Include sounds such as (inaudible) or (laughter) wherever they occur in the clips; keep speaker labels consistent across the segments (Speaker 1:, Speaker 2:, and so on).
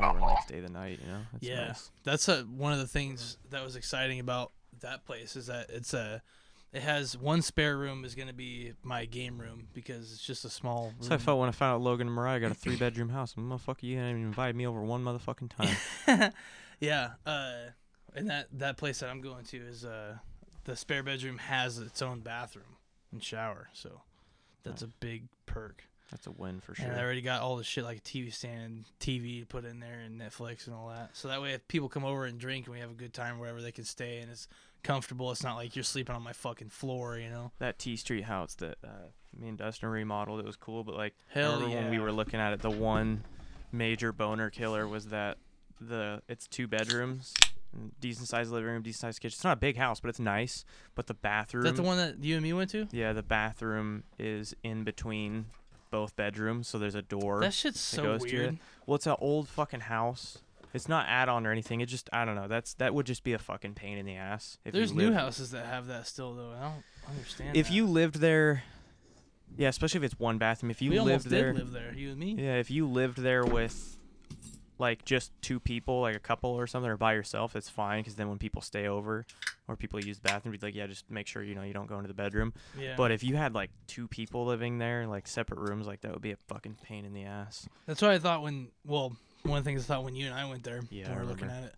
Speaker 1: the night. You know, it's
Speaker 2: yeah,
Speaker 1: nice.
Speaker 2: that's a, one of the things that was exciting about that place is that it's a. It has one spare room is going to be my game room because it's just a small. Room.
Speaker 1: So I felt when I found out Logan and Mariah got a three bedroom house. Motherfucker, you didn't even invite me over one
Speaker 2: (laughs)
Speaker 1: motherfucking time.
Speaker 2: yeah, uh, and that that place that I'm going to is uh, the spare bedroom has its own bathroom and shower, so that's a big perk.
Speaker 1: That's a win for
Speaker 2: And I
Speaker 1: sure.
Speaker 2: already got all the shit like a TV stand, TV to put in there, and Netflix and all that. So that way, if people come over and drink and we have a good time wherever they can stay and it's comfortable, it's not like you're sleeping on my fucking floor, you know?
Speaker 1: That T Street house that uh, me and Dustin remodeled, it was cool. But like,
Speaker 2: Hell
Speaker 1: I remember when we
Speaker 2: yeah.
Speaker 1: were looking at it, the one major boner killer was that the it's two bedrooms, decent sized living room, decent sized kitchen. It's not a big house, but it's nice. But the bathroom.
Speaker 2: Is that the one that you and me went to?
Speaker 1: Yeah, the bathroom is in between both bedrooms, so there's a door.
Speaker 2: That shit's so
Speaker 1: goes to
Speaker 2: weird.
Speaker 1: it. Well, it's an old fucking house. It's not add-on or anything. It just I don't know. That's that would just be a fucking pain in the ass. If
Speaker 2: There's
Speaker 1: you
Speaker 2: new
Speaker 1: lived-
Speaker 2: houses that have that still, though. and I don't understand.
Speaker 1: If
Speaker 2: that.
Speaker 1: you lived there, yeah, especially if it's one bathroom. If you
Speaker 2: we almost
Speaker 1: lived there,
Speaker 2: did live there, you and me.
Speaker 1: yeah, if you lived there with like just two people, like a couple or something, or by yourself, that's fine. Because then when people stay over or people use the bathroom, you'd be like, yeah, just make sure you know you don't go into the bedroom.
Speaker 2: Yeah,
Speaker 1: But if you had like two people living there, like separate rooms, like that would be a fucking pain in the ass.
Speaker 2: that's what I thought when. Well, one of the things I thought when you and I went there,
Speaker 1: Yeah,
Speaker 2: when
Speaker 1: I
Speaker 2: we were looking at
Speaker 1: remember.
Speaker 2: it,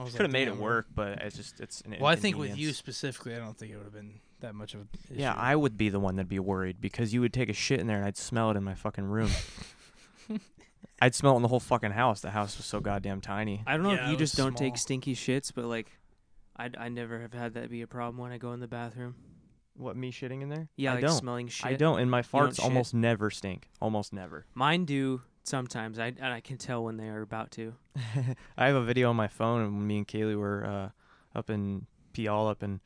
Speaker 2: I was
Speaker 1: Could have
Speaker 2: like,
Speaker 1: made it
Speaker 2: "Damn, we're-
Speaker 1: work, but it's just it's an
Speaker 2: Well, I think with you
Speaker 1: inconvenience.
Speaker 2: specifically, I don't think it would have been that much of an issue.
Speaker 1: Yeah, I would be the one that'd be worried because you would take a shit in there and I'd smell it in my fucking
Speaker 3: (laughs)
Speaker 1: room. I'd smell it in the whole fucking house. The house was so goddamn tiny.
Speaker 3: I don't know
Speaker 2: Yeah,
Speaker 3: if
Speaker 2: it
Speaker 3: you
Speaker 2: was
Speaker 3: just don't
Speaker 2: small.
Speaker 3: take stinky shits, but like, I I never have had that be a problem when I go in the bathroom.
Speaker 1: What me shitting in there?
Speaker 3: Yeah,
Speaker 1: I
Speaker 3: like
Speaker 1: don't.
Speaker 3: smelling shit.
Speaker 1: I don't, and my
Speaker 3: don't
Speaker 1: farts
Speaker 3: shit?
Speaker 1: almost never stink. Almost never.
Speaker 3: Mine do sometimes. I and I can tell when they are about to.
Speaker 1: I have a video on my phone of when me and Kaylee were uh, up in Puyallup and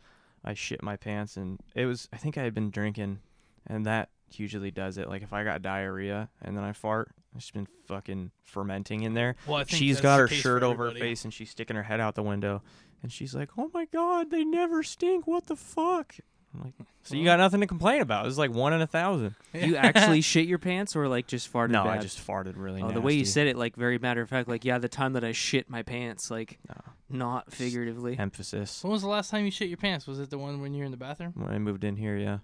Speaker 1: I shit my pants and it was I think I had been drinking and that usually does it. Like if I got diarrhea and then I fart, it's just been fucking fermenting in there.
Speaker 2: Well, I think
Speaker 1: She's
Speaker 2: that's
Speaker 1: got
Speaker 2: the
Speaker 1: her
Speaker 2: case
Speaker 1: shirt
Speaker 2: for
Speaker 1: over her
Speaker 2: everybody.
Speaker 1: face and she's sticking her head out the window and she's like, "Oh my god, they never stink. What the fuck?" I'm like, so you got nothing to complain about. It's like one in a thousand.
Speaker 2: (laughs)
Speaker 1: (laughs)
Speaker 3: You actually shit your pants or like just farted?
Speaker 1: No, I
Speaker 3: bad?
Speaker 1: just farted really.
Speaker 3: Oh, the way you
Speaker 1: nasty.
Speaker 3: said it, like very matter of fact, like yeah, the time that I shit my pants, like
Speaker 1: No.
Speaker 3: not figuratively.
Speaker 1: emphasis.
Speaker 2: So when was the last time you shit your pants? Was it the one when you were in the bathroom?
Speaker 1: when I moved in here, yeah.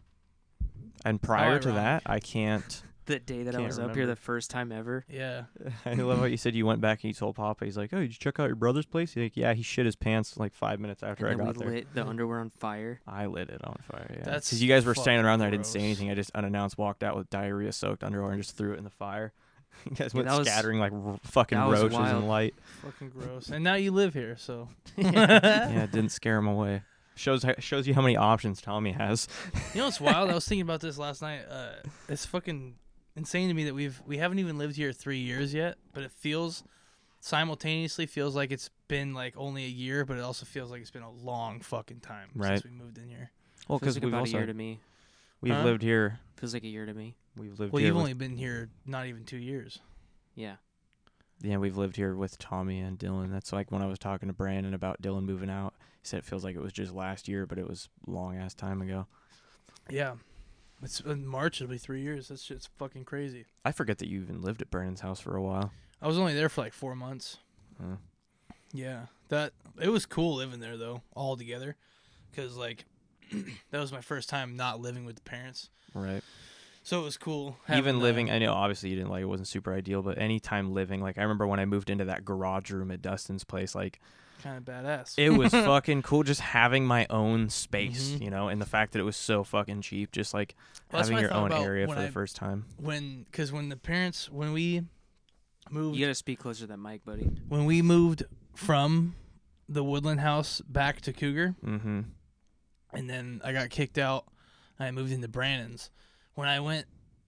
Speaker 1: And prior to
Speaker 2: ironic.
Speaker 1: that, I can't. (laughs)
Speaker 3: The day that I
Speaker 1: Can't
Speaker 3: was up here
Speaker 1: remember.
Speaker 3: the first time ever.
Speaker 2: Yeah.
Speaker 1: I love how you said you went back and you told Papa. He's like, "Oh, did you check out your brother's place?" He's like, "Yeah, he shit his pants like five minutes after I
Speaker 3: and then we
Speaker 1: got there."
Speaker 3: lit the underwear on fire.
Speaker 1: I lit it on fire. Yeah,
Speaker 2: That's
Speaker 1: because you guys were standing
Speaker 2: fucking
Speaker 1: around there. I didn't say
Speaker 2: gross.
Speaker 1: anything. I just unannounced walked out with diarrhea soaked underwear and just threw it in the fire. (laughs) You guys
Speaker 3: Yeah,
Speaker 1: went
Speaker 3: that was-
Speaker 1: scattering like r- fucking
Speaker 3: that was
Speaker 1: roaches
Speaker 3: wild.
Speaker 1: and
Speaker 3: (laughs)
Speaker 1: light.
Speaker 2: Fucking gross. And now you live here,
Speaker 1: (laughs)
Speaker 2: so. (laughs)
Speaker 1: yeah, it didn't scare him away. Shows shows you how many options Tommy has.
Speaker 2: You know what's wild? I was thinking about this last night. Uh, it's fucking insane to me that we've we haven't even lived here three years yet, but it feels simultaneously feels like it's been like only a year, but it also feels like it's been a long fucking time
Speaker 1: Right.
Speaker 2: since we moved in here.
Speaker 1: Well,
Speaker 3: Feels
Speaker 1: because
Speaker 3: like
Speaker 1: we've
Speaker 3: about a
Speaker 1: also
Speaker 3: year to me.
Speaker 1: we've
Speaker 2: Huh?
Speaker 1: lived here.
Speaker 3: Feels like a year to me.
Speaker 1: We've lived
Speaker 2: Well,
Speaker 1: here.
Speaker 2: you've
Speaker 1: with-
Speaker 2: only been here not even two years.
Speaker 3: Yeah.
Speaker 1: Yeah, we've lived here with Tommy and Dylan. That's like when I was talking to Brandon about Dylan moving out. He said it feels like it was just last year, but it was long ass time ago.
Speaker 2: Yeah. It's in March. It'll be three years. That shit's fucking crazy.
Speaker 1: I forget that you even lived at Brandon's house for a while.
Speaker 2: I was only there for like four months.
Speaker 1: Huh.
Speaker 2: Yeah, that it was cool living there though, all together, because like (clears throat) that was my first time not living with the parents,
Speaker 1: Right.
Speaker 2: so it was cool. having
Speaker 1: even
Speaker 2: the-
Speaker 1: living, I know obviously you didn't like it wasn't super ideal, but any time living, like I remember when I moved into that garage room at Dustin's place, like
Speaker 2: kind of badass.
Speaker 1: it
Speaker 2: (laughs)
Speaker 1: was fucking cool just having my own space,
Speaker 2: Mhm.
Speaker 1: you know, and the fact that it was so fucking cheap, just like
Speaker 2: Well, that's
Speaker 1: having
Speaker 2: what I
Speaker 1: your
Speaker 2: thought
Speaker 1: own
Speaker 2: about
Speaker 1: area for
Speaker 2: when
Speaker 1: the
Speaker 2: I-
Speaker 1: first time.
Speaker 2: when because when the parents when we moved
Speaker 3: You gotta speak closer to that mic, buddy.
Speaker 2: when we moved from the Woodland house back to Cougar,
Speaker 1: Mm-hmm.
Speaker 2: and then I got kicked out. And I moved into Brandon's. When I went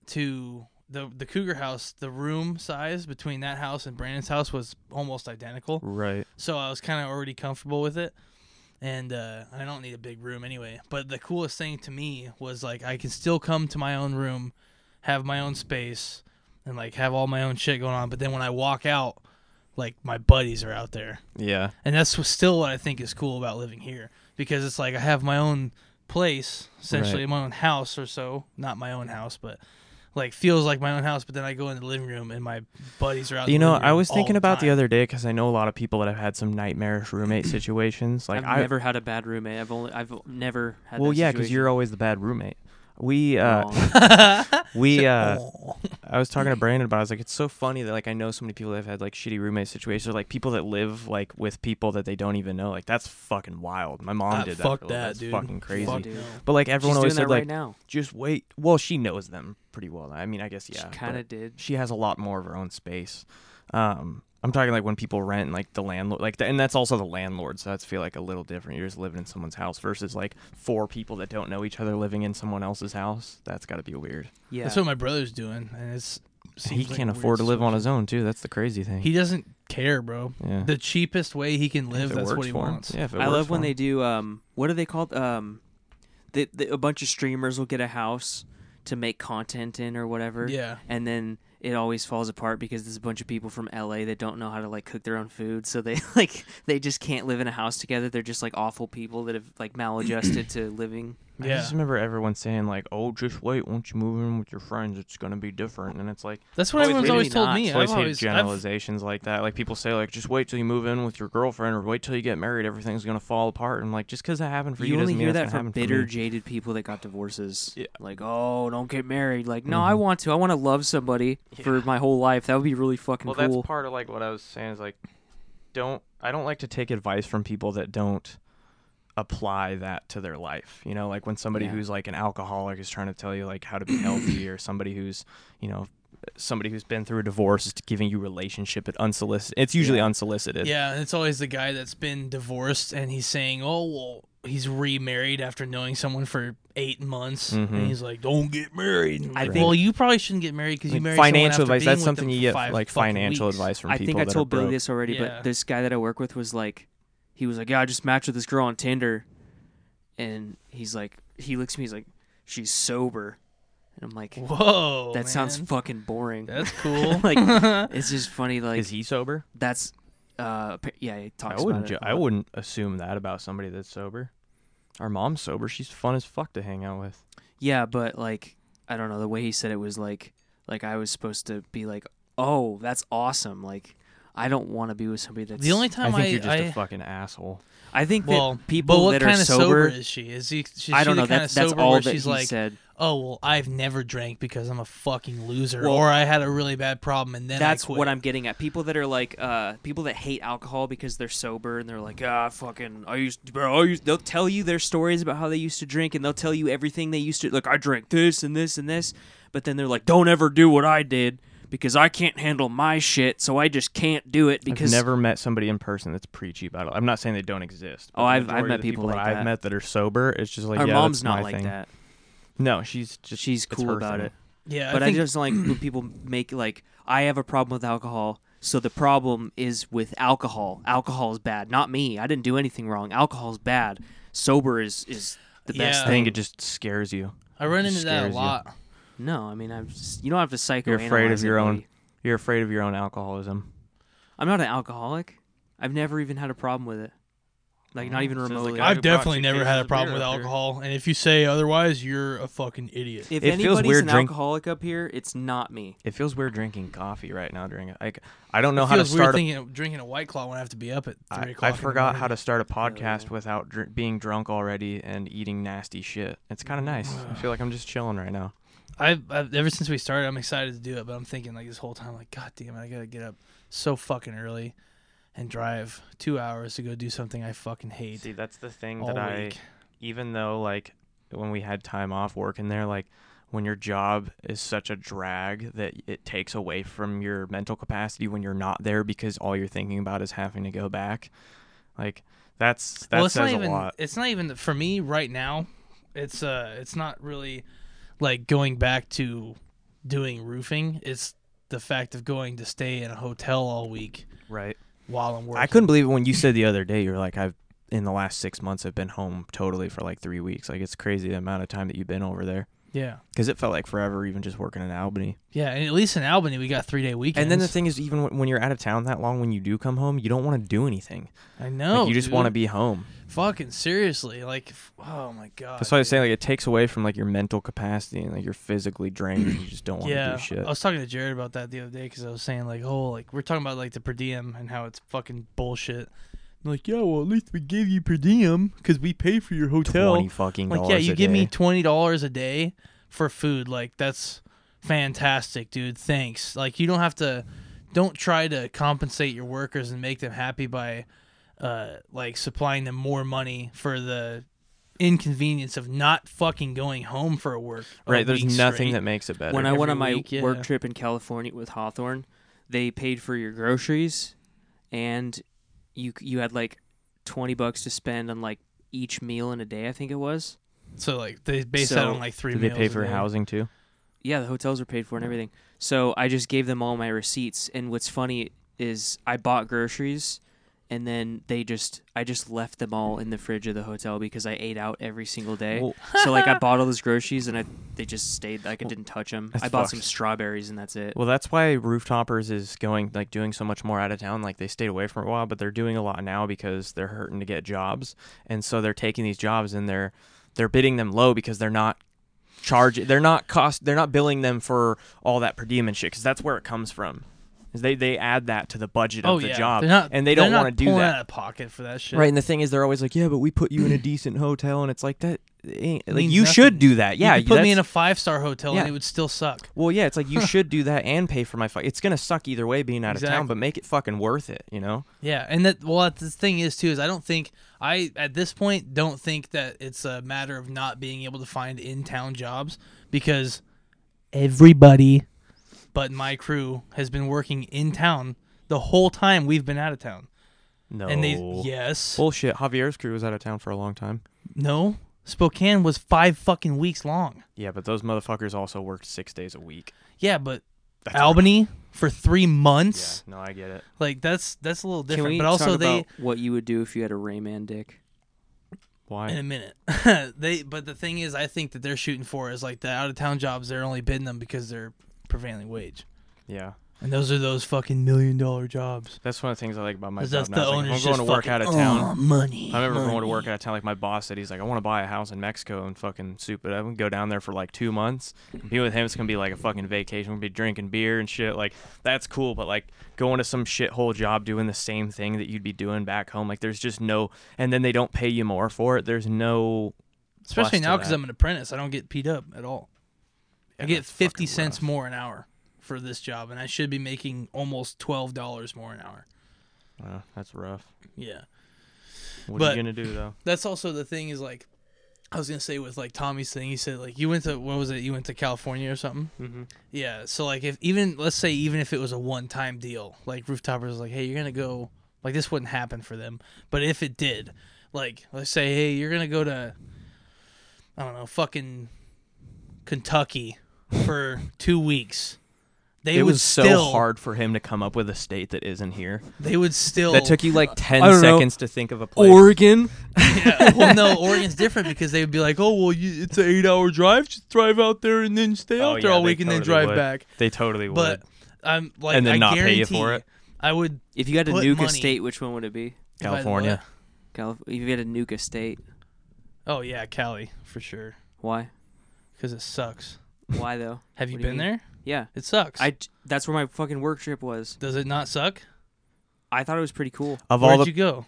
Speaker 2: to the the Cougar house, the room size between that house and Brandon's house was almost identical.
Speaker 1: Right.
Speaker 2: so I was kind of already comfortable with it. And uh, I don't need a big room anyway. But the coolest thing to me was like I can still come to my own room, have my own space, and like have all my own shit going on. But then when I walk out, like my buddies are out there,
Speaker 1: Yeah.
Speaker 2: and that's what's still what I think is cool about living here because it's like I have my own place, essentially
Speaker 1: Right.
Speaker 2: my own house or so, not my own house, but like feels like my own house, but then I go in the living room and my buddies are out. in
Speaker 1: You
Speaker 2: the
Speaker 1: know,
Speaker 2: living
Speaker 1: I
Speaker 2: room
Speaker 1: was
Speaker 2: all
Speaker 1: thinking about the
Speaker 2: time.
Speaker 1: other day because I know a lot of people that have had some nightmarish roommate
Speaker 2: (clears throat)
Speaker 1: situations. Like
Speaker 3: I've
Speaker 1: I,
Speaker 3: never had a bad roommate. I've only I've never had.
Speaker 1: well,
Speaker 3: that
Speaker 1: yeah, because you're always the bad roommate. We, uh, (laughs)
Speaker 3: situation.
Speaker 2: (laughs)
Speaker 1: we,
Speaker 2: Shit.
Speaker 1: uh,
Speaker 2: Oh.
Speaker 1: I was
Speaker 3: Mm-hmm.
Speaker 1: talking to Brandon about. It. I was like, it's so funny that like I know so many people that have had like shitty roommate situations, or like people that live like with people that they don't even know. Like that's fucking wild. My mom
Speaker 2: Ah,
Speaker 1: did that.
Speaker 2: fuck
Speaker 1: for a
Speaker 2: that,
Speaker 1: little- that's
Speaker 2: dude.
Speaker 1: Fucking
Speaker 3: Oh,
Speaker 1: crazy.
Speaker 3: fuck,
Speaker 2: Fuck
Speaker 3: dude.
Speaker 2: no.
Speaker 1: But like everyone
Speaker 3: She's
Speaker 1: always said,
Speaker 3: doing that
Speaker 1: like
Speaker 3: right now.
Speaker 1: just wait. Well, she knows them pretty well. I mean, I guess yeah.
Speaker 3: she kind
Speaker 1: but-
Speaker 3: of did.
Speaker 1: she has a lot more of her own space. Um, I'm talking like when people rent, like the landlord, like, the, and that's also the landlord. So that's feel like a little different. You're just living in someone's house versus like four people that don't know each other living in someone else's house. That's got to be weird.
Speaker 3: Yeah.
Speaker 2: That's what my brother's doing, and it's
Speaker 1: he
Speaker 2: seems like
Speaker 1: can't
Speaker 2: a weird
Speaker 1: afford to live on his
Speaker 2: solution.
Speaker 1: own too. That's the crazy thing.
Speaker 2: He doesn't care, bro.
Speaker 1: yeah.
Speaker 2: The cheapest way he can
Speaker 1: If
Speaker 2: live,
Speaker 1: it
Speaker 2: that's
Speaker 1: works
Speaker 2: what he
Speaker 1: for him.
Speaker 2: wants.
Speaker 1: Yeah, if it
Speaker 3: I
Speaker 1: works
Speaker 3: love when
Speaker 1: for
Speaker 3: they
Speaker 1: him.
Speaker 3: do. Um, what are they called? Um, the, the, a bunch of streamers will get a house to make content in or whatever.
Speaker 2: Yeah.
Speaker 3: And then it always falls apart because there's a bunch of people from LA that don't know how to like cook their own food, so they (laughs) like they just can't live in a house together. They're just like awful people that have
Speaker 1: (clears throat)
Speaker 3: like maladjusted to living.
Speaker 1: I
Speaker 2: Yeah.
Speaker 1: just remember everyone saying like, "Oh, just wait. Once you move in with your friends, it's gonna be different." And it's like.
Speaker 2: That's what
Speaker 3: Oh, it's
Speaker 2: everyone's
Speaker 3: really
Speaker 2: always told
Speaker 3: not.
Speaker 2: me.
Speaker 1: I always
Speaker 2: I've
Speaker 1: hate
Speaker 2: always, I've,
Speaker 1: generalizations like that. Like people say, like just wait till you move in with your girlfriend, or wait till you get married, everything's gonna fall apart. And like just because that happened for you,
Speaker 3: You only
Speaker 1: doesn't mean
Speaker 3: hear
Speaker 1: it's
Speaker 3: that
Speaker 1: gonna
Speaker 3: from
Speaker 1: happen for me.
Speaker 3: bitter, jaded people that got divorces.
Speaker 1: Yeah.
Speaker 3: Like, oh, don't get married. Like, no, I
Speaker 1: Mhm.
Speaker 3: want to. I want to love somebody for
Speaker 1: Yeah.
Speaker 3: my whole life. That would be really fucking
Speaker 1: Well,
Speaker 3: cool.
Speaker 1: that's part of like what I was saying is like, don't I don't like to take advice from people that don't apply that to their life. You know, like when somebody
Speaker 3: Yeah.
Speaker 1: who's like an alcoholic is trying to tell you like how to be healthy, or somebody who's you know somebody who's been through a divorce is giving you relationship at unsolicited. It's usually
Speaker 3: Yeah.
Speaker 1: unsolicited.
Speaker 2: yeah, and it's always the guy that's been divorced and he's saying, "Oh, well, he's remarried after knowing someone for eight months,"
Speaker 1: Mhm.
Speaker 2: and he's like, "Don't get married." And I'm
Speaker 3: I
Speaker 2: like,
Speaker 3: think-
Speaker 2: well, you probably shouldn't get married because
Speaker 1: I
Speaker 2: you
Speaker 1: mean,
Speaker 2: married
Speaker 1: financial
Speaker 2: someone after
Speaker 1: advice. That's
Speaker 2: being with
Speaker 1: something
Speaker 2: them
Speaker 1: you
Speaker 2: for
Speaker 1: get
Speaker 2: five
Speaker 1: like
Speaker 2: fucking
Speaker 1: financial
Speaker 2: weeks.
Speaker 1: advice from
Speaker 3: I
Speaker 1: people.
Speaker 3: think I
Speaker 1: that are
Speaker 3: told Billy
Speaker 1: broke.
Speaker 3: this already,
Speaker 2: Yeah.
Speaker 3: but this guy that I work with was like, he was like, yeah, I just matched with this girl on Tinder, and he's like, he looks at me, he's like, she's sober, and I'm like,
Speaker 2: Whoa,
Speaker 3: that sounds
Speaker 2: man.
Speaker 3: fucking boring.
Speaker 2: that's
Speaker 1: (laughs)
Speaker 2: cool.
Speaker 3: (laughs) like, it's just funny. Like
Speaker 1: Is he sober?
Speaker 3: that's, uh, appa- yeah, he talks
Speaker 1: I wouldn't.
Speaker 3: about it.
Speaker 1: Ju-
Speaker 3: a
Speaker 1: I
Speaker 3: lot.
Speaker 1: wouldn't assume that about somebody that's sober. Our mom's sober. She's fun as fuck to hang out with.
Speaker 3: Yeah, but like, I don't know. The way he said it was like, like I was supposed to be like, oh, that's awesome. Like, I don't want to be with somebody that's
Speaker 2: the only time
Speaker 1: I
Speaker 2: I,
Speaker 1: think you're just
Speaker 2: I,
Speaker 1: a fucking asshole.
Speaker 3: I think
Speaker 2: well,
Speaker 3: that people
Speaker 2: but what
Speaker 3: that
Speaker 2: kind
Speaker 3: are
Speaker 2: of
Speaker 3: sober.
Speaker 2: is she? Is he? Is
Speaker 3: I
Speaker 2: she
Speaker 3: don't know.
Speaker 2: The kind
Speaker 3: That's,
Speaker 2: of
Speaker 3: that's
Speaker 2: sober
Speaker 3: all
Speaker 2: where
Speaker 3: that
Speaker 2: she's
Speaker 3: he
Speaker 2: like,
Speaker 3: said.
Speaker 2: oh well, I've never drank because I'm a fucking loser,
Speaker 3: Well,
Speaker 2: or I had a really bad problem and then I
Speaker 3: That's
Speaker 2: quit.
Speaker 3: what I'm getting at. People that are like, uh, people that hate alcohol because they're sober and they're like, ah, fucking, I used, to, bro, I used, they'll tell you their stories about how they used to drink and they'll tell you everything they used to, like, I drank this and this and this, but then they're like, don't ever do what I did because I can't handle my shit, so I just can't do it because
Speaker 1: I've never met somebody in person that's preachy about it. I'm not saying they don't exist. but
Speaker 3: Oh,
Speaker 1: the
Speaker 3: I've- I've
Speaker 1: majority
Speaker 3: met
Speaker 1: of the
Speaker 3: people like
Speaker 1: that I've
Speaker 3: that.
Speaker 1: met that are sober. It's just like
Speaker 3: our
Speaker 1: yeah,
Speaker 3: mom's
Speaker 1: that's
Speaker 3: not
Speaker 1: my
Speaker 3: like
Speaker 1: thing.
Speaker 3: that.
Speaker 1: No, she's just
Speaker 3: She's
Speaker 1: it's
Speaker 3: cool
Speaker 1: her
Speaker 3: about
Speaker 1: thing.
Speaker 3: it.
Speaker 2: Yeah,
Speaker 3: But
Speaker 2: I
Speaker 3: I,
Speaker 2: think
Speaker 3: just don't like when
Speaker 2: (clears throat)
Speaker 3: people make like I have a problem with alcohol, so the problem is with alcohol. Alcohol is bad, not me. I didn't do anything wrong. Alcohol's bad. Sober is is the best
Speaker 2: Yeah.
Speaker 1: I think
Speaker 3: thing.
Speaker 1: it just scares you.
Speaker 2: I run into that a
Speaker 1: scares you.
Speaker 2: lot.
Speaker 3: no, I mean I'm just you don't have to psycho.
Speaker 1: afraid of your own- You're afraid of your own alcoholism.
Speaker 3: I'm not an alcoholic. I've never even had a problem with it. Like not
Speaker 1: Mm,
Speaker 3: even
Speaker 1: says the
Speaker 3: remotely.
Speaker 1: guy-
Speaker 2: I've
Speaker 1: who brought
Speaker 2: definitely
Speaker 1: two
Speaker 2: never
Speaker 1: cases
Speaker 2: had a
Speaker 1: of
Speaker 2: problem
Speaker 1: beer
Speaker 2: with
Speaker 1: up here.
Speaker 2: alcohol, and if you say otherwise, you're a fucking idiot.
Speaker 3: if
Speaker 1: It feels
Speaker 3: anybody's
Speaker 1: weird
Speaker 3: an
Speaker 1: drink-
Speaker 3: alcoholic up here, it's not me.
Speaker 1: It feels weird drinking coffee right now during it. Like I don't know
Speaker 2: it
Speaker 1: how to
Speaker 2: feels weird
Speaker 1: start a
Speaker 2: thinking of drinking a white claw when I have to be up at
Speaker 1: I-
Speaker 2: three
Speaker 1: I,
Speaker 2: o'clock. in the
Speaker 1: forgot how to
Speaker 2: morning.
Speaker 1: start a
Speaker 3: yeah.
Speaker 1: podcast without dr- being drunk already and eating nasty shit. It's kind of nice. I feel like I'm just chilling right now.
Speaker 2: I've, I've ever since we started, I'm excited to do it, but I'm thinking like this whole time, like, God damn it, I gotta get up so fucking early and drive two hours to go do something I fucking hate
Speaker 1: See, that's the thing
Speaker 2: all
Speaker 1: that I,
Speaker 2: week.
Speaker 1: even though like when we had time off work in there, like when your job is such a drag that it takes away from your mental capacity when you're not there because all you're thinking about is having to go back. Like that's that
Speaker 2: well, it's
Speaker 1: says
Speaker 2: not
Speaker 1: a
Speaker 2: even.
Speaker 1: lot.
Speaker 2: It's not even for me right now. It's uh, it's not really like going back to doing roofing. It's the fact of going to stay in a hotel all week
Speaker 1: Right.
Speaker 2: while I'm working.
Speaker 1: I couldn't believe it when you said the other day you were like I've in the last 6 months I've been home totally for like 3 weeks. Like it's crazy the amount of time that you've been over there.
Speaker 2: Yeah.
Speaker 1: because it felt like forever even just working in Albany.
Speaker 2: Yeah. And at least in Albany, we got three day weekends.
Speaker 1: And then the thing is, even when- when you're out of town that long, when you do come home, you don't want to do anything.
Speaker 2: I know.
Speaker 1: like, you just want to be home.
Speaker 2: Fucking seriously. Like, f- oh my God.
Speaker 1: That's why I was
Speaker 2: dude.
Speaker 1: saying like it takes away from like your mental capacity and like you're physically drained. and you just don't want to
Speaker 2: Yeah,
Speaker 1: do shit.
Speaker 2: I was talking to Jared about that the other day because I was saying like, oh, like we're talking about like the per diem and how it's fucking bullshit. I'm like, yeah, well, at least we give you per diem because we pay for your hotel.
Speaker 1: Twenty fucking
Speaker 2: like,
Speaker 1: dollars.
Speaker 2: yeah, you
Speaker 1: a
Speaker 2: give me
Speaker 1: day.
Speaker 2: twenty dollars a day for food. Like, that's fantastic, dude. Thanks. Like, you don't have to. Don't try to compensate your workers and make them happy by, uh, like supplying them more money for the inconvenience of not fucking going home for a work. a
Speaker 1: right. There's
Speaker 2: week
Speaker 1: nothing
Speaker 2: straight.
Speaker 1: that makes it better.
Speaker 3: when I went
Speaker 2: every
Speaker 3: on my
Speaker 2: week, yeah.
Speaker 3: work trip in California with Hawthorne, they paid for your groceries, and you you had like twenty bucks to spend on like each meal in a day. I think it was.
Speaker 2: So like they base that
Speaker 3: So,
Speaker 2: on like three.
Speaker 1: Did they
Speaker 2: meals
Speaker 1: pay
Speaker 2: a
Speaker 1: for
Speaker 2: day.
Speaker 1: housing too?
Speaker 3: Yeah, the hotels were paid for and everything. So I just gave them all my receipts. And what's funny is I bought groceries, and then they just I just left them all in the fridge of the hotel because I ate out every single day.
Speaker 1: Well-
Speaker 3: so like I bought all those groceries and I they just stayed. Like I didn't touch them.
Speaker 1: that's
Speaker 3: I bought
Speaker 1: fucked.
Speaker 3: some strawberries and that's it.
Speaker 1: Well, that's why Rooftoppers is going like doing so much more out of town. Like they stayed away from it a while, but they're doing a lot now because they're hurting to get jobs, and so they're taking these jobs and they're they're bidding them low because they're not charging. They're not cost. They're not billing them for all that per diem and shit because that's where it comes from. Is they they add that to the budget of
Speaker 2: Oh
Speaker 1: the
Speaker 2: yeah,
Speaker 1: job,
Speaker 2: they're not,
Speaker 1: and they don't
Speaker 2: they're not
Speaker 1: want to do
Speaker 2: pulling
Speaker 1: that.
Speaker 2: Out of pocket for that shit.
Speaker 1: Right, and the thing is, they're always like, "Yeah, but we put you in a decent hotel," and it's like that. Ain't, like
Speaker 2: Means
Speaker 1: you should
Speaker 2: nothing.
Speaker 1: do that. Yeah,
Speaker 2: you could put me
Speaker 1: that's-
Speaker 2: in a five star hotel
Speaker 1: Yeah.
Speaker 2: and it would still suck.
Speaker 1: well, yeah, it's like
Speaker 2: (laughs)
Speaker 1: you should do that and pay for my fuck. It's gonna suck either way being out of town,
Speaker 2: Exactly.
Speaker 1: but make it fucking worth it, you know?
Speaker 2: Yeah, and that well, that's the thing is too is I don't think I at this point don't think that it's a matter of not being able to find in town jobs because everybody but my crew has been working in town the whole time we've been out of town.
Speaker 1: No.
Speaker 2: And they yes.
Speaker 1: bullshit. Javier's crew was out of town for a long time.
Speaker 2: no. Spokane was 5 fucking weeks long.
Speaker 1: Yeah, but those motherfuckers also worked six days a week.
Speaker 2: Yeah, but
Speaker 1: That's
Speaker 2: Albany for 3 months.
Speaker 1: Yeah, no, I get it.
Speaker 2: Like that's that's a little
Speaker 3: Can
Speaker 2: different.
Speaker 3: we
Speaker 2: But also
Speaker 3: talk
Speaker 2: they
Speaker 3: about what you would do if you had a Rayman dick?
Speaker 1: Why?
Speaker 2: in a minute. (laughs) they but the thing is I think that they're shooting for is like the out of town jobs they're only bidding them because they're prevailing wage.
Speaker 1: yeah,
Speaker 2: And those are those fucking million dollar jobs.
Speaker 1: that's one of the things I like about my
Speaker 2: 'Cause
Speaker 1: job.
Speaker 2: that's
Speaker 1: now.
Speaker 2: the
Speaker 1: It's like, if
Speaker 2: owners
Speaker 1: I'm going
Speaker 2: just
Speaker 1: to work
Speaker 2: fucking,
Speaker 1: out of
Speaker 2: "Oh,
Speaker 1: town.
Speaker 2: money.
Speaker 1: I remember going to
Speaker 2: money."
Speaker 1: work out of town. Like my boss said, he's like, I want to buy a house in Mexico and fucking soup it up and go down there for like two months. And be with him. It's gonna be like a fucking vacation. We'll be drinking beer and shit. Like that's cool, but like going to some shithole job doing the same thing that you'd be doing back home. Like there's just no. And then they don't pay you more for it. There's no.
Speaker 2: Especially
Speaker 1: plus to
Speaker 2: now because
Speaker 1: that.
Speaker 2: I'm an apprentice, I don't get peed up at all. I
Speaker 1: Yeah,
Speaker 2: get
Speaker 1: that's
Speaker 2: fifty
Speaker 1: fucking
Speaker 2: cents
Speaker 1: rough.
Speaker 2: more an hour for this job, and I should be making almost twelve dollars more an hour.
Speaker 1: Wow, that's rough.
Speaker 2: Yeah.
Speaker 1: What are
Speaker 2: But-
Speaker 1: you gonna do though?
Speaker 2: that's also the thing is like I was gonna say with like Tommy's thing, he said like you went to what was it? You went to California or something.
Speaker 1: Mm-hmm.
Speaker 3: Mhm.
Speaker 2: Yeah. So like if even let's say even if it was a one time deal, like Rooftoppers was like, hey, you're gonna go like this wouldn't happen for them, but if it did, like let's say hey, you're gonna go to I don't know fucking Kentucky for two weeks. They
Speaker 1: it
Speaker 2: would
Speaker 1: was so
Speaker 2: still,
Speaker 1: hard for him to come up with a state that isn't here.
Speaker 2: They would still
Speaker 1: That took you like ten
Speaker 3: I don't know.
Speaker 1: seconds to think of a place.
Speaker 3: Oregon.
Speaker 2: yeah. (laughs) Well, no, Oregon's different because they would be like, oh, well, you, it's an eight hour drive. Just drive out there and then stay
Speaker 1: Oh,
Speaker 2: out there
Speaker 1: yeah,
Speaker 2: all
Speaker 1: they
Speaker 2: week and then
Speaker 1: totally
Speaker 2: drive
Speaker 1: would.
Speaker 2: back.
Speaker 1: they totally would.
Speaker 2: But I'm like,
Speaker 1: And then
Speaker 2: I
Speaker 1: not pay
Speaker 2: guarantee
Speaker 1: you for it.
Speaker 2: I would.
Speaker 3: If you had to
Speaker 2: Put
Speaker 3: nuke a
Speaker 2: money.
Speaker 3: state, which one would it be?
Speaker 2: if I had
Speaker 1: California.
Speaker 3: Calif- if you had to nuke a state,
Speaker 2: what- Oh, yeah, Cali, for sure.
Speaker 3: why?
Speaker 2: Because it sucks.
Speaker 3: Why though?
Speaker 2: Have you
Speaker 3: What do you
Speaker 2: been
Speaker 3: mean?
Speaker 2: there?
Speaker 3: Yeah,
Speaker 2: It sucks.
Speaker 3: I. That's where my fucking work trip was.
Speaker 2: Does it not suck?
Speaker 3: I thought it was pretty cool.
Speaker 1: Of all
Speaker 2: Where'd
Speaker 1: the
Speaker 2: you go?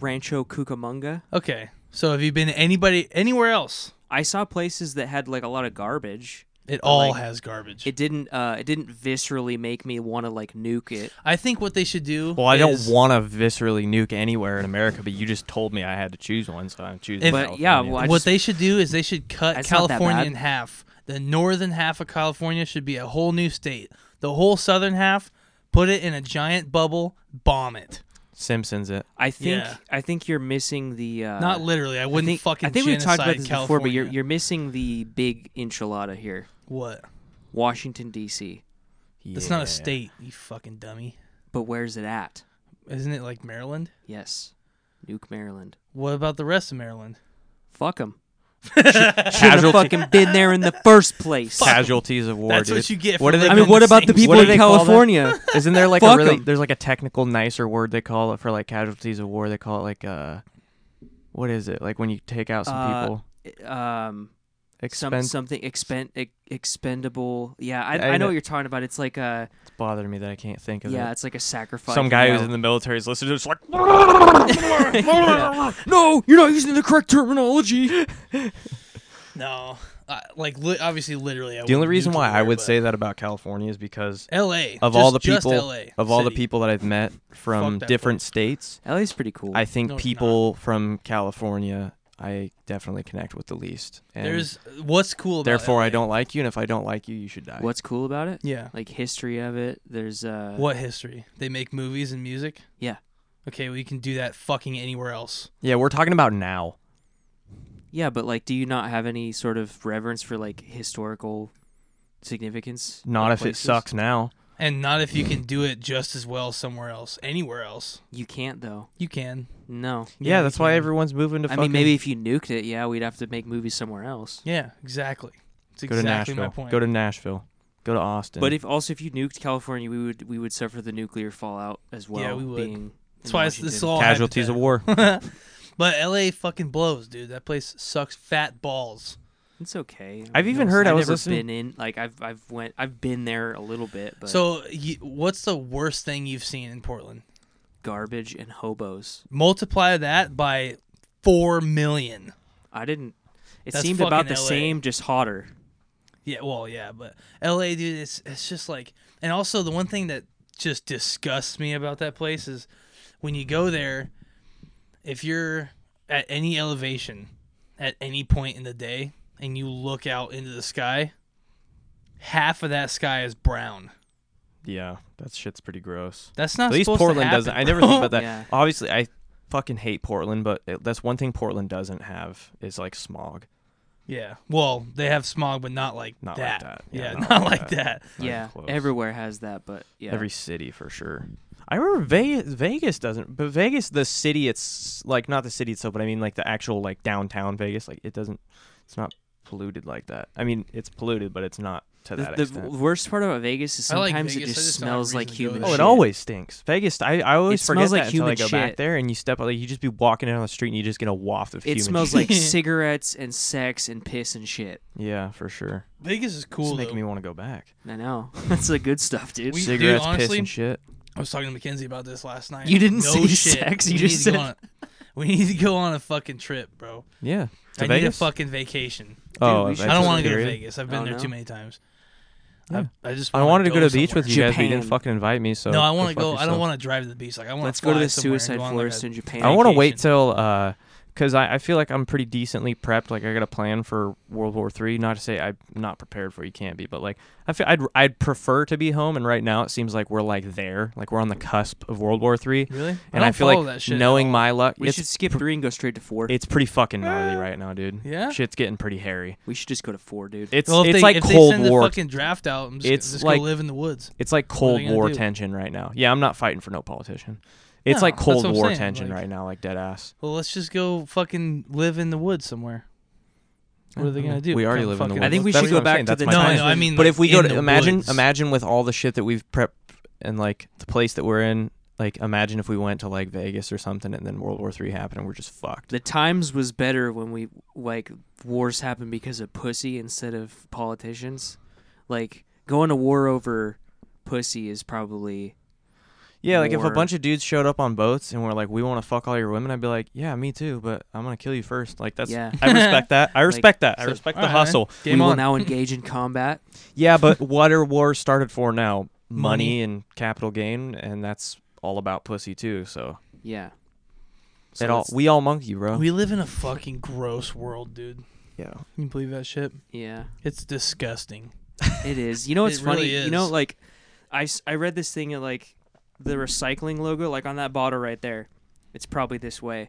Speaker 3: Rancho Cucamonga.
Speaker 2: Okay. So have you been anybody anywhere else?
Speaker 3: I saw places that had like a lot of garbage.
Speaker 2: It all
Speaker 3: like-
Speaker 2: has garbage.
Speaker 3: It didn't. Uh, it didn't viscerally make me want to like nuke it.
Speaker 2: I think what they should do.
Speaker 1: Well, I don't
Speaker 2: is-
Speaker 1: want to viscerally nuke anywhere in America, but you just told me I had to choose one, so I'm choosing.
Speaker 2: If-
Speaker 1: California.
Speaker 3: But, yeah, well, I
Speaker 2: what
Speaker 3: just-
Speaker 2: they should do is they should cut
Speaker 3: That's not that
Speaker 2: California
Speaker 3: bad.
Speaker 2: in half. The northern half of California should be a whole new state. The whole southern half, put it in a giant bubble, bomb it.
Speaker 1: Simpsons it.
Speaker 3: I think.
Speaker 2: Yeah.
Speaker 3: I think you're missing the. Uh,
Speaker 2: Not literally. I wouldn't
Speaker 3: I think,
Speaker 2: fucking.
Speaker 3: I think we talked about
Speaker 2: genocide
Speaker 3: this before,
Speaker 2: California.
Speaker 3: but you're you're missing the big enchilada here,
Speaker 2: what?
Speaker 3: Washington D.C.
Speaker 2: It's not
Speaker 1: Yeah.
Speaker 2: a state. You fucking dummy.
Speaker 3: But where's it at?
Speaker 2: Isn't it like Maryland?
Speaker 3: Yes, nuke Maryland.
Speaker 2: What about the rest of Maryland?
Speaker 1: (laughs)
Speaker 3: Fuck them. Should have
Speaker 1: Casualty.
Speaker 3: fucking been there in the first place.
Speaker 1: Casualties of war.
Speaker 2: That's
Speaker 1: dude.
Speaker 2: what you get. For
Speaker 1: What do they?
Speaker 3: I mean,
Speaker 1: (laughs)
Speaker 2: living
Speaker 3: what
Speaker 2: in
Speaker 3: about the
Speaker 2: same
Speaker 1: what
Speaker 3: people
Speaker 1: do
Speaker 3: in
Speaker 1: they call that? (laughs)
Speaker 3: California?
Speaker 1: Isn't there like a
Speaker 3: Fuck
Speaker 1: really?
Speaker 3: 'em.
Speaker 1: There's like a technical nicer word they call it for like casualties of war. They call it like uh, what is it? Like when you take out some
Speaker 3: Uh,
Speaker 1: people.
Speaker 3: um, some,
Speaker 1: Expense.
Speaker 3: something expend ex- expendable. Yeah, I,
Speaker 1: I
Speaker 3: I, know
Speaker 1: know-
Speaker 3: what you're talking about. It's like a
Speaker 1: It's bothering me that I can't think of
Speaker 3: yeah,
Speaker 1: it.
Speaker 3: it's like a sacrifice.
Speaker 1: Some guy
Speaker 3: yeah.
Speaker 1: who's in the military is listening to it's like
Speaker 3: Yeah. No, you're not using the correct (laughs) terminology.
Speaker 2: No, I, like li- obviously, literally.
Speaker 1: the
Speaker 2: I
Speaker 1: only
Speaker 2: wouldn't
Speaker 1: reason why
Speaker 2: nuclear,
Speaker 1: I would
Speaker 2: but
Speaker 1: say that about California is because
Speaker 2: L.A.
Speaker 1: of
Speaker 2: just-
Speaker 1: all the
Speaker 2: just
Speaker 1: people
Speaker 2: LA
Speaker 1: of all the
Speaker 2: city.
Speaker 1: people that I've met from
Speaker 2: Fuck that
Speaker 1: different states,
Speaker 3: LA's pretty cool.
Speaker 1: I think
Speaker 2: No, it's not.
Speaker 1: people from California I definitely connect with the least. And
Speaker 2: There's what's cool. About
Speaker 1: therefore
Speaker 2: LA.
Speaker 1: I don't like you and if I don't like you you should die.
Speaker 3: What's cool about it?
Speaker 2: Yeah.
Speaker 3: Like history of it. There's uh
Speaker 2: What history? They make movies and music.
Speaker 3: Yeah.
Speaker 2: Okay, we can do that fucking anywhere else.
Speaker 1: Yeah, we're talking about now.
Speaker 3: Yeah, but like do you not have any sort of reverence for like historical significance?
Speaker 1: Not
Speaker 3: of
Speaker 1: if it
Speaker 3: places?
Speaker 1: sucks now.
Speaker 2: And not if you can do it just as well somewhere else. Anywhere else,
Speaker 3: You can't though.
Speaker 2: you can.
Speaker 3: No.
Speaker 1: Yeah,
Speaker 2: you
Speaker 1: that's why
Speaker 2: can.
Speaker 1: everyone's moving to
Speaker 3: I
Speaker 1: fucking
Speaker 3: mean maybe if you nuked it, yeah, we'd have to make movies somewhere else.
Speaker 2: Yeah, exactly. It's
Speaker 1: go to
Speaker 2: exactly my
Speaker 1: Nashville.
Speaker 2: point.
Speaker 1: Go to Nashville. Go to Austin.
Speaker 3: But if also if you nuked California, we would we would suffer the nuclear fallout as well.
Speaker 2: we would.
Speaker 3: Being in
Speaker 2: That's why it's,
Speaker 3: Washington.
Speaker 2: this is all
Speaker 1: casualties of
Speaker 3: (laughs)
Speaker 1: war. (laughs)
Speaker 2: hypothetical. but LA fucking blows, dude. That place sucks fat balls.
Speaker 3: It's okay.
Speaker 1: I've even heard- I
Speaker 3: I've
Speaker 1: was
Speaker 3: never
Speaker 1: listening-
Speaker 3: been in like I've I've went I've been there a little bit, but
Speaker 2: So, you, what's the worst thing you've seen in Portland?
Speaker 3: garbage and hobos.
Speaker 2: Multiply that by four million.
Speaker 3: I didn't. It
Speaker 2: That's
Speaker 3: seemed about the
Speaker 2: fucking LA.
Speaker 3: same, just hotter.
Speaker 2: Yeah, well, yeah, but LA, dude, it's it's just like, and also the one thing that just disgusts me about that place is when you go there, if you're at any elevation at any point in the day and you look out into the sky, half of that sky is brown.
Speaker 1: yeah, that shit's pretty gross.
Speaker 2: That's not
Speaker 1: At least
Speaker 2: supposed to
Speaker 1: Portland
Speaker 2: happen,
Speaker 1: doesn't. I never
Speaker 2: bro.
Speaker 1: think about that.
Speaker 3: Yeah.
Speaker 1: Obviously, I fucking hate Portland, but it, that's one thing Portland doesn't have is like smog.
Speaker 2: (laughs) Yeah. Well, they have smog, but not like
Speaker 1: Not like
Speaker 2: that.
Speaker 1: that.
Speaker 2: Yeah, not like
Speaker 1: Not
Speaker 2: that.
Speaker 1: even
Speaker 3: yeah,
Speaker 1: close.
Speaker 3: everywhere has that, but yeah,
Speaker 1: Every city for sure. I remember Vegas, Vegas doesn't, but Vegas, the city, it's like not the city itself, but I mean like the actual like downtown Vegas, like it doesn't, it's not polluted like that. I mean, it's polluted, but it's not to
Speaker 3: the,
Speaker 1: that
Speaker 3: the
Speaker 1: extent.
Speaker 3: worst part about Vegas is
Speaker 2: I like
Speaker 3: sometimes it
Speaker 2: Vegas, I
Speaker 3: just,
Speaker 2: just don't have
Speaker 3: smells
Speaker 2: a
Speaker 3: like
Speaker 2: reason to go
Speaker 3: human.
Speaker 2: there.
Speaker 1: Oh,
Speaker 3: shit.
Speaker 1: it always stinks. Vegas, I, I always
Speaker 3: It
Speaker 1: forget
Speaker 3: smells like
Speaker 1: that until I
Speaker 3: human
Speaker 1: go
Speaker 3: shit.
Speaker 1: back there, and you step like you just be walking down the street and you just get a waft of
Speaker 3: It
Speaker 1: human
Speaker 3: smells
Speaker 1: shit.
Speaker 2: (laughs)
Speaker 3: like cigarettes and sex and piss and shit.
Speaker 1: yeah, for sure.
Speaker 2: Vegas is cool
Speaker 1: It's
Speaker 2: though.
Speaker 1: making me want to go back.
Speaker 3: I know (laughs) that's the good stuff, dude.
Speaker 2: We- Dude,
Speaker 1: Cigarettes, piss,
Speaker 2: honestly-
Speaker 1: and shit.
Speaker 2: I was talking to Mackenzie about this last night.
Speaker 3: You didn't
Speaker 2: no
Speaker 3: say
Speaker 2: shit.
Speaker 3: sex,
Speaker 2: We
Speaker 3: you
Speaker 2: need
Speaker 3: just
Speaker 2: to go
Speaker 3: said-
Speaker 2: on a- we need to go on a fucking trip, bro.
Speaker 1: Yeah. To
Speaker 2: I need a
Speaker 1: Vegas?
Speaker 2: fucking vacation.
Speaker 1: oh,
Speaker 3: we should
Speaker 2: I don't
Speaker 3: That's
Speaker 2: want
Speaker 3: a
Speaker 2: to go to
Speaker 1: period.
Speaker 2: Vegas. I've been
Speaker 3: Oh,
Speaker 2: there
Speaker 3: no.
Speaker 2: too many times.
Speaker 1: Yeah.
Speaker 2: I, I just
Speaker 1: I wanted to go to the
Speaker 2: somewhere.
Speaker 1: beach with you guys, but you didn't
Speaker 3: Japan.
Speaker 1: fucking invite me. So
Speaker 2: No, I want
Speaker 1: want
Speaker 2: to go. I don't want to drive to the beach. Like I want
Speaker 3: Let's
Speaker 2: to
Speaker 3: go to the suicide forest in Japan.
Speaker 1: I want to wait
Speaker 2: vacation.
Speaker 1: till, uh, cause I, I feel like I'm pretty decently prepped. Like I got a plan for World War Three. Not to say I'm not prepared for. it, You can't be, but like I feel I'd I'd prefer to be home. And right now it seems like we're like there, like we're on the cusp of World War Three.
Speaker 2: Really?
Speaker 1: And I,
Speaker 2: don't
Speaker 1: feel like
Speaker 2: follow that shit at
Speaker 1: knowing
Speaker 2: all.
Speaker 1: my luck,
Speaker 3: We
Speaker 1: it's
Speaker 3: should skip three and go straight to four.
Speaker 1: it's pretty fucking gnarly right now, dude.
Speaker 2: Ah, Yeah?
Speaker 1: shit's getting pretty hairy.
Speaker 3: we should just go to four, dude.
Speaker 1: It's
Speaker 2: Well, if
Speaker 1: it's
Speaker 2: they,
Speaker 1: like
Speaker 2: if
Speaker 1: Cold
Speaker 2: they send
Speaker 1: War.
Speaker 2: the fucking draft out, I'm just,
Speaker 1: It's
Speaker 2: just
Speaker 1: like-
Speaker 2: go live in the woods.
Speaker 1: It's like
Speaker 2: are they
Speaker 1: Cold
Speaker 2: gonna
Speaker 1: War
Speaker 2: do?
Speaker 1: tension right now. Yeah, I'm not fighting for no politician. It's
Speaker 2: No,
Speaker 1: like
Speaker 2: that's
Speaker 1: Cold
Speaker 2: what I'm
Speaker 1: War
Speaker 2: saying,
Speaker 1: tension
Speaker 2: like-
Speaker 1: right now, like dead ass.
Speaker 2: Well, let's just go fucking live in the woods somewhere. What
Speaker 1: Yeah,
Speaker 2: are they
Speaker 1: I
Speaker 2: gonna
Speaker 1: mean,
Speaker 2: do?
Speaker 1: we already
Speaker 2: Come
Speaker 1: live in the
Speaker 2: fucking-
Speaker 1: woods.
Speaker 3: I think we
Speaker 1: That's what
Speaker 3: should go
Speaker 1: I'm
Speaker 3: back
Speaker 1: saying.
Speaker 3: to
Speaker 1: That's
Speaker 3: the
Speaker 1: my
Speaker 2: No,
Speaker 1: plan.
Speaker 2: no, I mean,
Speaker 1: but
Speaker 2: like,
Speaker 1: if we go
Speaker 2: in
Speaker 1: to
Speaker 2: the
Speaker 1: imagine,
Speaker 2: woods.
Speaker 1: imagine with all the shit that we've prepped and like the place that we're in. Like, imagine if we went to like Vegas or something, and then World War Three happened, and we're just fucked.
Speaker 3: the times was better when we like wars happened because of pussy instead of politicians. Like going to war over pussy is probably
Speaker 1: Yeah, like if a
Speaker 3: War.
Speaker 1: bunch of dudes showed up on boats and were like, "We want to fuck all your women," I'd be like, "Yeah, me too," but I'm gonna kill you first. Like that's,
Speaker 3: Yeah.
Speaker 1: I respect that.
Speaker 3: (laughs)
Speaker 1: I respect that. I
Speaker 3: so-
Speaker 1: respect
Speaker 2: All
Speaker 1: the
Speaker 2: right, man.
Speaker 1: hustle.
Speaker 2: Game
Speaker 3: we will
Speaker 2: on. (laughs)
Speaker 3: now engage in combat.
Speaker 1: Yeah, but what are wars started for now? Money,
Speaker 2: Money.
Speaker 1: and capital gain, and that's all about pussy too. So,
Speaker 3: Yeah.
Speaker 1: it all
Speaker 3: that's-
Speaker 1: we all monkey, bro.
Speaker 2: We live in a fucking gross world, dude. Can
Speaker 1: yeah,
Speaker 2: you believe that shit?
Speaker 3: yeah,
Speaker 2: It's disgusting.
Speaker 3: it is. You know what's
Speaker 2: (laughs) It
Speaker 3: funny?
Speaker 2: really
Speaker 3: You know,
Speaker 2: is.
Speaker 3: like I, s- I read this thing at like the recycling logo, like on that bottle right there. It's probably this way.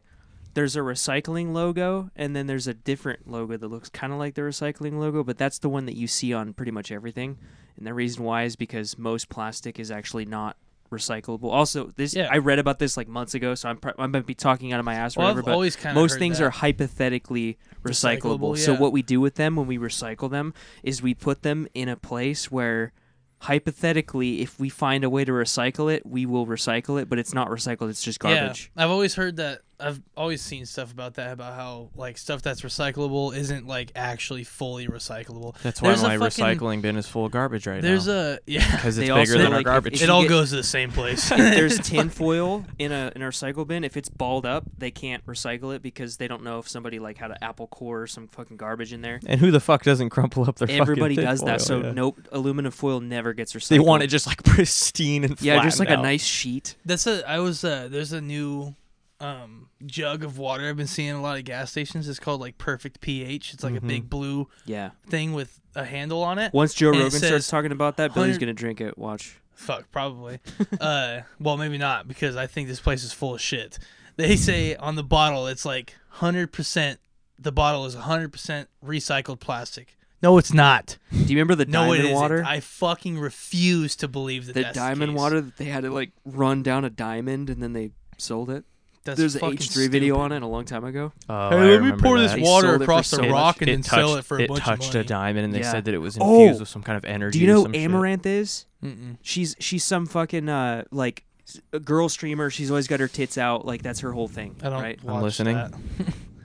Speaker 3: There's a recycling logo, and then there's a different logo that looks kind of like the recycling logo, but that's the one that you see on pretty much everything. And the reason why is because most plastic is actually not recyclable. Also, this
Speaker 2: Yeah.
Speaker 3: I read about this like months ago, so I'm pro- I might be talking out of my ass
Speaker 2: Well,
Speaker 3: forever.
Speaker 2: I've
Speaker 3: But
Speaker 2: always kind of
Speaker 3: most things are hypothetically recyclable.
Speaker 2: Recyclable,
Speaker 3: So
Speaker 2: yeah.
Speaker 3: what we do with them when we recycle them is we put them in a place where hypothetically if we find a way to recycle it, we will recycle it, but it's not recycled, it's just garbage.
Speaker 2: Yeah, I've always heard that. I've always seen stuff about that about how like stuff that's recyclable isn't like actually fully recyclable.
Speaker 1: That's why
Speaker 2: There's a
Speaker 1: my
Speaker 2: fucking-
Speaker 1: recycling bin is full of garbage right
Speaker 2: There's
Speaker 1: now.
Speaker 2: a
Speaker 1: (laughs)
Speaker 2: yeah.
Speaker 1: Because it's
Speaker 3: They
Speaker 1: bigger
Speaker 3: also,
Speaker 1: than our
Speaker 3: like, if-
Speaker 1: garbage.
Speaker 3: if
Speaker 2: It
Speaker 3: you
Speaker 2: all
Speaker 3: get-
Speaker 2: goes to the same place.
Speaker 1: (laughs)
Speaker 2: (laughs)
Speaker 3: There's tinfoil in a in a recycle bin. If it's balled up, they can't recycle it because they don't know if somebody like had an apple core or some fucking garbage in there.
Speaker 1: and who the fuck doesn't crumple up their fucking
Speaker 3: Everybody does
Speaker 1: tinfoil,
Speaker 3: that, so
Speaker 1: yeah.
Speaker 3: nope, aluminum foil never gets recycled.
Speaker 1: They want it just like (laughs) pristine and
Speaker 3: yeah, just like
Speaker 1: flattened
Speaker 3: a
Speaker 1: out.
Speaker 3: nice sheet.
Speaker 2: That's a. I was. Uh, there's a new um, jug of water I've been seeing in a lot of gas stations. It's called like Perfect pH. It's like
Speaker 1: Mm-hmm.
Speaker 2: a big blue
Speaker 3: Yeah.
Speaker 2: thing with a handle on it.
Speaker 3: Once Joe
Speaker 2: And it
Speaker 3: Rogan starts
Speaker 2: says
Speaker 3: talking about that, Billy's
Speaker 2: 100
Speaker 3: gonna drink it. Watch.
Speaker 2: Fuck, probably. uh, well, maybe not because I think this place is full of shit. They say on the bottle, it's like hundred percent. The bottle is hundred percent recycled plastic. No, it's not.
Speaker 3: Do you remember the
Speaker 2: No, it
Speaker 3: diamond
Speaker 2: isn't.
Speaker 3: water?
Speaker 2: I fucking refuse to believe that
Speaker 3: the
Speaker 2: that's
Speaker 3: diamond
Speaker 2: case.
Speaker 3: water that they had to like run down a diamond and then they sold it.
Speaker 2: That's
Speaker 3: There's an
Speaker 2: fucking
Speaker 3: H3 video
Speaker 2: stupid.
Speaker 3: on it a long time ago.
Speaker 1: Oh,
Speaker 2: Hey,
Speaker 1: I
Speaker 2: let me
Speaker 1: remember
Speaker 2: pour
Speaker 1: that.
Speaker 2: this
Speaker 3: They
Speaker 2: water
Speaker 3: sold it for
Speaker 2: across
Speaker 3: so
Speaker 2: the
Speaker 3: much.
Speaker 2: rock and then
Speaker 1: touched,
Speaker 2: sell it for a
Speaker 1: it
Speaker 2: bunch of
Speaker 1: touched a
Speaker 2: money.
Speaker 1: diamond, and they
Speaker 3: Yeah.
Speaker 1: said that it was
Speaker 3: Oh!
Speaker 1: infused with some kind of energy.
Speaker 3: Do you
Speaker 1: or
Speaker 3: know
Speaker 1: some shit.
Speaker 3: Amaranth is?
Speaker 2: Mm-mm.
Speaker 3: She's she's some fucking uh like s- a girl streamer. She's always got her tits out. Like that's her whole thing.
Speaker 2: I don't.
Speaker 3: right.
Speaker 1: I'm
Speaker 2: watch
Speaker 1: listening.
Speaker 2: that.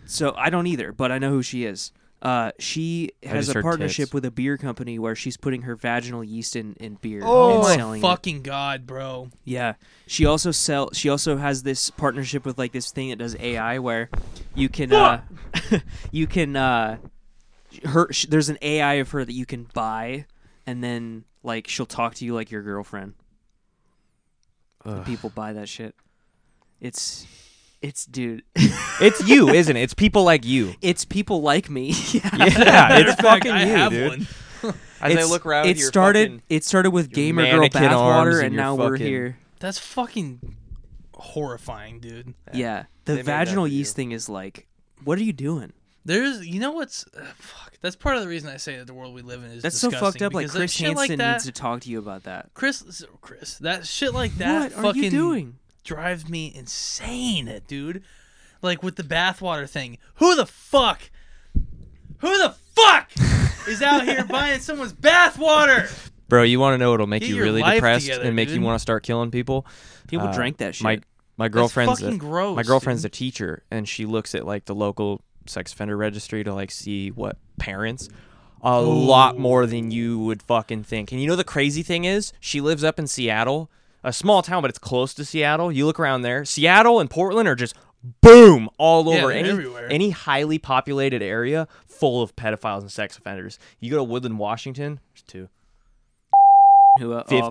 Speaker 3: So I don't either, but I know who she is. Uh, she has
Speaker 1: just
Speaker 3: a
Speaker 1: heard
Speaker 3: partnership
Speaker 1: tits.
Speaker 3: with a beer company where she's putting her vaginal yeast in, in beer
Speaker 2: Oh
Speaker 3: and
Speaker 2: my
Speaker 3: selling it.
Speaker 2: fucking god, bro!
Speaker 3: Yeah. She also sell she also has this partnership with like this thing that does AI where you can uh (laughs) you can uh her sh- there's an AI of her that you can buy and then like she'll talk to you like your girlfriend. And
Speaker 1: Ugh.
Speaker 3: people buy that shit. It's it's dude.
Speaker 1: It's
Speaker 3: (laughs)
Speaker 1: you, isn't it? It's people like you.
Speaker 3: It's people like me. (laughs) yeah.
Speaker 1: Yeah,
Speaker 2: Matter
Speaker 1: it's
Speaker 2: of fact,
Speaker 1: fucking
Speaker 2: I
Speaker 1: you,
Speaker 2: have
Speaker 1: dude.
Speaker 2: one.
Speaker 1: As
Speaker 3: It's-
Speaker 1: I look around,
Speaker 3: it
Speaker 1: your
Speaker 3: started
Speaker 1: fucking-
Speaker 3: it started with
Speaker 1: your
Speaker 3: gamer girl
Speaker 1: mannequin arms
Speaker 3: bathwater
Speaker 1: and
Speaker 3: and
Speaker 1: your
Speaker 3: now we're
Speaker 1: fucking-
Speaker 3: here.
Speaker 2: That's fucking horrifying, dude.
Speaker 3: Yeah.
Speaker 1: They
Speaker 3: The
Speaker 1: made that
Speaker 3: vaginal
Speaker 1: for you.
Speaker 3: yeast thing is like what are you doing?
Speaker 2: There's, you know what's, uh, fuck. That's part of the reason I say that the world we live in is
Speaker 3: That's so
Speaker 2: disgusting,
Speaker 3: fucked up. Like
Speaker 2: because that
Speaker 3: Chris
Speaker 2: shit
Speaker 3: Hansen
Speaker 2: like that,
Speaker 3: needs to talk to you about that.
Speaker 2: Chris, Chris, that shit like that
Speaker 3: what are
Speaker 2: fucking
Speaker 3: you doing?
Speaker 2: drives me insane, dude. Like with the bathwater thing, who the fuck, who the fuck is out
Speaker 3: (laughs)
Speaker 2: here buying someone's bathwater?
Speaker 1: Bro, you want to know what'll make
Speaker 2: Get
Speaker 1: you
Speaker 2: your
Speaker 1: really
Speaker 2: life
Speaker 1: depressed
Speaker 2: together,
Speaker 1: and make
Speaker 2: dude.
Speaker 1: you want to start killing people?
Speaker 3: People
Speaker 1: Uh,
Speaker 3: drank that shit.
Speaker 1: My my girlfriend's
Speaker 2: fucking
Speaker 1: a,
Speaker 2: gross,
Speaker 1: my girlfriend's
Speaker 2: dude.
Speaker 1: a teacher, and she looks at like the local sex offender registry to like see what parents. A lot more than you would fucking think. And you know the crazy thing is, she lives up in Seattle, a small town, but it's close to Seattle. You look around there, Seattle and Portland are just boom all
Speaker 2: Yeah,
Speaker 1: over
Speaker 2: they're
Speaker 1: any
Speaker 2: everywhere.
Speaker 1: any highly populated area full of pedophiles and sex offenders. You go to Woodland, Washington, there's two.
Speaker 3: (laughs) who, uh, oh,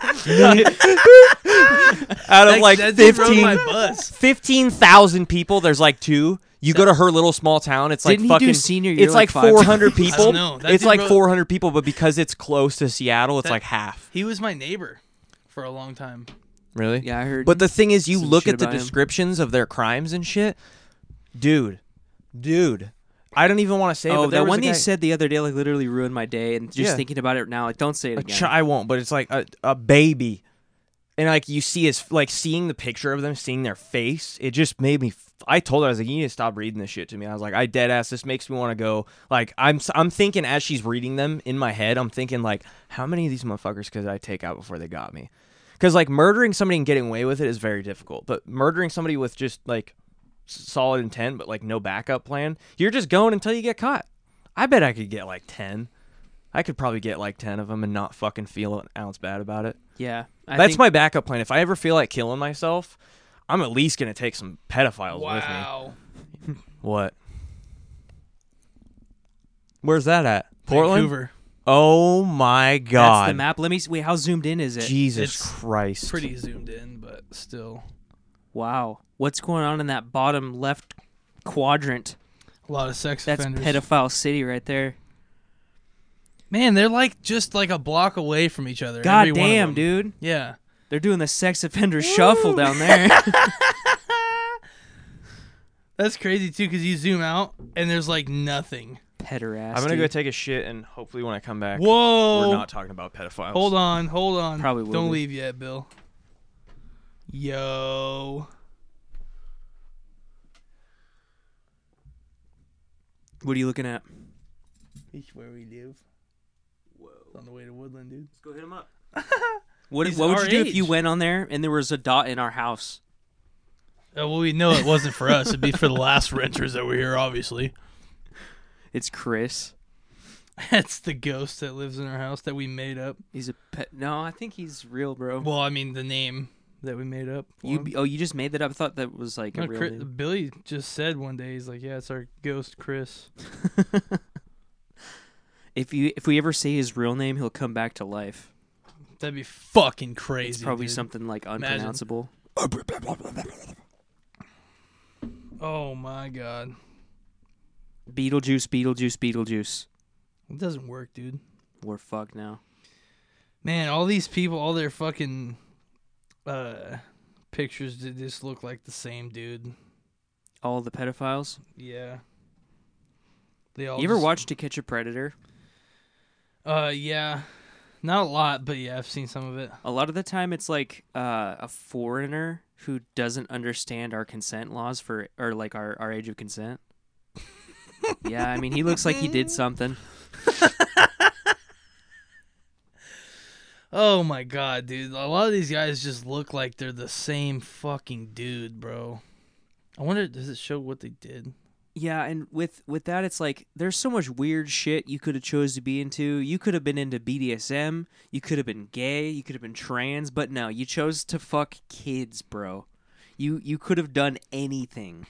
Speaker 3: (laughs)
Speaker 1: 15 (laughs) out of
Speaker 2: That-
Speaker 1: like
Speaker 2: that dude rode
Speaker 1: 15
Speaker 2: my bus.
Speaker 1: 15,000 people there's like two you go to her little small town it's
Speaker 3: Didn't he do
Speaker 1: like fucking
Speaker 3: senior year
Speaker 1: it's
Speaker 3: like
Speaker 1: like,
Speaker 3: five (laughs)
Speaker 1: 400
Speaker 2: I
Speaker 1: people
Speaker 2: don't know. That
Speaker 1: it's
Speaker 2: dude
Speaker 1: like
Speaker 2: rode-
Speaker 1: 400 people but because it's close to Seattle it's
Speaker 2: That-
Speaker 1: like half
Speaker 2: He was my neighbor for a long time.
Speaker 1: really
Speaker 3: Yeah, I heard.
Speaker 1: but the thing is you
Speaker 3: some
Speaker 1: look
Speaker 3: shit
Speaker 1: at the
Speaker 3: about him.
Speaker 1: descriptions of their crimes and shit dude dude I don't even want to say it,
Speaker 3: oh,
Speaker 1: but there
Speaker 3: that
Speaker 1: was
Speaker 3: one
Speaker 1: a
Speaker 3: that you
Speaker 1: guy-
Speaker 3: said the other day like literally ruined my day, and just
Speaker 1: Yeah.
Speaker 3: thinking about it now, like don't say it
Speaker 1: a
Speaker 3: again.
Speaker 1: chi- I won't, but it's like a, a baby, and like you see his like seeing the picture of them, seeing their face. It just made me. F- I told her I was like, you need to stop reading this shit to me. I was like, I dead ass. This makes me want to go. Like I'm s- I'm thinking as she's reading them in my head, I'm thinking like, how many of these motherfuckers could I take out before they got me? Because like murdering somebody and getting away with it is very difficult, but murdering somebody with just like s- solid intent, but like no backup plan, you're just going until you get caught. I bet I could get like ten. I could probably get like 10 of them and not fucking feel an ounce bad about it.
Speaker 3: yeah, I
Speaker 1: That's
Speaker 3: think-
Speaker 1: my backup plan. If I ever feel like killing myself, I'm at least going to take some pedophiles with me.
Speaker 2: Wow.
Speaker 1: What? Where's that at? Portland?
Speaker 2: Vancouver.
Speaker 1: Oh my
Speaker 3: That's the
Speaker 1: god.
Speaker 3: map. Let me. s- Wait, how zoomed in is it?
Speaker 1: Jesus
Speaker 2: It's
Speaker 1: Christ.
Speaker 2: Pretty zoomed in, but still
Speaker 3: Wow, what's going on in that bottom left quadrant?
Speaker 2: a lot of sex
Speaker 3: That's
Speaker 2: offenders.
Speaker 3: pedophile city right there.
Speaker 2: Man, they're like just like a block away from each other.
Speaker 3: God
Speaker 2: every one of
Speaker 3: damn,
Speaker 2: them.
Speaker 3: dude,
Speaker 2: Yeah.
Speaker 3: they're doing the sex offender shuffle down there.
Speaker 2: That's crazy too, because you zoom out and there's like nothing.
Speaker 3: Pederasty.
Speaker 1: I'm gonna go take a shit, and hopefully when I come back,
Speaker 2: Whoa.
Speaker 1: we're not talking about pedophiles.
Speaker 2: Hold on, hold on.
Speaker 3: Probably will
Speaker 2: Don't
Speaker 3: be.
Speaker 2: leave yet, Bill. Yo.
Speaker 3: What are you looking at?
Speaker 2: It's where we live. Whoa. on the way to Woodland, dude.
Speaker 3: Let's go hit him up. what
Speaker 2: He's
Speaker 3: what would
Speaker 2: our
Speaker 3: you do if you
Speaker 2: age.
Speaker 3: went on there and there was a dot in our house?
Speaker 2: Oh, well, we know it wasn't for us. It'd be for the last renters that were here, obviously. (laughs)
Speaker 3: It's Chris.
Speaker 2: That's the ghost that lives in our house that we made up.
Speaker 3: He's a pet. No, I think he's real, bro.
Speaker 2: Well, I mean, the name that we made up. for
Speaker 3: you
Speaker 2: him.
Speaker 3: be- oh, you just made that up. I thought that was like
Speaker 2: No,
Speaker 3: a real
Speaker 2: Chris-
Speaker 3: name.
Speaker 2: Billy just said one day, he's like, yeah, it's our ghost, Chris.
Speaker 3: If you if we ever say his real name, he'll come back to life.
Speaker 2: That'd be fucking crazy.
Speaker 3: It's probably
Speaker 2: dude.
Speaker 3: something like
Speaker 2: Imagine.
Speaker 3: unpronounceable.
Speaker 2: Oh, my God.
Speaker 3: Beetlejuice, Beetlejuice, Beetlejuice.
Speaker 2: It doesn't work, dude.
Speaker 3: We're fucked now.
Speaker 2: Man, all these people, all their fucking uh, pictures did just look like the same dude.
Speaker 3: All the pedophiles.
Speaker 2: Yeah. They all.
Speaker 3: you ever
Speaker 2: just-
Speaker 3: watch To Catch a Predator?
Speaker 2: Uh, yeah. Not a lot, but yeah, I've seen some of it.
Speaker 3: A lot of the time, it's like uh, a foreigner who doesn't understand our consent laws for or like our our age
Speaker 2: (laughs)
Speaker 3: of consent. yeah, I mean, he looks like he did something.
Speaker 2: Oh my god, dude! A lot of these guys just look like they're the same fucking dude, bro. I wonder, does it show what they did?
Speaker 3: Yeah, and with with that, it's like there's so much weird shit you could have chose to be into. You could have been into BDSM. You could have been gay. You could have been trans. But no, you chose to fuck kids, bro. You you could have done anything,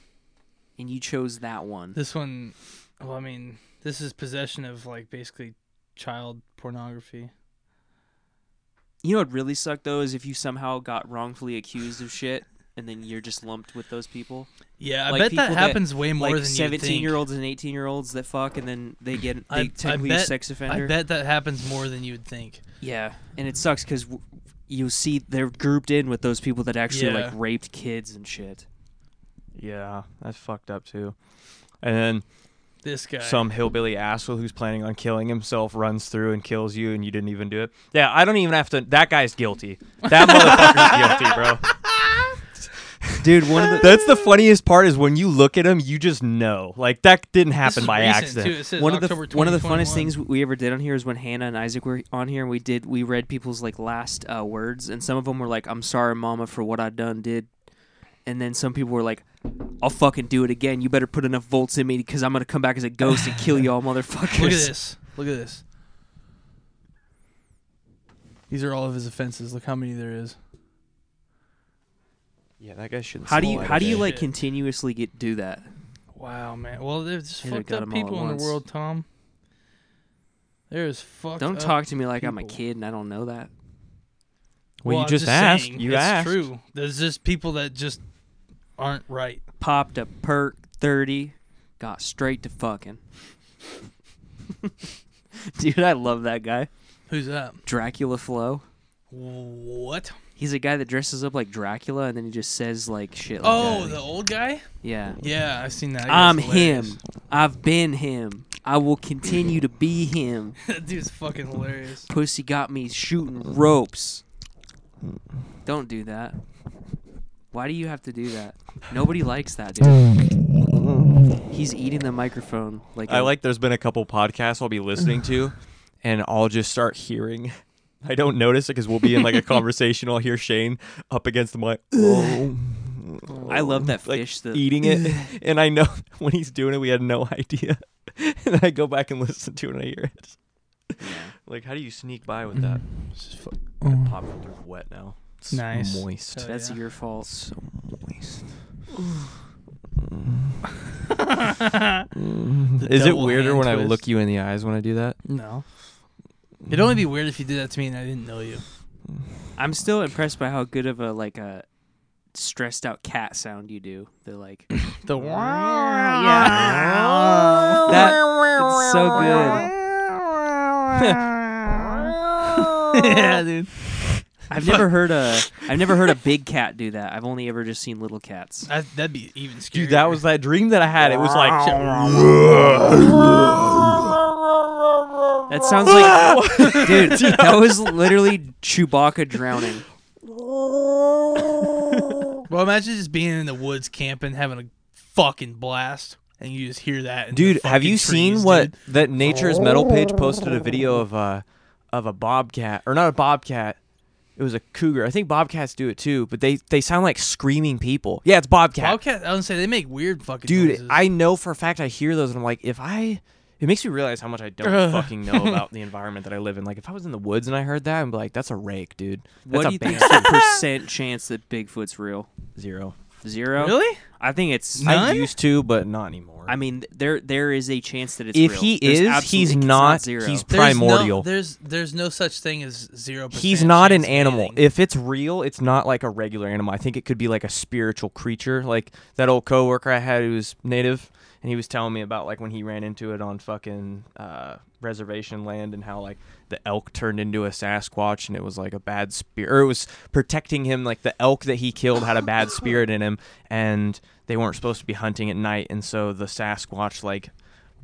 Speaker 3: and you chose that one.
Speaker 2: This one, well, I mean, this is possession of like basically child pornography.
Speaker 3: You know what really sucked though is if you somehow got wrongfully accused of shit, and then you're just lumped with those people.
Speaker 2: Yeah, I
Speaker 3: Like
Speaker 2: bet that
Speaker 3: people that-
Speaker 2: happens way more
Speaker 3: like
Speaker 2: than you think.
Speaker 3: seventeen year olds and eighteen year olds that fuck, and then they get they
Speaker 2: I- I
Speaker 3: technically a
Speaker 2: bet-
Speaker 3: sex
Speaker 2: I
Speaker 3: offender.
Speaker 2: bet that happens more than you would think.
Speaker 3: Yeah, and it sucks because w- you see they're grouped in with those people that actually like
Speaker 2: Yeah.
Speaker 3: raped kids and shit.
Speaker 1: Yeah, that's fucked up too. And then
Speaker 2: This guy.
Speaker 1: some hillbilly asshole who's planning on killing himself runs through and kills you, and you didn't even do it. Yeah, I don't even have to. That guy's guilty. That
Speaker 2: (laughs)
Speaker 1: motherfucker's guilty, bro.
Speaker 3: Dude, one of the
Speaker 1: That's the funniest part is when you look at him, you just know. Like that didn't
Speaker 2: This
Speaker 1: happen
Speaker 2: is
Speaker 1: by
Speaker 2: recent,
Speaker 1: accident.
Speaker 2: Too. It says
Speaker 3: one of the
Speaker 2: October
Speaker 3: one of the funnest
Speaker 2: 2021.
Speaker 3: things we ever did on here is when Hannah and Isaac were on here. and We did we read people's like last uh, words, and some of them were like, "I'm sorry, Mama, for what I done did," and then some people were like, "I'll fucking do it again. You better put enough volts in me because I'm gonna come back as a ghost and kill
Speaker 2: (laughs)
Speaker 3: y'all, motherfuckers."
Speaker 2: Look at this. Look at this. These are all of his offenses. Look how many there is.
Speaker 1: Yeah, that guy should.
Speaker 3: How do you how do you
Speaker 2: Shit.
Speaker 3: like continuously get do that?
Speaker 2: Wow, man. Well, there's just
Speaker 3: Hey, they
Speaker 2: fucked up
Speaker 3: got 'em all at
Speaker 2: people in
Speaker 3: once.
Speaker 2: the world, Tom. There's fucked.
Speaker 3: Don't
Speaker 2: up
Speaker 3: talk to me like I'm a
Speaker 2: people.
Speaker 3: kid and I don't know that.
Speaker 1: Well, you
Speaker 2: I'm
Speaker 1: just asked.
Speaker 2: saying,
Speaker 1: You
Speaker 2: it's
Speaker 1: asked.
Speaker 2: True. There's just people that just aren't right.
Speaker 3: popped a perk 30, got straight to fucking. (laughs) Dude, I love that guy.
Speaker 2: Who's that?
Speaker 3: Dracula Flow.
Speaker 2: What?
Speaker 3: He's a guy that dresses up like Dracula and then he just says like shit like
Speaker 2: Oh,
Speaker 3: that.
Speaker 2: the old guy.
Speaker 3: yeah.
Speaker 2: Yeah, I've seen that. That
Speaker 3: I'm
Speaker 2: guy's hilarious.
Speaker 3: him. I've been him. I will continue to be him.
Speaker 2: (laughs) that dude's fucking hilarious.
Speaker 3: Pussy got me shooting ropes. Don't do that. Why do you have to do that? Nobody likes that, dude. He's eating the microphone like
Speaker 1: I
Speaker 3: a-
Speaker 1: like there's been a couple podcasts I'll be listening to and I'll just start hearing. I don't notice it because we'll be in
Speaker 2: (laughs)
Speaker 1: like a conversation. I'll hear Shane up against the mic. Oh.
Speaker 3: I love that
Speaker 1: like, e-
Speaker 3: fish that
Speaker 1: eating (laughs) it. And I know when he's doing it, we had no (laughs) idea. and I go back and listen to it and I hear it. (laughs) Like, how do you sneak by with (clears throat) that? It's just fuck. My pop filter's wet now. It's
Speaker 2: Nice.
Speaker 1: Moist.
Speaker 2: Oh,
Speaker 3: That's
Speaker 2: yeah.
Speaker 3: your fault.
Speaker 1: So moist.
Speaker 2: (laughs) The
Speaker 1: Mm. Is it
Speaker 2: double
Speaker 1: weirder
Speaker 2: hand
Speaker 1: when I
Speaker 2: twist.
Speaker 1: look you in the eyes when I do that?
Speaker 2: No. It'd only be weird if you did that to me and I didn't know you.
Speaker 3: I'm still impressed by how good of a like a stressed out cat sound you do. They're
Speaker 1: (laughs)
Speaker 3: like
Speaker 2: The
Speaker 3: yeah. that
Speaker 1: (laughs)
Speaker 3: it's so good.
Speaker 2: (laughs)
Speaker 1: (laughs)
Speaker 2: yeah, dude.
Speaker 3: I've never heard a I've never heard a big cat do that. I've only ever just seen little cats.
Speaker 2: I, that'd be even scarier. (laughs)
Speaker 1: Dude, that was that dream that I had. It was like
Speaker 3: That sounds like,
Speaker 1: (laughs)
Speaker 3: dude, that was literally Chewbacca drowning.
Speaker 2: Well, imagine just being in the woods camping, having a fucking blast, and you just hear that. in the
Speaker 1: dude have
Speaker 2: fucking
Speaker 1: you
Speaker 2: trees,
Speaker 1: seen
Speaker 2: dude.
Speaker 1: what that nature's metal page posted a video of a of a bobcat or not a bobcat it was a cougar i think bobcats do it too but they they sound like screaming people yeah it's bobcat,
Speaker 2: Wildcat? I would say they make weird fucking
Speaker 1: dude
Speaker 2: noises.
Speaker 1: i know for a fact i hear those and i'm like if i it makes me realize how much i
Speaker 2: (laughs)
Speaker 1: don't fucking know about the environment that i live in like if i was in the woods and i heard that i'd be like that's a rake dude that's
Speaker 3: What
Speaker 1: a
Speaker 3: do you think's
Speaker 1: band."
Speaker 3: the percent chance that Bigfoot's real?
Speaker 1: (laughs) zero
Speaker 3: Zero.
Speaker 2: really
Speaker 3: I think it's.
Speaker 2: No.
Speaker 1: i
Speaker 2: None?
Speaker 1: used to but not anymore
Speaker 3: I mean, there there is a chance that it's
Speaker 1: If
Speaker 3: real.
Speaker 1: he
Speaker 3: There's
Speaker 1: is,
Speaker 3: absolutely-
Speaker 1: he's
Speaker 3: it's
Speaker 1: not.
Speaker 3: zero.
Speaker 1: He's-
Speaker 2: There's no-
Speaker 1: Primordial.
Speaker 2: there's there's no such thing as zero.
Speaker 1: He's not an animal. If it's real, it's not like a regular animal. I think it could be like a spiritual creature. Like that old coworker I had who was native, and he was telling me about like when he ran into it on fucking uh, reservation land and how like the elk turned into a Sasquatch and it was like a bad spirit. Or it was protecting him. Like the elk that he killed had a bad spirit in him, and they weren't supposed to be hunting at night, and so the Sasquatch like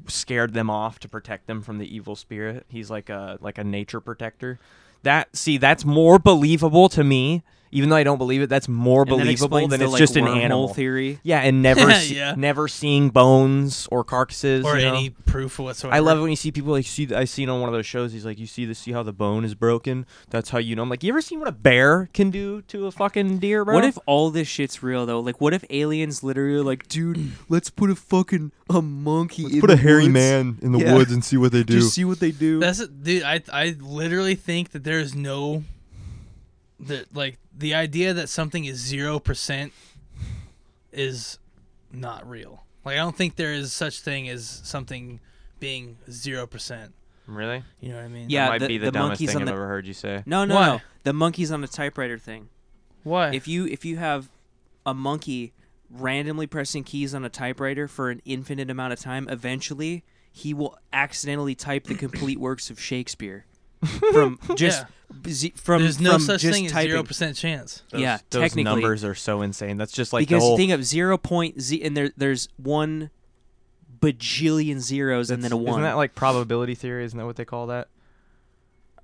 Speaker 1: scared them off to protect them from the evil spirit. He's like a like a nature protector. That see, that's more believable to me, even though I don't believe it. That's more
Speaker 3: And that
Speaker 1: believable
Speaker 3: explains
Speaker 1: than
Speaker 3: the,
Speaker 1: it's
Speaker 3: like,
Speaker 1: just an
Speaker 3: wormhole
Speaker 1: animal
Speaker 3: theory.
Speaker 1: Yeah, and never se-
Speaker 2: Yeah.
Speaker 1: never seeing bones or carcasses
Speaker 2: or
Speaker 1: you know?
Speaker 2: any proof whatsoever.
Speaker 1: I love it when you see people like see. I seen on one of those shows. He's like, you see the see how the bone is broken. That's how you know. I'm like, you ever seen what a bear can do to a fucking deer, bro?
Speaker 3: What if all this shit's real though? Like, what if aliens literally are like, (clears throat) dude, let's put a fucking a monkey. in the woods.
Speaker 1: in
Speaker 3: the Yeah. woods
Speaker 1: and see what they
Speaker 3: Just see what they do.
Speaker 2: That's it- dude. I I literally think that there is no that like the idea that something is zero percent is not real. Like I don't think there is such thing as something being zero percent.
Speaker 1: Really?
Speaker 2: You know what I mean?
Speaker 3: Yeah,
Speaker 1: Might
Speaker 3: the-
Speaker 1: be the,
Speaker 3: the
Speaker 1: dumbest
Speaker 3: monkeys
Speaker 1: thing
Speaker 3: on
Speaker 1: I've
Speaker 3: the-
Speaker 1: ever heard you say.
Speaker 3: no, no,
Speaker 2: Why?
Speaker 3: no. The monkey's on the typewriter thing.
Speaker 2: Why?
Speaker 3: If you if you have a monkey randomly pressing keys on a typewriter for an infinite amount of time, eventually he will accidentally type the complete works
Speaker 2: (laughs)
Speaker 3: of Shakespeare from just z- from
Speaker 2: There's no
Speaker 3: from
Speaker 2: such
Speaker 3: just
Speaker 2: thing as
Speaker 3: typing.
Speaker 2: zero percent chance.
Speaker 1: Those,
Speaker 3: Yeah,
Speaker 1: those
Speaker 3: technically.
Speaker 1: numbers are so insane. That's just like
Speaker 3: because
Speaker 1: the whole.
Speaker 3: think of zero point z and there there's one bajillion zeros and then a
Speaker 1: that's-
Speaker 3: one.
Speaker 1: Isn't that like probability theory? Isn't that what they call that?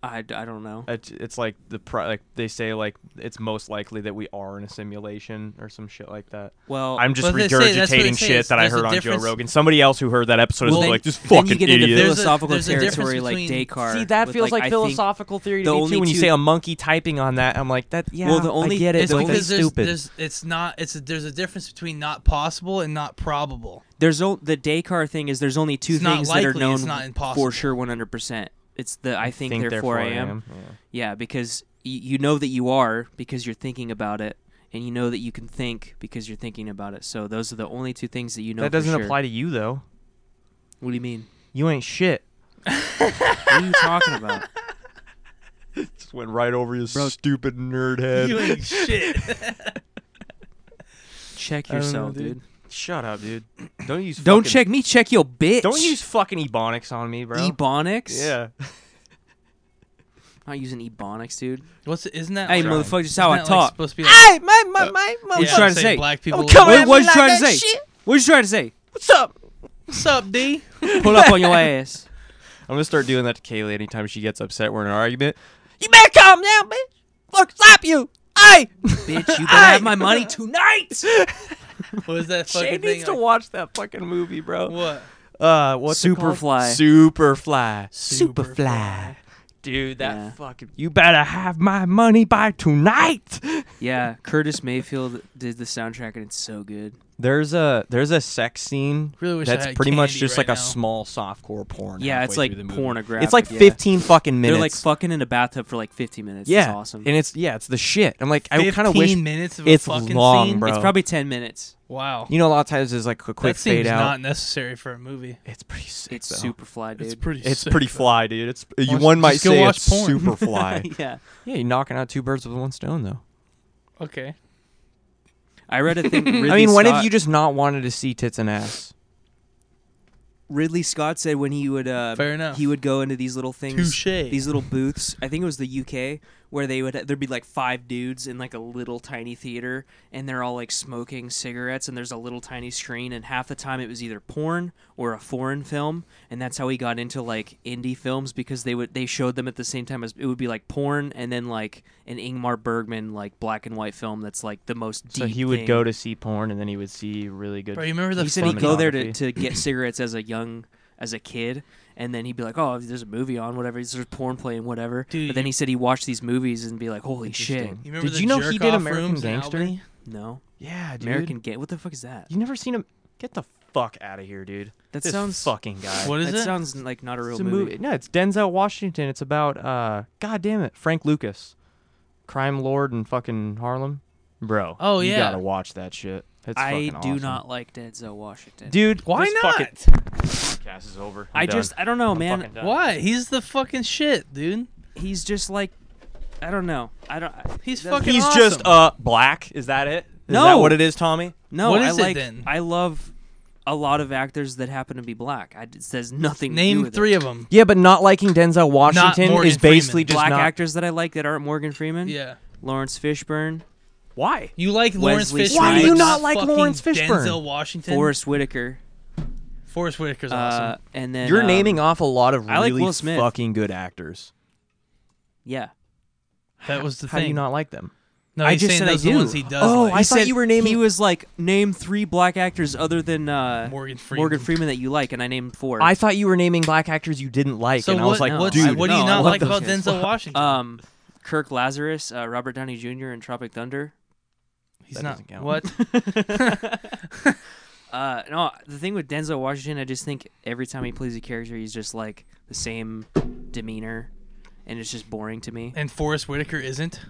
Speaker 3: I, I don't know.
Speaker 1: It's, it's like the pro, like they say like it's most likely that we are in a simulation or some shit like that.
Speaker 3: Well,
Speaker 1: I'm just
Speaker 2: But they say-
Speaker 1: regurgitating
Speaker 2: that's what they
Speaker 1: shit
Speaker 2: say, is
Speaker 1: that I
Speaker 2: there's a
Speaker 1: heard on
Speaker 2: difference-
Speaker 1: Joe Rogan. Somebody else who heard that episode
Speaker 3: Well,
Speaker 1: is
Speaker 3: then-
Speaker 1: like, "This
Speaker 3: then
Speaker 1: fucking
Speaker 3: you get into
Speaker 1: idiot."
Speaker 2: There's a-
Speaker 3: philosophical
Speaker 2: there's a difference
Speaker 3: territory like
Speaker 2: between-
Speaker 3: Descartes.
Speaker 1: See, that
Speaker 3: with,
Speaker 1: feels
Speaker 3: like,
Speaker 1: like,
Speaker 3: I think-
Speaker 1: philosophical theory
Speaker 3: the
Speaker 1: to me
Speaker 3: only
Speaker 1: too. When you
Speaker 3: two-
Speaker 1: say a monkey typing on that, I'm like, "That yeah."
Speaker 3: the only-
Speaker 1: I get it.
Speaker 3: it's
Speaker 2: It's
Speaker 1: but
Speaker 2: because
Speaker 1: that's
Speaker 2: there's,
Speaker 1: stupid.
Speaker 2: there's it's not it's a, there's a difference between not possible and not probable.
Speaker 3: there's o- the Descartes thing is there's only two
Speaker 2: It's not
Speaker 3: things that are
Speaker 2: likely,
Speaker 3: known
Speaker 2: it's not impossible.
Speaker 3: for sure 100. percent It's the I think,
Speaker 1: Think
Speaker 3: therefore, I am.
Speaker 1: Yeah.
Speaker 3: Yeah, because y- you know that you are because you're thinking about it, and you know that you can think because you're thinking about it. So those are the only two things that you know.
Speaker 1: that
Speaker 3: for
Speaker 1: doesn't
Speaker 3: sure.
Speaker 1: apply to you though.
Speaker 3: What do you mean?
Speaker 1: You ain't shit.
Speaker 3: What are you talking about?
Speaker 1: Just went right over your
Speaker 3: Bro.
Speaker 1: stupid nerd head.
Speaker 2: You ain't shit.
Speaker 3: Check
Speaker 1: I don't know,
Speaker 3: yourself,
Speaker 1: dude.
Speaker 3: dude.
Speaker 1: Shut up,
Speaker 2: (clears throat)
Speaker 1: dude. Don't use.
Speaker 3: Don't
Speaker 1: fucking-
Speaker 3: check me. Check your bitch.
Speaker 1: Don't use fucking ebonics on me, bro.
Speaker 3: ebonics.
Speaker 1: yeah.
Speaker 3: I'm not using ebonics, dude.
Speaker 2: What's isn't that?
Speaker 3: Hey,
Speaker 2: like,
Speaker 3: motherfucker, just
Speaker 2: isn't
Speaker 3: how I
Speaker 2: that, like,
Speaker 3: talk.
Speaker 2: supposed to be like,
Speaker 1: (laughs) Hey, my my my.
Speaker 3: you
Speaker 2: yeah,
Speaker 1: motherfucker.
Speaker 3: trying to
Speaker 2: say
Speaker 3: say?
Speaker 2: black people?
Speaker 1: I'm
Speaker 2: live-
Speaker 1: coming
Speaker 3: What-
Speaker 1: at
Speaker 3: what
Speaker 1: me
Speaker 3: you trying
Speaker 1: like
Speaker 3: to
Speaker 1: that
Speaker 3: say?
Speaker 1: shit.
Speaker 3: What you trying to say?
Speaker 1: What's up?
Speaker 2: What's up, D? (laughs)
Speaker 3: Pull up on your ass.
Speaker 1: I'm gonna start doing that to Kaylee anytime she gets upset. We're in an argument.
Speaker 3: You better calm down, bitch. Fuck, slap you. Hey, bitch, you better have my money tonight.
Speaker 2: What is that fucking
Speaker 1: She
Speaker 2: thing?
Speaker 1: needs to
Speaker 2: like-
Speaker 1: watch that fucking movie, bro.
Speaker 2: what?
Speaker 1: Uh, what's it called?
Speaker 3: Superfly.
Speaker 1: Superfly.
Speaker 2: Superfly.
Speaker 1: Superfly. Dude, that
Speaker 3: Yeah.
Speaker 1: fucking. You better have my money by tonight.
Speaker 3: Yeah, Curtis Mayfield did the soundtrack, and it's so good.
Speaker 1: There's a there's a sex scene
Speaker 2: Really wish I
Speaker 1: that's
Speaker 2: had
Speaker 1: pretty much
Speaker 2: candy
Speaker 1: just like
Speaker 2: right
Speaker 1: a
Speaker 2: now.
Speaker 1: small softcore porn.
Speaker 3: Yeah, it's
Speaker 1: halfway
Speaker 3: like
Speaker 1: through the movie.
Speaker 3: pornographic.
Speaker 1: It's like
Speaker 3: yeah.
Speaker 1: 15 fucking minutes.
Speaker 3: They're like fucking in a bathtub for like 50 minutes.
Speaker 1: yeah,
Speaker 3: It's awesome.
Speaker 1: And it's yeah, it's the shit. I'm like, I kind of
Speaker 2: 15
Speaker 1: wish
Speaker 2: minutes of a
Speaker 1: it's
Speaker 2: fucking
Speaker 1: long,
Speaker 2: scene?
Speaker 1: bro.
Speaker 3: It's probably 10 minutes.
Speaker 2: Wow.
Speaker 1: You know, a lot of times there's like a quick
Speaker 2: that
Speaker 1: fade
Speaker 2: seems
Speaker 1: out.
Speaker 2: not necessary for a movie.
Speaker 1: It's pretty sick.
Speaker 3: It's
Speaker 1: though.
Speaker 3: super fly, dude. (laughs)
Speaker 2: It's
Speaker 1: (laughs)
Speaker 2: pretty.
Speaker 1: It's
Speaker 2: sick,
Speaker 1: pretty
Speaker 2: though.
Speaker 1: fly, dude. It's you,
Speaker 2: Watch-
Speaker 1: one might
Speaker 2: just go
Speaker 1: say
Speaker 2: watch
Speaker 1: it's
Speaker 2: porn.
Speaker 3: (laughs)
Speaker 1: super fly.
Speaker 3: yeah.
Speaker 1: yeah, you're knocking out two birds with one stone, though.
Speaker 2: Okay.
Speaker 3: I read a thing. Ridley
Speaker 1: I mean, when have
Speaker 3: Scott-
Speaker 1: you just not wanted to see tits and ass?
Speaker 3: Ridley Scott said when he would uh
Speaker 2: Fair enough.
Speaker 3: he would go into these little things
Speaker 2: Touche.
Speaker 3: these little booths. I think it was the UK where they would there'd be like five dudes in like a little tiny theater and they're all like smoking cigarettes and there's a little tiny screen and half the time it was either porn or a foreign film and that's how he got into like indie films because they would they showed them at the same time as it would be like porn and then like an Ingmar Bergman like black and white film that's like the most deep
Speaker 1: So he would
Speaker 3: thing.
Speaker 1: go to see porn, and then he would see really good.
Speaker 2: Bro, you remember the
Speaker 3: he said he'd
Speaker 2: fucking-
Speaker 3: go there to,
Speaker 1: pornography.
Speaker 3: to get cigarettes as a young as a kid and then he'd be like oh there's a movie on whatever there's porn playing whatever
Speaker 2: Dude,
Speaker 3: but then
Speaker 2: you-
Speaker 3: he said he watched these movies and be like holy shit
Speaker 1: Interesting.
Speaker 2: You remember
Speaker 1: did
Speaker 2: the
Speaker 1: you know he did
Speaker 2: jerk-off
Speaker 1: American
Speaker 2: rooms in
Speaker 1: Gangster?
Speaker 2: Albany?
Speaker 3: no
Speaker 1: Yeah, dude.
Speaker 3: american gay what the fuck is that
Speaker 1: You never seen him? Get the fuck out of here, dude.
Speaker 3: that
Speaker 1: This
Speaker 3: sounds
Speaker 1: fucking guy.
Speaker 2: What is
Speaker 3: that
Speaker 2: it?
Speaker 3: sounds like not a real
Speaker 1: It's a
Speaker 3: movie,
Speaker 1: movie. No, it's Denzel Washington. It's about uh, god damn it, Frank Lucas, crime lord in fucking Harlem, bro.
Speaker 2: Oh,
Speaker 1: you
Speaker 2: yeah.
Speaker 1: gotta watch that shit. It's
Speaker 3: i
Speaker 1: fucking
Speaker 3: do
Speaker 1: awesome.
Speaker 3: not like denzel washington
Speaker 1: dude.
Speaker 2: Why
Speaker 1: this
Speaker 2: not? oh,
Speaker 1: Fucking podcast is over. I'm
Speaker 3: i
Speaker 1: done.
Speaker 3: just i don't know
Speaker 1: I'm
Speaker 3: man
Speaker 1: fucking done.
Speaker 2: Why? He's the fucking shit, dude.
Speaker 3: he's just like i don't know i don't I-
Speaker 2: He's
Speaker 3: that's-
Speaker 2: fucking
Speaker 1: He's
Speaker 2: awesome.
Speaker 1: just uh black. Is that it? Is that
Speaker 3: No.
Speaker 1: what it is, Tommy?
Speaker 3: no
Speaker 2: What
Speaker 3: i
Speaker 2: is it
Speaker 3: like
Speaker 2: then?
Speaker 3: i love a lot of actors that happen to be black I, it says nothing to do
Speaker 2: Name
Speaker 3: with
Speaker 2: three
Speaker 3: it.
Speaker 2: of them.
Speaker 1: Yeah, but not liking Denzel Washington
Speaker 2: Morgan
Speaker 1: is basically
Speaker 2: Freeman.
Speaker 1: just
Speaker 3: black
Speaker 1: not.
Speaker 3: actors that i like that aren't morgan freeman
Speaker 2: Yeah.
Speaker 3: lawrence fishburne
Speaker 1: Why?
Speaker 2: You like Lawrence
Speaker 3: Wesley
Speaker 2: Fishburne?
Speaker 3: Why do you
Speaker 2: but
Speaker 1: not like
Speaker 2: fucking
Speaker 1: Lawrence Fishburne?
Speaker 2: Denzel Washington.
Speaker 3: Forrest Whitaker.
Speaker 2: Forrest Whitaker's
Speaker 3: Uh,
Speaker 2: awesome.
Speaker 3: and then
Speaker 1: You're
Speaker 3: um,
Speaker 1: naming off a lot of
Speaker 3: I like
Speaker 1: really
Speaker 3: Will Smith.
Speaker 1: fucking good actors.
Speaker 3: Yeah,
Speaker 2: That was the
Speaker 1: How
Speaker 2: thing.
Speaker 1: do you not like them?
Speaker 2: no,
Speaker 3: I
Speaker 2: he's
Speaker 3: just
Speaker 2: saying
Speaker 3: said I
Speaker 2: those are the
Speaker 3: do.
Speaker 2: ones he does.
Speaker 1: Oh,
Speaker 2: like.
Speaker 1: I thought
Speaker 3: said
Speaker 1: you were naming-
Speaker 3: He was like, name three black actors other than uh,
Speaker 2: Morgan Freeman.
Speaker 3: Morgan Freeman that you like, and I named four.
Speaker 1: I thought you were naming black actors you didn't like,
Speaker 2: So
Speaker 1: and
Speaker 2: what?
Speaker 1: I was like,
Speaker 3: No,
Speaker 2: what's-
Speaker 1: dude,
Speaker 2: what do you
Speaker 3: no, I
Speaker 2: not
Speaker 3: love
Speaker 2: like
Speaker 3: those
Speaker 2: about
Speaker 3: guys.
Speaker 2: Denzel Washington?
Speaker 3: (laughs) um, Kirk Lazarus, uh, Robert Downey Jr. in Tropic
Speaker 1: (laughs)
Speaker 3: Thunder. (laughs)
Speaker 2: he's
Speaker 1: that
Speaker 2: not.
Speaker 1: doesn't count.
Speaker 2: What?
Speaker 3: Uh, no, the thing with Denzel Washington, I just think every time he plays a character, he's just like the same demeanor, and it's just boring to me.
Speaker 2: And Forrest Whitaker isn't.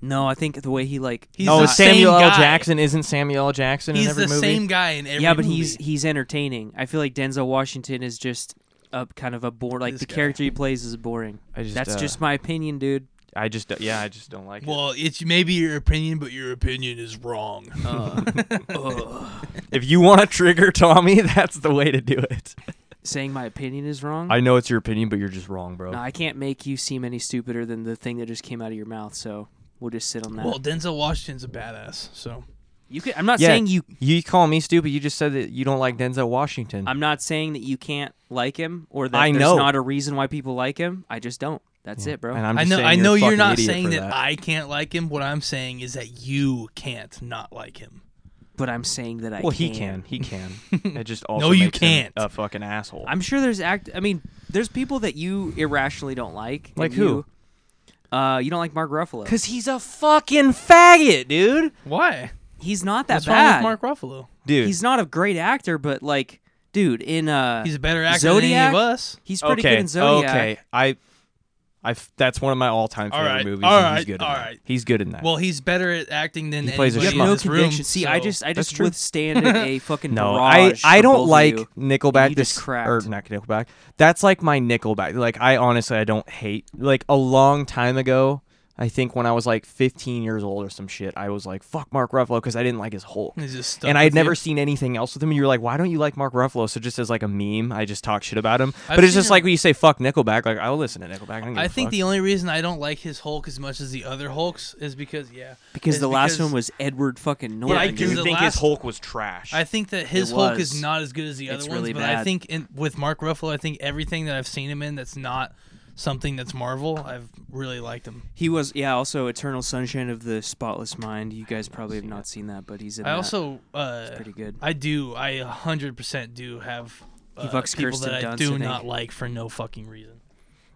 Speaker 3: No, I think the way he like
Speaker 2: He's
Speaker 1: oh,
Speaker 2: the
Speaker 1: Samuel
Speaker 2: same
Speaker 1: L.
Speaker 2: guy.
Speaker 1: Jackson isn't Samuel L. Jackson in
Speaker 2: He's
Speaker 1: every
Speaker 2: the
Speaker 1: movie.
Speaker 2: same guy in every.
Speaker 3: yeah, but
Speaker 2: movie.
Speaker 3: he's he's entertaining. I feel like Denzel Washington is just a kind of a bore. Like
Speaker 2: This
Speaker 3: the
Speaker 2: guy.
Speaker 3: character he plays is boring.
Speaker 1: I just,
Speaker 3: That's
Speaker 1: uh,
Speaker 3: just my opinion, dude.
Speaker 1: I just, yeah, I just don't like
Speaker 2: Well, it's maybe your opinion, but your opinion is wrong.
Speaker 1: it. If you want to trigger Tommy, (laughs) that's the way to do it.
Speaker 3: Saying my opinion is wrong.
Speaker 1: I know it's your opinion, but you're just wrong, bro.
Speaker 3: no, I can't make you seem any stupider than the thing that just came out of your mouth. So we'll just sit on
Speaker 2: (laughs)
Speaker 3: that.
Speaker 2: well, Denzel Washington's a badass, so
Speaker 3: you can, I'm not
Speaker 1: yeah,
Speaker 3: saying you.
Speaker 1: you call me stupid. You just said that you don't like Denzel Washington.
Speaker 3: I'm not saying that you can't like him or that
Speaker 1: I
Speaker 3: there's
Speaker 1: know.
Speaker 3: not a reason why people like him. I just don't. That's it, bro.
Speaker 1: And I'm
Speaker 2: i
Speaker 1: just
Speaker 2: know.
Speaker 1: saying
Speaker 2: I
Speaker 1: you're a
Speaker 2: know you're
Speaker 1: fucking
Speaker 2: not
Speaker 1: idiot
Speaker 2: saying
Speaker 1: for
Speaker 2: that I can't like him. What I'm saying is that you can't not like him.
Speaker 3: but I'm saying that I.
Speaker 1: well,
Speaker 3: can.
Speaker 1: he can. He
Speaker 2: (laughs)
Speaker 1: can. it just also
Speaker 2: No, you
Speaker 1: makes him
Speaker 2: can't.
Speaker 1: A fucking asshole.
Speaker 3: I'm sure there's act. I mean, there's people that you irrationally don't like. and
Speaker 1: Like
Speaker 3: you- uh, you don't like Mark
Speaker 1: (laughs)
Speaker 3: Ruffalo.
Speaker 1: Cause he's a fucking faggot, dude.
Speaker 2: Why?
Speaker 3: He's not that
Speaker 2: What's
Speaker 3: bad.
Speaker 2: wrong with Mark Ruffalo?
Speaker 1: Dude,
Speaker 3: He's not a great actor, but like, dude, in uh,
Speaker 2: He's
Speaker 3: he's,
Speaker 2: a better actor than
Speaker 3: Zodiac?
Speaker 2: any of us.
Speaker 3: pretty
Speaker 1: okay.
Speaker 3: good in Zodiac.
Speaker 1: Okay, I, I, f- that's one of my all-time
Speaker 2: All
Speaker 1: favorite
Speaker 2: right,
Speaker 1: movies.
Speaker 2: all
Speaker 1: and he's
Speaker 2: right,
Speaker 1: good.
Speaker 2: all
Speaker 1: in that.
Speaker 2: right.
Speaker 1: he's good in that.
Speaker 2: Well, he's better at acting than
Speaker 1: He plays a
Speaker 3: You
Speaker 2: anybody
Speaker 3: have
Speaker 1: Shit,
Speaker 2: in
Speaker 3: no
Speaker 2: this room.
Speaker 3: conviction. See, I
Speaker 2: so-
Speaker 3: just, I
Speaker 1: That's
Speaker 3: just
Speaker 1: true.
Speaker 3: withstanded (laughs) a fucking
Speaker 1: No, I
Speaker 3: barrage
Speaker 1: I
Speaker 3: from
Speaker 1: don't
Speaker 3: both of
Speaker 1: like
Speaker 3: you.
Speaker 1: Nickelback.
Speaker 3: you
Speaker 1: This
Speaker 3: just
Speaker 1: or
Speaker 3: cracked.
Speaker 1: not Nickelback. That's like my Nickelback. Like I honestly, I don't hate. Like a long time ago, I think when I was like 15 years old or some shit, I was like, "Fuck Mark Ruffalo" because I didn't like his Hulk.
Speaker 2: He's just stuck
Speaker 1: And I had
Speaker 2: with
Speaker 1: never
Speaker 2: you.
Speaker 1: seen anything else with him. You were like, "Why don't you like Mark Ruffalo?" So just as like a meme, I just talk shit about him.
Speaker 2: I've
Speaker 1: but it's just
Speaker 2: seen
Speaker 1: like
Speaker 2: him-
Speaker 1: when you say "fuck Nickelback," like I'll listen to Nickelback. I, don't give
Speaker 2: I
Speaker 1: a
Speaker 2: think
Speaker 1: fuck.
Speaker 2: the only reason I don't like his Hulk as much as the other Hulks is because yeah,
Speaker 3: because
Speaker 2: is
Speaker 3: the last
Speaker 2: because
Speaker 3: one was Edward fucking
Speaker 1: But
Speaker 3: Norton.
Speaker 1: I
Speaker 2: Yeah,
Speaker 1: do
Speaker 2: because
Speaker 3: dude.
Speaker 2: the
Speaker 1: think
Speaker 2: last-
Speaker 1: his Hulk was trash.
Speaker 2: I think that his Hulk is
Speaker 3: was.
Speaker 2: not as good as the other
Speaker 3: It's
Speaker 2: ones,
Speaker 3: really
Speaker 2: but I
Speaker 3: bad.
Speaker 2: think in, with Mark Ruffalo, I think everything that I've seen him in that's not something that's Marvel, I've really liked him.
Speaker 3: He was, yeah. Also, Eternal Sunshine of the Spotless Mind. You guys probably have not seen that, but he's in.
Speaker 2: I
Speaker 3: that.
Speaker 2: also uh,
Speaker 3: pretty good.
Speaker 2: I do. I 100% do have uh,
Speaker 3: fucks
Speaker 2: people
Speaker 3: Kirsten
Speaker 2: that I
Speaker 3: Dunst, I
Speaker 2: do
Speaker 3: think.
Speaker 2: not like for no fucking reason.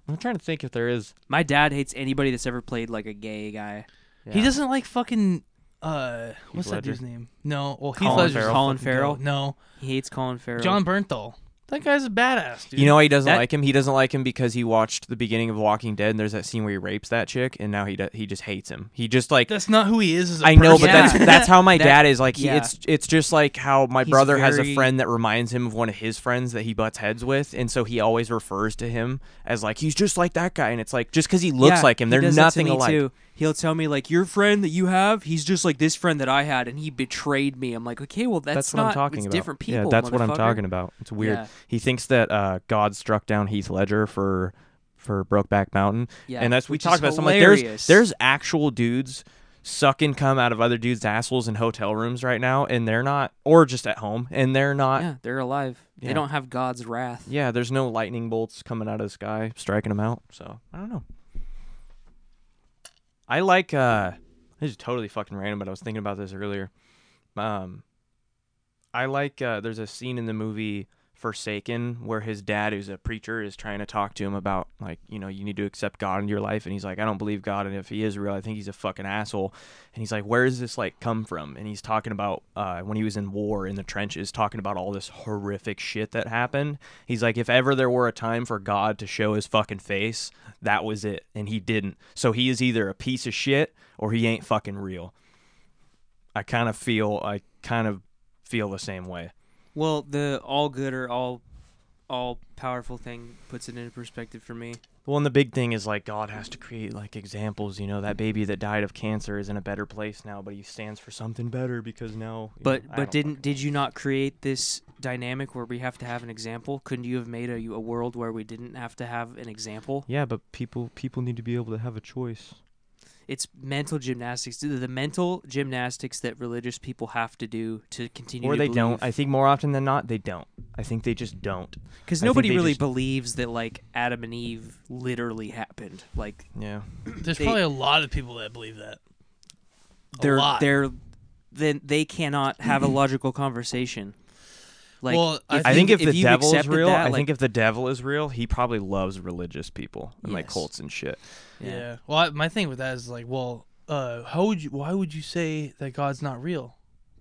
Speaker 1: I'm trying to think if there is.
Speaker 3: My dad hates anybody that's ever played like a gay guy.
Speaker 2: He
Speaker 1: Yeah.
Speaker 2: doesn't like fucking uh what's that
Speaker 1: Ledger.
Speaker 2: dude's name? No, well Heath
Speaker 3: Colin
Speaker 2: Ledger's
Speaker 3: Farrell.
Speaker 2: a
Speaker 3: Colin
Speaker 2: fucking goat.
Speaker 3: Farrell.
Speaker 2: No,
Speaker 3: He hates Colin Farrell.
Speaker 2: John Bernthal. That guy's a badass, dude.
Speaker 1: You know why he doesn't
Speaker 3: That-
Speaker 1: like him? He doesn't like him because he watched the beginning of Walking Dead, and there's that scene where he rapes that chick, and now he do- he just hates him. He just like
Speaker 2: that's not who he is as a
Speaker 1: I know,
Speaker 2: person.
Speaker 1: but that's
Speaker 3: Yeah.
Speaker 1: that's how my
Speaker 3: That-
Speaker 1: dad is. Like he,
Speaker 3: yeah.
Speaker 1: it's it's just like how my
Speaker 3: He's
Speaker 1: brother has a
Speaker 3: very-
Speaker 1: friend that reminds him of one of his friends that he butts heads with, and so he always refers to him as like he's just like that guy, and it's like just because he looks
Speaker 3: Yeah,
Speaker 1: like him,
Speaker 3: he
Speaker 1: they're
Speaker 3: does that to
Speaker 1: nothing
Speaker 3: me,
Speaker 1: alike.
Speaker 3: Too. He'll tell me like your friend that you have, he's just like this friend that I had, and he betrayed me. I'm like, okay, well that's,
Speaker 1: That's
Speaker 3: not
Speaker 1: what I'm talking
Speaker 3: it's
Speaker 1: about.
Speaker 3: Different people.
Speaker 1: yeah, that's what I'm
Speaker 3: motherfucker.
Speaker 1: talking about. It's weird.
Speaker 3: Yeah.
Speaker 1: He thinks that uh, God struck down Heath Ledger for for Brokeback Mountain.
Speaker 3: Yeah,
Speaker 1: and that's we
Speaker 3: which
Speaker 1: talked
Speaker 3: is
Speaker 1: about something like there's
Speaker 3: hilarious.
Speaker 1: there's actual dudes sucking cum out of other dudes' assholes in hotel rooms right now, and they're not, or just at home, and they're not. Yeah,
Speaker 3: yeah, they're alive.
Speaker 1: Yeah.
Speaker 3: They don't have God's wrath.
Speaker 1: there's no lightning bolts coming out of the sky striking them out. So I don't know. I like. uh This is totally fucking random, but I was thinking about this earlier. Um, I like. uh There's a scene in the movie. Forsaken, where his dad, who's a preacher, is trying to talk to him about, like, you know, you need to accept God in your life. And he's like, I don't believe God. And if he is real, I think he's a fucking asshole. And he's like, Where does this, like, come from? And he's talking about uh, when he was in war in the trenches, talking about all this horrific shit that happened. He's like, If ever there were a time for God to show his fucking face, that was it. And he didn't. So he is either a piece of shit or he ain't fucking real. I kind of feel, I kind of feel the same way.
Speaker 3: Well, the all good or all all powerful thing puts it into perspective for me.
Speaker 1: Well, and the big thing is like God has to create like examples. You know, that baby that died of cancer is in a better place now, but he stands for something better because now. you
Speaker 3: But
Speaker 1: know, I
Speaker 3: but
Speaker 1: don't
Speaker 3: didn't did you not create this dynamic where we have to have an example? Couldn't you have made a, a world where we didn't have to have an example?
Speaker 1: fucking- Yeah, but people people need to be able to have a choice.
Speaker 3: It's mental gymnastics, the the mental gymnastics that religious people have to do to continue.
Speaker 1: Or
Speaker 3: to
Speaker 1: they don't. I think more often than not, they don't. I think they just don't.
Speaker 3: because
Speaker 1: I think
Speaker 3: nobody
Speaker 1: they
Speaker 3: really
Speaker 1: just-
Speaker 3: believes that like Adam and Eve literally happened. Like
Speaker 1: Yeah.
Speaker 2: There's
Speaker 3: They-
Speaker 2: probably a lot of people that believe that. A
Speaker 3: they're
Speaker 2: lot.
Speaker 3: they're then they cannot have a logical conversation. Like
Speaker 2: Well, I
Speaker 3: if
Speaker 1: I
Speaker 3: you-
Speaker 1: think if, the
Speaker 3: you've
Speaker 1: devil is
Speaker 3: accepted
Speaker 1: real,
Speaker 3: that,
Speaker 1: I
Speaker 3: like,
Speaker 1: think if the devil is real, he probably loves religious people and like
Speaker 3: Yes.
Speaker 1: cults and shit.
Speaker 2: Yeah. Well, I, my thing with that is like, well, uh, how would you? Why would you say that God's not real?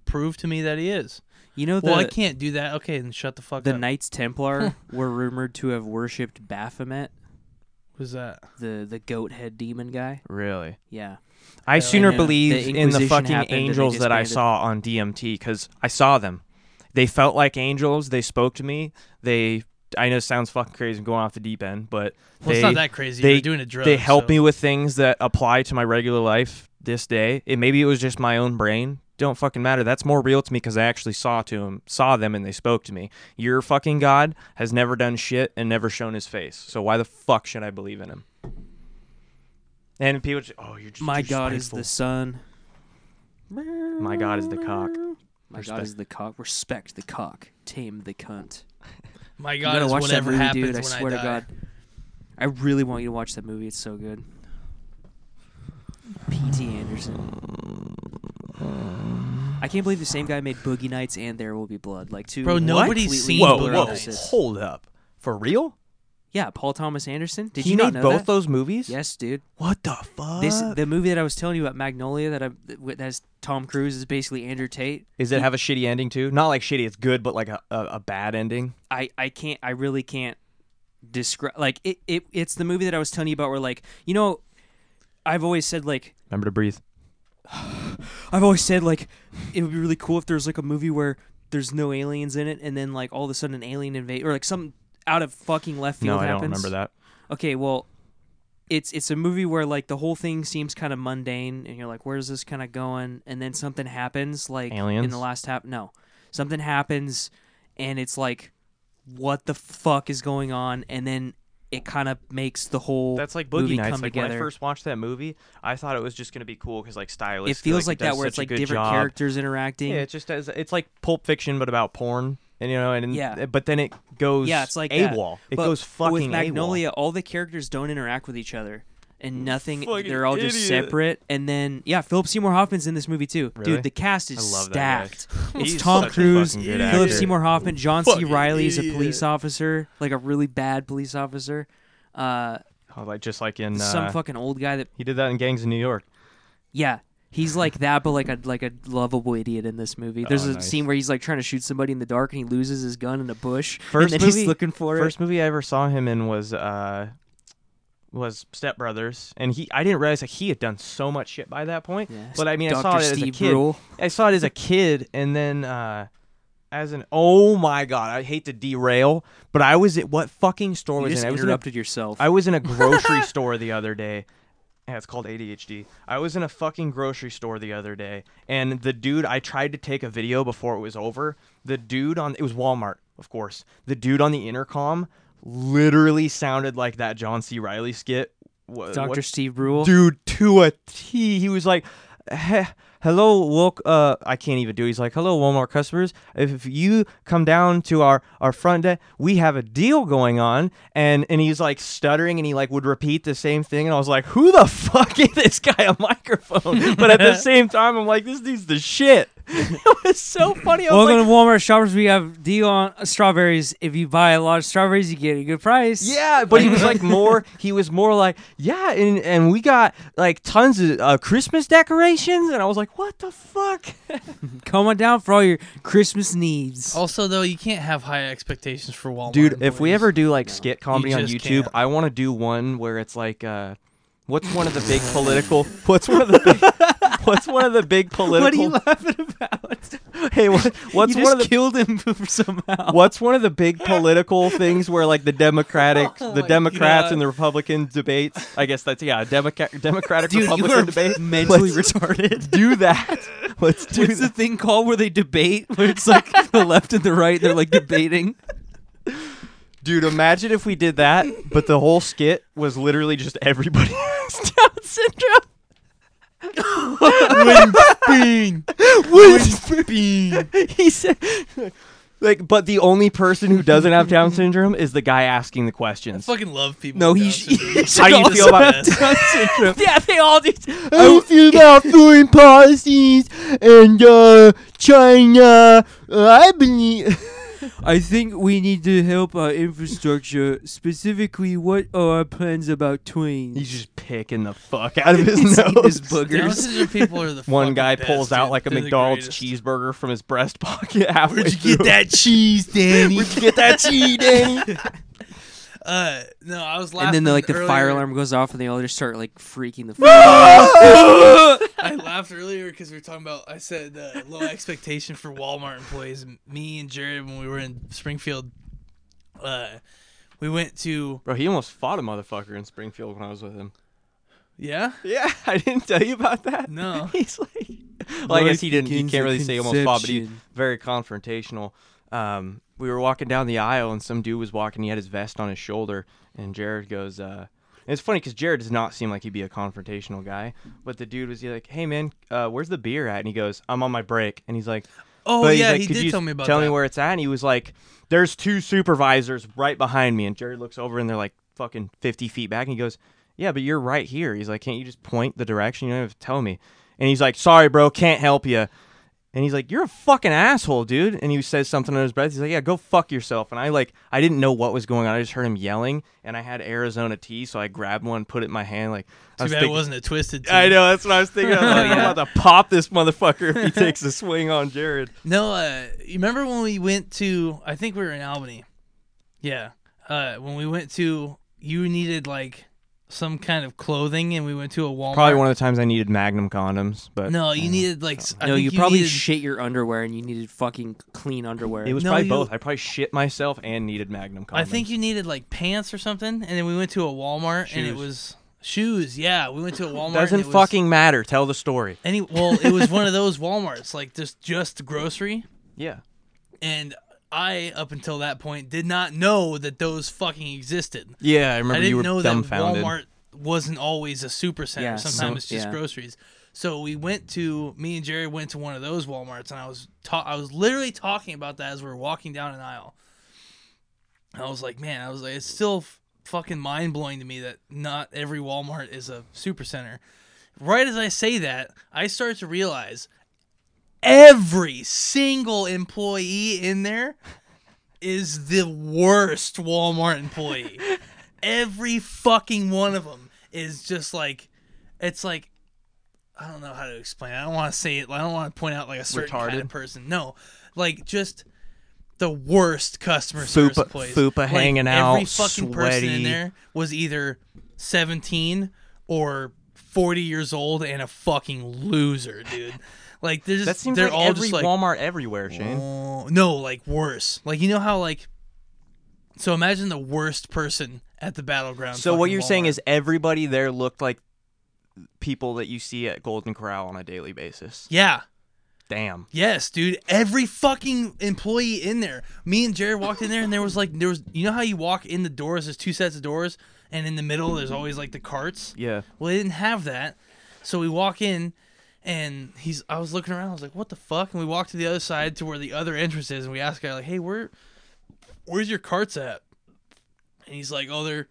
Speaker 2: Prove to me that He is.
Speaker 3: you know the
Speaker 2: well, I can't do that. Okay, then shut the fuck
Speaker 3: the
Speaker 2: up.
Speaker 3: Knights Templar were rumored to have worshipped Baphomet,
Speaker 2: Who's that?
Speaker 3: the the goat head demon guy.
Speaker 1: Really.
Speaker 3: Yeah,
Speaker 1: I
Speaker 2: Yeah.
Speaker 1: sooner
Speaker 3: And then
Speaker 1: believe
Speaker 3: the
Speaker 1: in the
Speaker 3: Inquisition
Speaker 1: fucking
Speaker 3: happened and they
Speaker 1: angels that I
Speaker 3: disbanded.
Speaker 1: saw on DMT because I saw them. They felt like angels. They spoke to me. They. I know it sounds fucking crazy. I'm going off the deep end, but
Speaker 2: Well,
Speaker 1: they
Speaker 2: it's not that crazy.
Speaker 1: they-
Speaker 2: You're doing a drug.
Speaker 1: they help
Speaker 2: so-
Speaker 1: me with things that apply to my regular life this day. It maybe it was just my own brain. Don't fucking matter. That's more real to me because I actually saw to 'em- saw them, and they spoke to me. Your fucking God has never done shit and never shown his face. So why the fuck should I believe in him? And people, just, oh, you're just
Speaker 3: my
Speaker 1: too
Speaker 3: God is
Speaker 1: spiteful."
Speaker 3: the sun.
Speaker 1: My God is the cock.
Speaker 3: My God is the cock. Respect the cock. Tame the cunt.
Speaker 2: My
Speaker 3: You
Speaker 2: God
Speaker 3: gotta
Speaker 2: is
Speaker 3: watch that
Speaker 2: whatever
Speaker 3: movie,
Speaker 2: happens
Speaker 3: dude. I
Speaker 2: when
Speaker 3: swear
Speaker 2: die.
Speaker 3: to God. I really want you to watch that movie. It's so good. P.T. Anderson. I can't believe the same guy made Boogie Nights and There Will Be Blood. Like two.
Speaker 2: Bro,
Speaker 3: completely
Speaker 2: nobody's seen
Speaker 1: Whoa,
Speaker 2: Polar
Speaker 3: polar
Speaker 1: whoa,
Speaker 3: opposites.
Speaker 1: hold up. For real?
Speaker 3: Yeah, Paul Thomas Anderson. Did
Speaker 1: he
Speaker 3: you
Speaker 1: made
Speaker 3: not know
Speaker 1: both
Speaker 3: that?
Speaker 1: those movies?
Speaker 3: Yes, dude.
Speaker 1: What the fuck?
Speaker 3: This the movie that I was telling you about Magnolia that I that has Tom Cruise is basically Andrew Tate.
Speaker 1: Is it have a shitty ending too? Not like shitty, it's good, but like a, a, a bad ending.
Speaker 3: I I can't I really can't describe like it, it it's the movie that I was telling you about where like you know I've always said like
Speaker 1: Remember to breathe.
Speaker 3: I've always said like it would be really cool if there was like a movie where there's no aliens in it and then like all of a sudden an alien invade or like some out of fucking left
Speaker 1: No,
Speaker 3: field
Speaker 1: I
Speaker 3: happens.
Speaker 1: don't remember that.
Speaker 3: Okay, well it's it's a movie where like the whole thing seems kind of mundane and you're like where's this kind of going and then something happens like in
Speaker 1: Aliens?
Speaker 3: the last half no. Something happens and it's like what the fuck is going on and then it kind of makes the whole
Speaker 1: That's like
Speaker 3: movie
Speaker 1: Boogie Nights.
Speaker 3: come
Speaker 1: Like
Speaker 3: together.
Speaker 1: when I first watched that movie, I thought it was just gonna be cool because like stylistically,
Speaker 3: it feels
Speaker 1: like,
Speaker 3: like, that where it's like different characters interacting.
Speaker 1: Yeah, it just does, it's like Pulp Fiction, but about porn. And you know, and
Speaker 3: Yeah.
Speaker 1: but then it goes
Speaker 3: Yeah, it's like that.
Speaker 1: AWOL. It
Speaker 3: But
Speaker 1: goes fucking
Speaker 3: with
Speaker 1: AWOL.
Speaker 3: Magnolia. All the characters don't interact with each other, and nothing.
Speaker 1: Fucking
Speaker 3: they're all just
Speaker 1: idiot.
Speaker 3: separate. And then yeah, Philip Seymour Hoffman's in this movie too.
Speaker 1: Really?
Speaker 3: Dude, the cast is
Speaker 1: I love that guy.
Speaker 3: stacked.
Speaker 1: (laughs) He's
Speaker 3: It's Tom
Speaker 1: such a
Speaker 3: Cruise,
Speaker 1: fucking good
Speaker 3: Philip
Speaker 1: actor.
Speaker 3: Seymour Hoffman, John C.
Speaker 2: Fucking
Speaker 3: Riley is a
Speaker 2: idiot.
Speaker 3: police officer, like a really bad police officer. Uh,
Speaker 1: Oh, like just like in
Speaker 3: some
Speaker 1: uh,
Speaker 3: fucking old guy that
Speaker 1: he did that in Gangs of New York.
Speaker 3: yeah. He's like that, but like a like a lovable idiot in this movie. There's
Speaker 1: Oh,
Speaker 3: a
Speaker 1: nice.
Speaker 3: scene where he's like trying to shoot somebody in the dark, and he loses his gun in a bush.
Speaker 1: First
Speaker 3: and then he's
Speaker 1: movie-
Speaker 3: looking for it.
Speaker 1: First movie I ever saw him in was uh was Step Brothers, and he I didn't realize like he had done so much shit by that point.
Speaker 3: Yeah,
Speaker 1: But I mean, I
Speaker 3: Dr.
Speaker 1: saw it
Speaker 3: Steve
Speaker 1: as a kid.
Speaker 3: Brule.
Speaker 1: I saw it as a kid, and then uh as an oh my god, I hate to derail, but I was at what fucking store
Speaker 3: You
Speaker 1: was
Speaker 3: just
Speaker 1: it? I was in a
Speaker 3: interrupted yourself.
Speaker 1: I was in a grocery store the other day. Yeah, it's called ADHD. I was in a fucking grocery store the other day, and the dude I tried to take a video before it was over. The dude on it was Walmart, of course. The dude on the intercom literally sounded like that John C. Riley skit. Wha-
Speaker 3: Dr.
Speaker 1: what-
Speaker 3: Steve Brule.
Speaker 1: dude to a T. He was like, "He- "Hello, woke." Uh, I can't even do. it. He's like, "Hello, Walmart customers. If you come down to our our front desk, we have a deal going on." And and he's like stuttering, and he like would repeat the same thing. And I was like, "Who the fuck gave this guy a microphone?" but at the same time, I'm like, "This dude's the shit." (laughs) it was so funny. I was
Speaker 3: Welcome
Speaker 1: like,
Speaker 3: to Walmart shoppers. We have deal on strawberries. If you buy a lot of strawberries, you get a good price.
Speaker 1: Yeah, but he was like more. He was more like, yeah, and and we got like tons of uh, Christmas decorations, and I was like, what the fuck?
Speaker 3: come on down for all your Christmas needs.
Speaker 2: Also, though, you can't have high expectations for Walmart.
Speaker 1: Dude, if we
Speaker 2: employees.
Speaker 3: (laughs)
Speaker 1: ever do like skit comedy on
Speaker 2: just
Speaker 1: YouTube,
Speaker 2: can't.
Speaker 1: I want to do one where it's like, uh, what's one of the
Speaker 3: (laughs)
Speaker 1: big political? What's one of the big? What's one of the big political?
Speaker 3: (laughs) What are you laughing about?
Speaker 1: hey,
Speaker 3: (laughs)
Speaker 1: what, what's
Speaker 3: you
Speaker 1: one of the?
Speaker 3: just killed him (laughs) somehow.
Speaker 1: What's one of the
Speaker 3: (laughs)
Speaker 1: big political things where like the Democratic,
Speaker 3: Oh
Speaker 1: the
Speaker 3: my
Speaker 1: Democrats
Speaker 3: God.
Speaker 1: and the Republican debates? I guess that's yeah, Democrat, Democratic
Speaker 3: (laughs) Dude, you
Speaker 1: Republican
Speaker 3: are
Speaker 1: debate.
Speaker 3: mentally
Speaker 1: Let's
Speaker 2: (laughs)
Speaker 3: retarded.
Speaker 1: do
Speaker 3: (laughs)
Speaker 1: that. Let's do
Speaker 3: What's the
Speaker 1: that.
Speaker 3: thing called where they debate? Where it's like the left and the right, they're like debating.
Speaker 1: Dude, imagine if we did that, but the whole skit was literally just everybody (laughs) has Down syndrome.
Speaker 3: (laughs)
Speaker 1: he said like but the only person who doesn't have down syndrome is the guy asking the
Speaker 2: I
Speaker 1: questions
Speaker 2: fucking love people.
Speaker 3: (laughs) No,
Speaker 2: with
Speaker 3: he
Speaker 2: Down syndrome.
Speaker 3: (laughs) sh- should
Speaker 1: How do you
Speaker 3: also
Speaker 1: feel about
Speaker 3: have
Speaker 1: this?
Speaker 3: Down syndrome.
Speaker 1: yeah they all just (laughs) how you feel about foreign policies and uh china Uh, i believe
Speaker 3: (laughs) I think we need to help our infrastructure, specifically what are our plans about
Speaker 1: he's
Speaker 3: twains?
Speaker 1: just picking the fuck out of his
Speaker 3: He's eating
Speaker 1: nose
Speaker 3: his
Speaker 2: Down
Speaker 3: boogers.
Speaker 2: syndrome people
Speaker 3: (laughs)
Speaker 2: are the
Speaker 1: one
Speaker 2: fucking
Speaker 1: guy
Speaker 2: best,
Speaker 1: pulls out
Speaker 2: dude.
Speaker 1: like a
Speaker 2: They're the
Speaker 1: McDonald's
Speaker 2: greatest.
Speaker 1: cheeseburger from his breast (laughs) pocket halfway
Speaker 3: Where'd you get
Speaker 1: through.
Speaker 3: that cheese, Danny?
Speaker 1: Where'd you get
Speaker 3: (laughs)
Speaker 1: that cheese, Danny?
Speaker 2: Uh, no, I was laughing.
Speaker 3: and then the, like the fire
Speaker 2: earlier-
Speaker 3: alarm goes off, and they all just start like
Speaker 1: (laughs)
Speaker 3: freaking the. fuck out.
Speaker 2: (laughs) I laughed earlier because we were talking about. I said uh, low expectation for Walmart employees. M- Me and Jared, when we were in Springfield, uh, we went to
Speaker 1: Bro, he almost fought a motherfucker in Springfield when I was with him.
Speaker 2: yeah.
Speaker 1: Yeah, I didn't tell you about that.
Speaker 2: (laughs) No.
Speaker 1: (laughs) he's like, well, I guess he
Speaker 3: Life
Speaker 1: didn't. He
Speaker 3: begins
Speaker 1: can't
Speaker 3: at
Speaker 1: really say almost fought, but he's
Speaker 3: conception.
Speaker 1: very confrontational. Um, we were walking down the aisle, and some dude was walking. He had his vest on his shoulder, and Jared goes. Uh, and it's funny because Jared does not seem like he'd be a confrontational guy, but the dude was like, "Hey man, uh, where's the beer at?" And he goes, "I'm on my break." And he's like,
Speaker 2: Oh
Speaker 1: but he's
Speaker 2: yeah,
Speaker 1: like,
Speaker 2: he
Speaker 1: "Could
Speaker 2: did
Speaker 1: you
Speaker 2: tell me about
Speaker 1: Tell
Speaker 2: that.
Speaker 1: me where it's at." And he was like, "There's two supervisors right behind me." And Jared looks over, and they're like fucking fifty feet back. And he goes, "Yeah, but you're right here." He's like, "Can't you just point the direction? You don't have to tell me." And he's like, "Sorry, bro, can't help you." And he's like, "You're a fucking asshole, dude." And he says something under his breath. He's like, "Yeah, go fuck yourself." And I like, I didn't know what was going on. I just heard him yelling, and I had Arizona tea, so I grabbed one, put it in my hand. Like, I
Speaker 2: Too
Speaker 1: was
Speaker 2: bad it
Speaker 1: thinking,
Speaker 2: wasn't a twisted. Tea.
Speaker 1: I know that's what I was thinking. I was like, I'm
Speaker 2: (laughs)
Speaker 1: about to pop this motherfucker if he takes a swing on Jared.
Speaker 2: No, uh, you remember when we went to? I think we were in Albany. Yeah, uh, when we went to, you needed like some kind of clothing, and we went to a Walmart.
Speaker 1: Probably one of the times I needed Magnum condoms, but
Speaker 2: No, you needed like. s- I
Speaker 3: no,
Speaker 2: think
Speaker 3: you, probably
Speaker 2: needed-
Speaker 3: shit your underwear, and you needed fucking clean underwear.
Speaker 1: it was
Speaker 2: No,
Speaker 1: probably
Speaker 2: you-
Speaker 1: both. I probably shit myself and needed Magnum condoms.
Speaker 2: I think you needed like pants or something, and then we went to a Walmart, and it
Speaker 1: Shoes.
Speaker 2: was shoes. Yeah, we went to a Walmart.
Speaker 1: doesn't
Speaker 2: and it was,
Speaker 1: fucking matter. Tell the story.
Speaker 2: Any well, it was one of those WalMarts, like just just grocery,
Speaker 1: Yeah,
Speaker 2: and I up until that point did not know that those fucking existed.
Speaker 1: yeah. I remember
Speaker 2: I didn't
Speaker 1: you were
Speaker 2: know that
Speaker 1: dumbfounded.
Speaker 2: Walmart wasn't always a supercenter.
Speaker 3: Yeah, so-
Speaker 2: Sometimes it's just
Speaker 3: yeah.
Speaker 2: groceries. So we went to me and Jerry went to one of those WalMarts, and I was ta- I was literally talking about that as we were walking down an aisle. I was like, man, I was like, it's still f- fucking mind blowing to me that not every Walmart is a supercenter. Right as I say that, I start to realize every single employee in there is the worst
Speaker 1: (laughs)
Speaker 2: Walmart employee. every fucking one of them is just like, it's like, I don't know how to explain. it. I don't want to say it. I don't want to point out like a certain kind of
Speaker 1: Retarded.
Speaker 2: person. No, like just the worst customer
Speaker 1: Fupa-
Speaker 2: service place.
Speaker 1: fupa
Speaker 2: Like,
Speaker 1: hanging out,
Speaker 2: Every fucking person in
Speaker 1: sweaty.
Speaker 2: there was either seventeen or forty years old and a fucking loser, dude. Like they're just
Speaker 1: That seems
Speaker 2: they're
Speaker 1: like
Speaker 2: all
Speaker 1: every
Speaker 2: just like
Speaker 1: Walmart everywhere, Shane.
Speaker 2: "Oh," no, like worse. Like you know how like so imagine the worst person at the battleground.
Speaker 1: so what
Speaker 2: fucking
Speaker 1: you're saying
Speaker 2: Walmart.
Speaker 1: is everybody there looked like people that you see at Golden Corral on a daily basis.
Speaker 2: yeah.
Speaker 1: Damn.
Speaker 2: Yes, dude. Every fucking employee in there. Me and Jared walked in there, and there was like there was. You know how you walk in the doors? There's two sets of doors, and in the middle there's always like the carts.
Speaker 1: Yeah.
Speaker 2: Well, they didn't have that, so we walk in, and he's. I was looking around. I was like, "What the fuck?" And we walked to the other side to where the other entrance is, and we asked the guy like, "Hey, where, where's your carts at?" And he's like, "Oh, they're."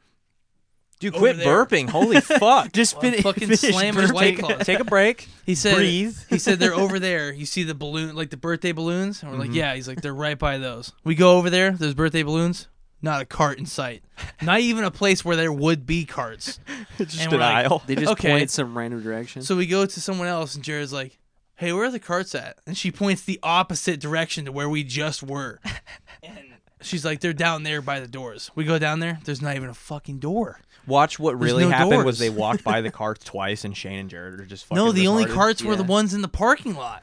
Speaker 1: Dude,
Speaker 2: Over
Speaker 1: quit (laughs)
Speaker 2: there.
Speaker 1: burping. Holy fuck.
Speaker 3: Just
Speaker 2: Well,
Speaker 3: fin-
Speaker 2: fucking
Speaker 3: finish
Speaker 2: slam his
Speaker 3: burping.
Speaker 2: white claws.
Speaker 1: Take a
Speaker 2: (laughs)
Speaker 1: break.
Speaker 2: He said.
Speaker 1: breathe.
Speaker 2: he said they're over there. You see the balloon, like the birthday balloons, and we're like, yeah. He's like, they're right by those. We go over there. Those birthday balloons, not a cart in sight. Not even a place where there would be carts.
Speaker 1: Just
Speaker 2: And
Speaker 1: an
Speaker 2: we're like-
Speaker 1: aisle.
Speaker 3: They just
Speaker 2: Okay.
Speaker 3: point some random direction.
Speaker 2: So we go to someone else, and Jared's like, "Hey, where are the carts at?" And she points the opposite direction to where we just were. And she's like, "They're down there by the doors." We go down there. There's not even a fucking door.
Speaker 1: Watch what really
Speaker 2: no
Speaker 1: happened was
Speaker 2: doors.
Speaker 1: they walked by
Speaker 2: (laughs)
Speaker 1: the carts twice, and Shane and Jared are just fucking.
Speaker 2: No, the only
Speaker 1: retarded.
Speaker 2: carts were the
Speaker 3: Yeah.
Speaker 2: ones in the parking
Speaker 1: (laughs)
Speaker 2: lot,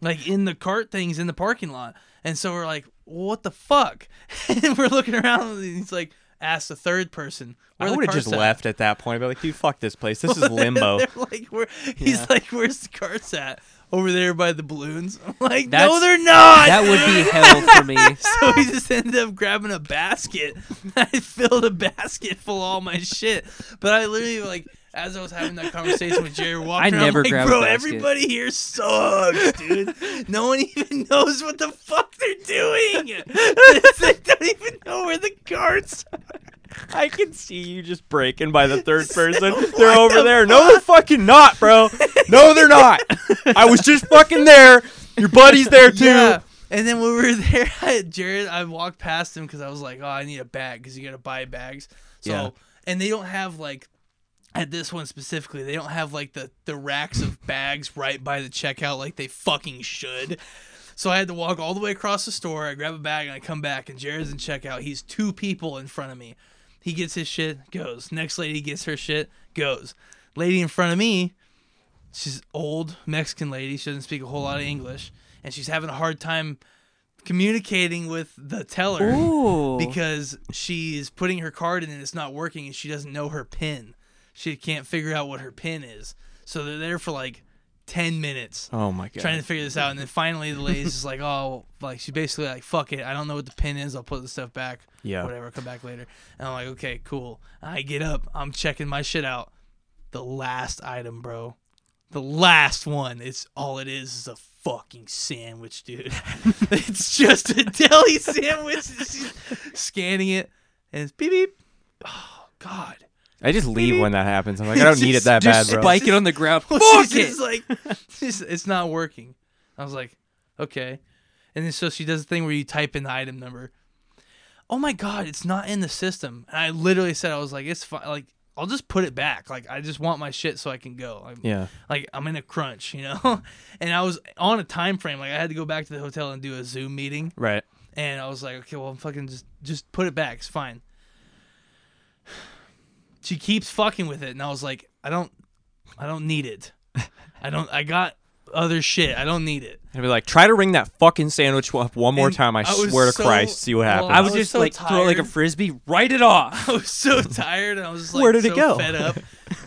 Speaker 2: like in the cart things in the parking lot. And so we're like, "What the fuck?" (laughs) and we're looking around, and he's like, "Ask the third person." "Where
Speaker 1: I
Speaker 2: are the
Speaker 1: would have just
Speaker 2: carts (laughs) at?"
Speaker 1: left at that point. I'd be like, dude, fuck this place. This is limbo.
Speaker 2: (laughs) They're like, where? He's like, "Where's the carts at?" Over there by the balloons. I'm like, no,
Speaker 3: That's-
Speaker 2: they're not.
Speaker 3: that would
Speaker 2: (laughs)
Speaker 3: be hell for me.
Speaker 2: So we just ended up grabbing a basket. (laughs) I filled a basket full of all my shit. But I literally like as I was having that conversation with Jerry Walker,
Speaker 3: I never
Speaker 2: am like,
Speaker 3: grab a
Speaker 2: bro,
Speaker 3: basket."
Speaker 2: everybody here sucks, dude. no one even knows what the fuck they're doing. (laughs) they don't even know where the carts are.
Speaker 1: I can see you just breaking by the third person.
Speaker 2: What
Speaker 1: They're over
Speaker 2: the
Speaker 1: there. No, they're fucking not, bro. No, they're not. I was just fucking there. Your buddy's there too.
Speaker 2: Yeah. And then when we were (laughs) there, I, Jared, I walked past him because I was like, oh, I need a bag because you got to buy bags. So,
Speaker 1: Yeah.
Speaker 2: and they don't have like, at this one specifically, they don't have like the, the racks of bags right by the checkout like they fucking should. So I had to walk all the way across the store. I grab a bag and I come back, and Jared's in checkout. He's two people in front of me. He gets his shit, goes. Next lady gets her shit, goes. Lady in front of me, she's old Mexican lady. She doesn't speak a whole lot of English, and she's having a hard time communicating with the teller
Speaker 3: Ooh.
Speaker 2: because she's putting her card in and it's not working, and she doesn't know her pin. She can't figure out what her pin is. So they're there for like ten minutes
Speaker 1: Oh my god.
Speaker 2: trying to figure this out. And then finally, the lady's just like, oh, like she's basically like, fuck it. I don't know what the pin is. I'll put the stuff back.
Speaker 1: Yeah.
Speaker 2: Whatever. Come back later. And I'm like, okay, cool. I get up. I'm checking my shit out. The last item, bro. The last one. It's all it is is a fucking sandwich, dude. (laughs) it's just a deli sandwich. (laughs) She's scanning it and it's beep beep. Oh, God.
Speaker 1: I just leave when that happens. I'm like, I don't need it that
Speaker 3: just
Speaker 1: bad, bro.
Speaker 3: spike it on
Speaker 2: (laughs)
Speaker 3: the ground. Fuck
Speaker 2: She's
Speaker 3: it.
Speaker 2: just like, (laughs) she's- it's not working. I was like, okay. And then so she does the thing where you type in the item number. Oh my god, it's not in the system. And I literally said, I was like, it's fine. Like, I'll just put it back. Like, I just want my shit so I can go. Like,
Speaker 1: Yeah.
Speaker 2: like I'm in a crunch, you know. (laughs) and I was on a time frame. Like, I had to go back to the hotel and do a Zoom meeting.
Speaker 1: Right.
Speaker 2: And I was like, okay, well, I'm fucking just just put it back. It's fine. (sighs) She keeps fucking with it, and I was like, I don't, I don't need it. I don't. I got other shit. I don't need it. (laughs)
Speaker 1: I'd be like, try to ring that fucking sandwich up one more
Speaker 2: And
Speaker 1: time. I,
Speaker 2: I was
Speaker 1: swear to
Speaker 2: so-
Speaker 1: Christ, see what
Speaker 2: well,
Speaker 1: happens.
Speaker 2: I
Speaker 3: I (laughs) would
Speaker 2: was
Speaker 3: just
Speaker 2: so
Speaker 3: like throw it like a
Speaker 2: tired.
Speaker 3: frisbee, write
Speaker 2: (laughs)
Speaker 3: it off.
Speaker 2: I
Speaker 1: (laughs)
Speaker 2: was so tired, and I was just like,
Speaker 1: Where did it
Speaker 2: so
Speaker 1: go? (laughs)
Speaker 2: Fed up.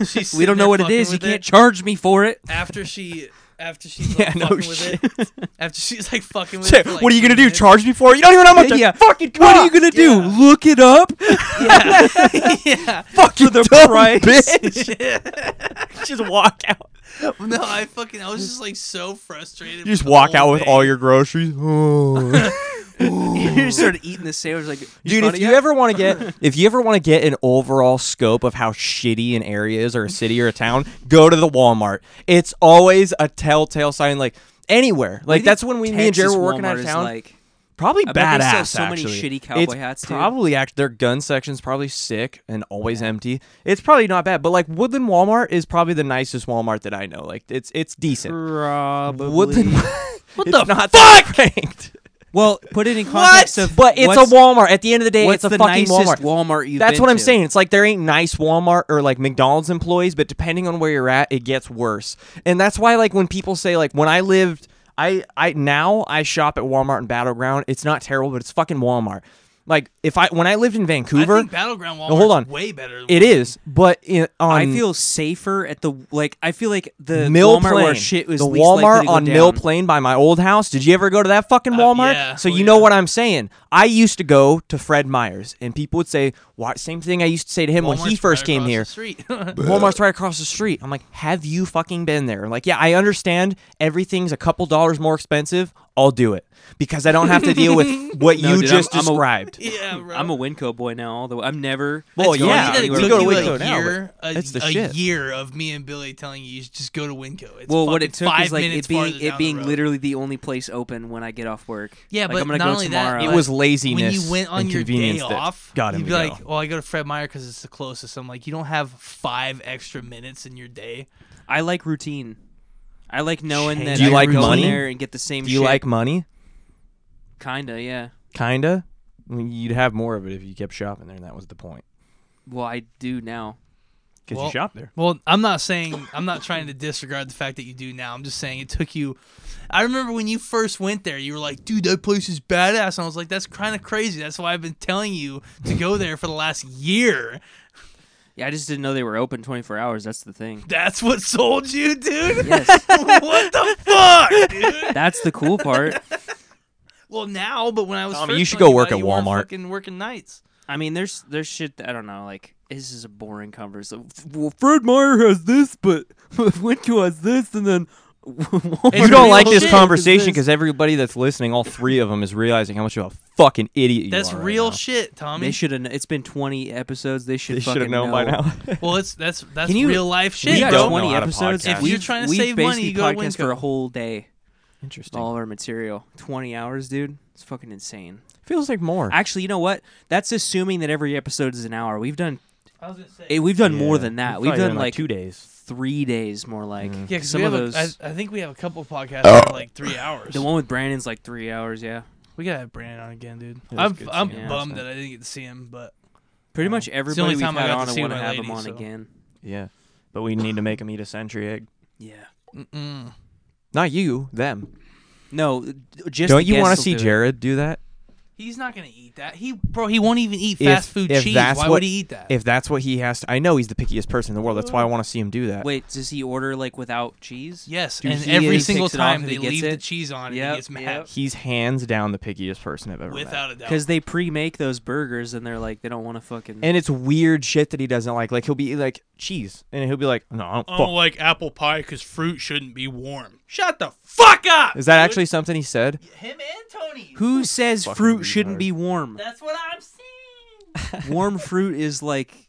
Speaker 2: She's
Speaker 3: We don't know what it is. You can't charge me for
Speaker 2: (laughs)
Speaker 3: it.
Speaker 2: after she,
Speaker 1: (laughs)
Speaker 2: after she's
Speaker 1: Yeah,
Speaker 2: like
Speaker 1: no
Speaker 2: fucking
Speaker 1: shit.
Speaker 2: with it. After she's like fucking with
Speaker 1: Say,
Speaker 2: it. for, like,
Speaker 1: what are you
Speaker 2: three
Speaker 1: gonna do?
Speaker 2: (laughs) minutes.
Speaker 1: Charge me for it? You don't even know how much I
Speaker 3: Yeah.
Speaker 1: fucking
Speaker 3: What are you
Speaker 1: cost!
Speaker 3: gonna do?
Speaker 2: Yeah.
Speaker 3: Look it up?
Speaker 2: (laughs) yeah.
Speaker 1: Fucking
Speaker 3: the
Speaker 1: dumb
Speaker 3: price?
Speaker 1: bitch. (laughs) just walk out.
Speaker 2: No, I fucking. I was just like so frustrated.
Speaker 1: You just walk out with all your groceries.
Speaker 3: (laughs)
Speaker 1: (laughs)
Speaker 3: you just started eating the sandwich like
Speaker 1: Dude, if you ever want to
Speaker 3: (laughs)
Speaker 1: get if you ever want to get an overall scope of how shitty an area is or a city or a town, go to the Walmart. It's always a telltale sign like anywhere. Like that's when we me and Jerry were working out of town.
Speaker 3: Like,
Speaker 1: probably
Speaker 3: bet they
Speaker 1: badass.
Speaker 3: sell so many
Speaker 1: actually.
Speaker 3: shitty cowboy
Speaker 1: It's
Speaker 3: hats, dude.
Speaker 1: Probably act their gun section's probably sick and always empty. It's probably not bad, but like Woodland Walmart is probably the nicest Walmart that I know. Like it's it's decent.
Speaker 3: probably.
Speaker 1: Woodland (laughs) What
Speaker 2: the
Speaker 1: not fuck?
Speaker 3: well, put it in
Speaker 1: What?
Speaker 3: context of
Speaker 1: But it's
Speaker 3: what's-
Speaker 1: a Walmart. At the end of the day, it's
Speaker 3: What's
Speaker 1: a
Speaker 3: the
Speaker 1: fucking
Speaker 3: nicest
Speaker 1: Walmart.
Speaker 3: you've
Speaker 1: That's
Speaker 3: been
Speaker 1: what I'm
Speaker 3: to?
Speaker 1: saying. It's like there ain't nice Walmart or like McDonald's employees, but depending on where you're at, it gets worse. And that's why like when people say like when I lived I I now I shop at Walmart and Battleground, it's not terrible, but it's fucking Walmart. Like if I when I lived in Vancouver,
Speaker 2: I think Battleground Walmart.
Speaker 1: No, hold on.
Speaker 2: Way better. Than
Speaker 1: it is, but in, on
Speaker 3: I feel safer at the like. I feel like the
Speaker 1: Mill
Speaker 3: Walmart
Speaker 1: Plain,
Speaker 3: where shit was
Speaker 1: the
Speaker 3: least
Speaker 1: Walmart
Speaker 3: likely to go
Speaker 1: on Mill
Speaker 3: down. Uh,
Speaker 1: Plain by my old house. Did you ever go to that fucking Walmart?
Speaker 2: yeah.
Speaker 1: So
Speaker 2: Oh,
Speaker 1: you know
Speaker 2: yeah.
Speaker 1: what I'm saying. I used to go to Fred Meyer's, and people would say, "Why?" Same thing I used to say to him when he
Speaker 2: Walmart's
Speaker 1: first
Speaker 2: right
Speaker 1: came
Speaker 2: across
Speaker 1: here.
Speaker 2: the street.
Speaker 1: (laughs)
Speaker 3: Uh,
Speaker 1: Walmart's right across the street. I'm like, have you fucking been there? Like, yeah, I understand everything's a couple dollars more expensive. I'll do it because I don't have to deal
Speaker 3: (laughs)
Speaker 1: with what
Speaker 3: No,
Speaker 1: you
Speaker 3: dude, I'm-
Speaker 1: just
Speaker 3: I'm a- (laughs)
Speaker 1: described.
Speaker 2: yeah, bro.
Speaker 3: I'm a Winco boy now. Although I'm never.
Speaker 1: Well,
Speaker 3: That's
Speaker 1: yeah.
Speaker 3: going
Speaker 2: Funny that it
Speaker 1: You
Speaker 3: anywhere
Speaker 2: took
Speaker 1: go
Speaker 3: with
Speaker 1: to
Speaker 2: you
Speaker 3: Winco.
Speaker 1: Winco
Speaker 2: a
Speaker 1: now,
Speaker 2: year, a,
Speaker 1: that's the
Speaker 2: a
Speaker 1: shit.
Speaker 2: year of me and Billy telling you, you should just go to Winco. It's
Speaker 3: Well, what
Speaker 2: fucking
Speaker 3: it took
Speaker 2: five
Speaker 3: is like
Speaker 2: minutes
Speaker 3: it being
Speaker 2: farther down
Speaker 3: it
Speaker 2: the
Speaker 3: being
Speaker 2: road.
Speaker 3: literally the only place open when I get off work.
Speaker 2: Yeah,
Speaker 3: like,
Speaker 2: but
Speaker 3: I'm gonna
Speaker 2: not
Speaker 3: go
Speaker 2: only that,
Speaker 3: tomorrow.
Speaker 1: It
Speaker 2: But
Speaker 1: was laziness
Speaker 2: when you went on
Speaker 1: and
Speaker 2: your
Speaker 1: convenience
Speaker 2: day
Speaker 1: that
Speaker 2: off,
Speaker 1: got him
Speaker 2: you'd be
Speaker 1: to
Speaker 2: like,
Speaker 1: go.
Speaker 2: "Oh, I go to Fred Meyer because it's the closest." I'm like, you don't have five extra minutes in your day.
Speaker 3: I like routine. I like knowing that
Speaker 1: Do you
Speaker 3: I
Speaker 1: like
Speaker 3: go in
Speaker 1: money?
Speaker 3: there and get the same.
Speaker 1: Do you
Speaker 3: shit.
Speaker 1: like money?
Speaker 3: kinda? Yeah.
Speaker 1: Kinda. I mean, you'd have more of it if you kept shopping there, and that was the point.
Speaker 3: Well, I do now.
Speaker 1: Because
Speaker 2: Well-
Speaker 1: you shop there.
Speaker 2: Well, I'm not saying I'm not trying to disregard the fact that you do now. I'm just saying it took you. I remember when you first went there, you were like, "Dude, that place is badass," and I was like, "That's kind of crazy." That's why I've been telling you to go there for the last year.
Speaker 3: Yeah, I just didn't know they were open 24 hours. That's
Speaker 2: (laughs)
Speaker 3: the thing.
Speaker 2: That's what sold you, dude. (laughs)
Speaker 3: Yes,
Speaker 2: what the fuck, dude?
Speaker 3: that's the cool part.
Speaker 2: Well, now, but when I was,
Speaker 1: Tommy,
Speaker 2: first
Speaker 1: you should
Speaker 2: telling
Speaker 1: go work
Speaker 2: about
Speaker 1: at
Speaker 2: it, you weren't
Speaker 1: Walmart.
Speaker 2: fucking working nights.
Speaker 3: I mean, there's there's shit. That, I don't know. Like this is a boring conversation. Well, Fred Meyer has this, but (laughs) Winco has this, and then
Speaker 1: You
Speaker 2: It's
Speaker 1: don't
Speaker 2: real
Speaker 1: like this
Speaker 2: shit.
Speaker 1: conversation
Speaker 3: Is this-
Speaker 1: because everybody that's listening, all three of them, is realizing how much of a fucking idiot you
Speaker 2: That's
Speaker 1: are. right
Speaker 2: real
Speaker 1: now.
Speaker 2: shit, Tommy.
Speaker 3: They should have. It's been 20 episodes. They should.
Speaker 1: They should
Speaker 3: fucking
Speaker 1: have known by
Speaker 3: know.
Speaker 1: (laughs) now.
Speaker 2: well, it's that's that's
Speaker 3: Can you-
Speaker 2: real life shit.
Speaker 3: we
Speaker 1: got
Speaker 2: bro.
Speaker 3: got
Speaker 1: don't
Speaker 3: 20
Speaker 1: know how to
Speaker 3: episodes.
Speaker 1: podcast.
Speaker 3: If
Speaker 1: If
Speaker 2: you're trying to
Speaker 3: we've
Speaker 2: save money,
Speaker 3: basically
Speaker 2: you go to
Speaker 3: podcast for
Speaker 2: Winco.
Speaker 3: a whole day.
Speaker 1: Interesting.
Speaker 3: All of our material, 20 hours, dude. It's fucking insane.
Speaker 1: Feels like more.
Speaker 3: Actually, you know what? That's assuming that every episode is an hour. We've done.
Speaker 2: I was gonna say.
Speaker 3: eh, We've done more
Speaker 1: Yeah.
Speaker 3: than that.
Speaker 1: We've
Speaker 3: We've
Speaker 1: probably
Speaker 3: done
Speaker 1: two Mm. days.
Speaker 3: three days more like.
Speaker 1: Yeah.
Speaker 2: yeah, because
Speaker 3: some
Speaker 2: we
Speaker 3: of
Speaker 2: have.
Speaker 3: those.
Speaker 2: A, I, I think we have a couple podcasts
Speaker 1: Oh.
Speaker 2: that are like three hours.
Speaker 3: the one with Brandon's like three hours. Yeah.
Speaker 2: we gotta have Brandon on again, dude.
Speaker 1: was
Speaker 2: I'm
Speaker 1: good
Speaker 2: I'm
Speaker 1: seeing
Speaker 3: him.
Speaker 2: bummed
Speaker 3: Yeah, so-
Speaker 2: that I didn't get to see him, but
Speaker 3: Pretty
Speaker 2: Oh.
Speaker 3: much
Speaker 2: It's the
Speaker 3: everybody
Speaker 2: only
Speaker 3: we've
Speaker 2: time I
Speaker 3: had
Speaker 2: got to
Speaker 3: on, I
Speaker 2: see
Speaker 3: want to
Speaker 2: my
Speaker 3: have
Speaker 2: lady,
Speaker 3: them on
Speaker 2: so-
Speaker 3: again.
Speaker 1: Yeah, but we need to make them eat a century egg.
Speaker 3: Yeah.
Speaker 2: mm-mm.
Speaker 1: Not you, them.
Speaker 3: No, d- just
Speaker 1: Don't you
Speaker 3: want
Speaker 1: want to
Speaker 3: to
Speaker 1: see Jared do that?
Speaker 2: he's not gonna eat that. He bro, he won't even eat
Speaker 1: If-
Speaker 2: fast food
Speaker 1: if
Speaker 2: cheese.
Speaker 1: that's
Speaker 2: Why
Speaker 1: what-
Speaker 2: would he eat that?
Speaker 1: If that's what he has to, I know he's the pickiest person in the world. That's why I want to see him do that.
Speaker 3: Wait, does he order like without cheese?
Speaker 2: yes,
Speaker 3: Dude,
Speaker 2: and
Speaker 3: he
Speaker 2: every
Speaker 3: is-
Speaker 2: single
Speaker 3: takes it off
Speaker 2: time
Speaker 3: and
Speaker 2: they
Speaker 3: he gets
Speaker 2: leave the
Speaker 3: it.
Speaker 2: cheese on, and
Speaker 3: Yep,
Speaker 2: he gets mad.
Speaker 3: yep.
Speaker 1: He's hands down the pickiest person I've ever met.
Speaker 2: Without a doubt,
Speaker 3: Because they pre-make those burgers and they're like they don't want to fucking.
Speaker 1: And it's weird shit that he doesn't like. Like he'll be like cheese, and he'll be like, "No, I don't
Speaker 2: I
Speaker 1: fuck."
Speaker 2: don't like apple pie because fruit shouldn't be warm. Shut the fuck up.
Speaker 1: Is that actually something he said?
Speaker 2: him and Tony?
Speaker 3: Who says
Speaker 1: Fucking
Speaker 3: fruit shouldn't
Speaker 1: retard.
Speaker 3: be warm?
Speaker 2: That's what I'm seeing.
Speaker 3: (laughs) warm fruit is like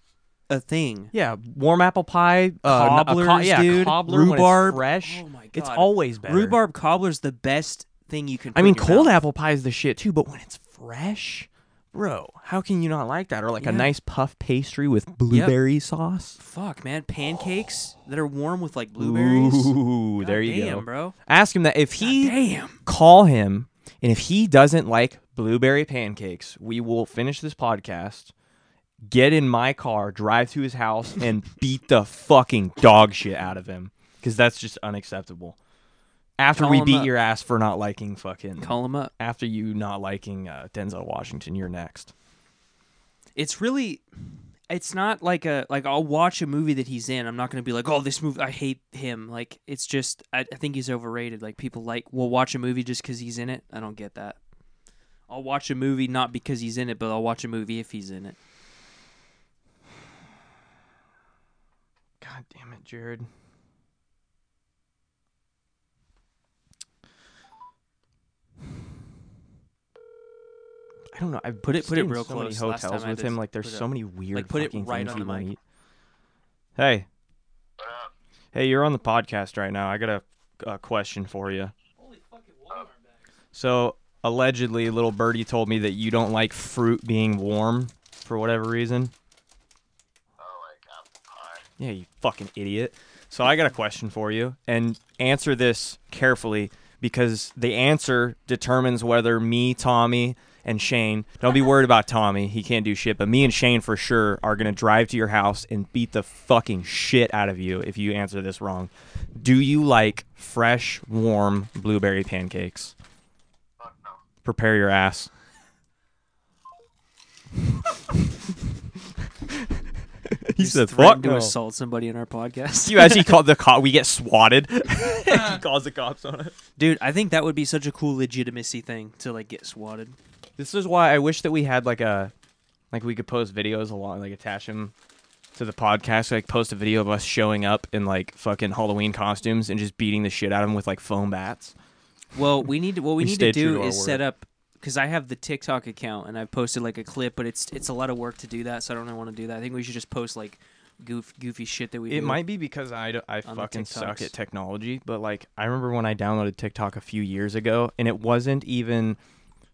Speaker 3: a thing.
Speaker 1: Yeah, warm apple pie, uh, n- a co-
Speaker 3: Cobblers,
Speaker 1: yeah,
Speaker 3: dude.
Speaker 1: cobbler when it's
Speaker 3: Rhubarb.
Speaker 1: fresh.
Speaker 3: Oh my
Speaker 1: It's
Speaker 3: God.
Speaker 1: always better.
Speaker 3: Rhubarb cobbler's the best thing you can.
Speaker 1: I
Speaker 3: put
Speaker 1: mean,
Speaker 3: in your
Speaker 1: cold
Speaker 3: mouth.
Speaker 1: apple pie is the shit too, but when it's fresh, bro, how can you not like that? Or like
Speaker 3: Yeah.
Speaker 1: a nice puff pastry with blueberry sauce.
Speaker 3: Fuck, man, pancakes that are warm with like blueberries. (laughs)
Speaker 1: Ooh,
Speaker 3: God
Speaker 1: there you
Speaker 3: damn,
Speaker 1: go.
Speaker 3: bro.
Speaker 1: Ask him that if he
Speaker 3: Damn.
Speaker 1: call him, and if he doesn't like blueberry pancakes, we will finish this podcast. Get in my car, drive to his house, and
Speaker 3: (laughs)
Speaker 1: beat the fucking dog shit out of him because that's just unacceptable. After
Speaker 3: Call
Speaker 1: we
Speaker 3: him
Speaker 1: beat
Speaker 3: up.
Speaker 1: your ass for not liking fucking
Speaker 3: Call him up.
Speaker 1: after you not liking uh, Denzel Washington, you're next.
Speaker 3: it's really it's not like a like I'll watch a movie that he's in. I'm not gonna be like, oh, this movie I hate him. Like it's just I, I think he's overrated. Like people like will watch a movie just because he's in it. I don't get that. I'll watch a movie not because he's in it, but I'll watch a movie if he's in it.
Speaker 1: God damn it, Jared. I don't know. I
Speaker 3: Put it- put it real
Speaker 1: so many
Speaker 3: close. Last
Speaker 1: hotels
Speaker 3: time I
Speaker 1: with
Speaker 3: did
Speaker 1: him.
Speaker 3: s-
Speaker 1: Like there's
Speaker 3: put it
Speaker 1: so
Speaker 3: up.
Speaker 1: many weird
Speaker 3: Like, put it
Speaker 1: fucking
Speaker 3: right
Speaker 1: things
Speaker 3: on
Speaker 1: you
Speaker 3: the
Speaker 1: wanna
Speaker 3: mic.
Speaker 1: eat. Hey. Hey, you're on the podcast right now. I got a, a question for you. So allegedly, little birdie told me that you don't like fruit being warm for whatever reason. Yeah, you fucking idiot. So I got a question for you, and answer this carefully because the answer determines whether me, Tommy, and Shane. Don't be worried about Tommy; he can't do shit. But me and Shane for sure are gonna drive to your house and beat the fucking shit out of you if you answer this wrong. Do you like fresh, warm
Speaker 3: (laughs)
Speaker 1: blueberry pancakes? Prepare your ass. he
Speaker 3: He's
Speaker 1: said, "Fuck
Speaker 3: threatened to
Speaker 1: no."
Speaker 3: assault somebody in our (laughs) podcast.
Speaker 1: You actually called the cop. We get swatted. (laughs) he calls the cops on it.
Speaker 3: Dude, I think that would be such a cool legitimacy thing to like get swatted.
Speaker 1: This is why I wish that we had like a, like we could post videos along, like attach them to the podcast. Like post a video of us showing up in like fucking Halloween costumes and just beating the shit out of them with like foam bats.
Speaker 3: Well, we need
Speaker 1: (laughs)
Speaker 3: to, what
Speaker 1: We
Speaker 3: we, need
Speaker 1: stay
Speaker 3: to
Speaker 1: true
Speaker 3: do
Speaker 1: to our
Speaker 3: is
Speaker 1: word.
Speaker 3: set up because I have the TikTok account and I've posted like a clip, but it's it's a lot of work to do that, so I don't really want to do that. I think we should just post like goof, goofy shit that we.
Speaker 1: It
Speaker 3: do.
Speaker 1: might be because I, d- I
Speaker 3: the
Speaker 1: fucking suck
Speaker 3: TikToks.
Speaker 1: at technology, but like I remember when I downloaded TikTok a few years ago, and it wasn't even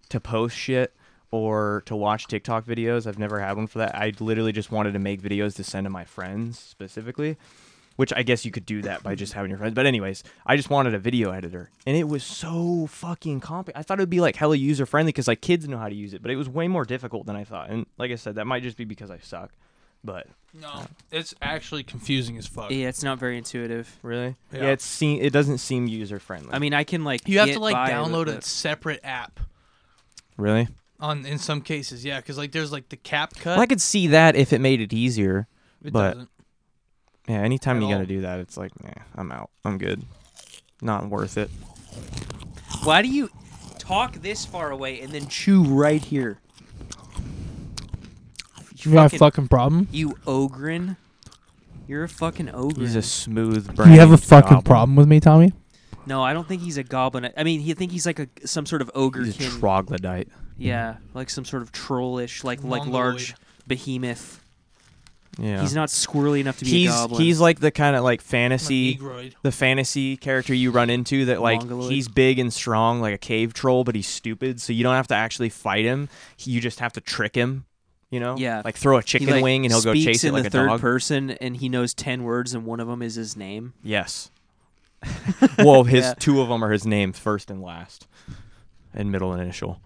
Speaker 1: to post shit or to watch TikTok videos. I've never had one for that. I literally just wanted to make videos to send to my friends specifically, which I guess you could do that by just having your friends. But anyways, I just wanted a video editor, and it was so fucking comp. I thought it would be like hella user friendly because like kids know how to use it, but it was way more difficult than I thought. And like I said, that might just be because I suck. But
Speaker 2: No, it's actually confusing as fuck.
Speaker 3: Yeah, it's not very intuitive.
Speaker 1: Really? Yeah.
Speaker 2: Yeah.
Speaker 1: it's seem it doesn't seem user friendly.
Speaker 3: I mean, I can like
Speaker 2: You have
Speaker 3: get
Speaker 2: to like
Speaker 3: by
Speaker 2: download
Speaker 3: with
Speaker 2: a separate app
Speaker 1: really?
Speaker 2: on in some cases. Yeah, because like there's like the cap cut.
Speaker 1: Well, I could see that if it made it easier.
Speaker 2: it
Speaker 1: but-
Speaker 2: doesn't.
Speaker 1: Yeah, anytime
Speaker 2: At
Speaker 1: you got
Speaker 2: all.
Speaker 1: to do that, it's like, nah, I'm out. I'm good. Not worth it.
Speaker 3: Why do you talk this far away and then chew right here?
Speaker 2: You have a
Speaker 3: fucking-
Speaker 2: fucking problem.
Speaker 3: You ogrin. You're a fucking ogrin.
Speaker 1: He's a smooth brain.
Speaker 2: You have a fucking
Speaker 1: goblin.
Speaker 2: problem with me, Tommy.
Speaker 3: No, I don't think he's a goblin. I mean, he I think he's like a some sort of ogre
Speaker 1: He's a
Speaker 3: king.
Speaker 1: troglodyte.
Speaker 3: yeah,
Speaker 1: Mm-hmm.
Speaker 3: like some sort of trollish, like like large behemoth.
Speaker 1: Yeah.
Speaker 3: He's not squirrely enough to be a
Speaker 1: he's,
Speaker 3: goblin.
Speaker 1: he's like the kind of like
Speaker 2: I'm a
Speaker 1: fantasy
Speaker 2: Negroid.
Speaker 1: the fantasy character you run into that like
Speaker 3: Mongoloid.
Speaker 1: he's big and strong like a cave troll but he's stupid so you don't have to actually fight him He- you just have to trick him you know
Speaker 3: Yeah.
Speaker 1: like throw a
Speaker 3: He,
Speaker 1: chicken
Speaker 3: like,
Speaker 1: wing and he'll go
Speaker 3: speaks
Speaker 1: chase
Speaker 3: in
Speaker 1: it like
Speaker 3: the
Speaker 1: a
Speaker 3: third
Speaker 1: dog
Speaker 3: person, and he knows ten words, and one of them is his name.
Speaker 1: Yes. (laughs) well, his
Speaker 3: Yeah.
Speaker 1: two of them are his name, first and last, and middle initial.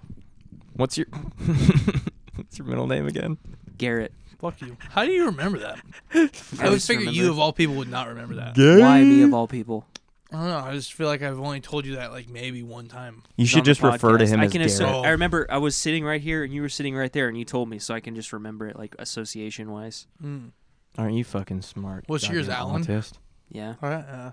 Speaker 1: What's your (laughs) What's your middle name again?
Speaker 3: Garrett.
Speaker 2: Fuck you. How do you remember that? I always
Speaker 3: always
Speaker 2: figure you
Speaker 3: remember-
Speaker 2: of all people would not remember that.
Speaker 3: Why me of all people?
Speaker 2: I don't know. I just feel like I've only told you that like maybe one time.
Speaker 1: You
Speaker 3: on
Speaker 1: should
Speaker 3: the
Speaker 1: just refer to
Speaker 3: podcast.
Speaker 1: him
Speaker 3: I
Speaker 1: as
Speaker 3: can
Speaker 1: Garrett.
Speaker 3: associ-
Speaker 2: Garrett.
Speaker 3: I remember I was sitting right here and you were sitting right there, and you told me, so I can just remember it like association wise.
Speaker 2: Mm.
Speaker 1: Aren't you fucking smart?
Speaker 2: What's yours,
Speaker 1: goddamn
Speaker 2: Alan?
Speaker 1: Autist?
Speaker 3: Yeah.
Speaker 2: All right. Uh,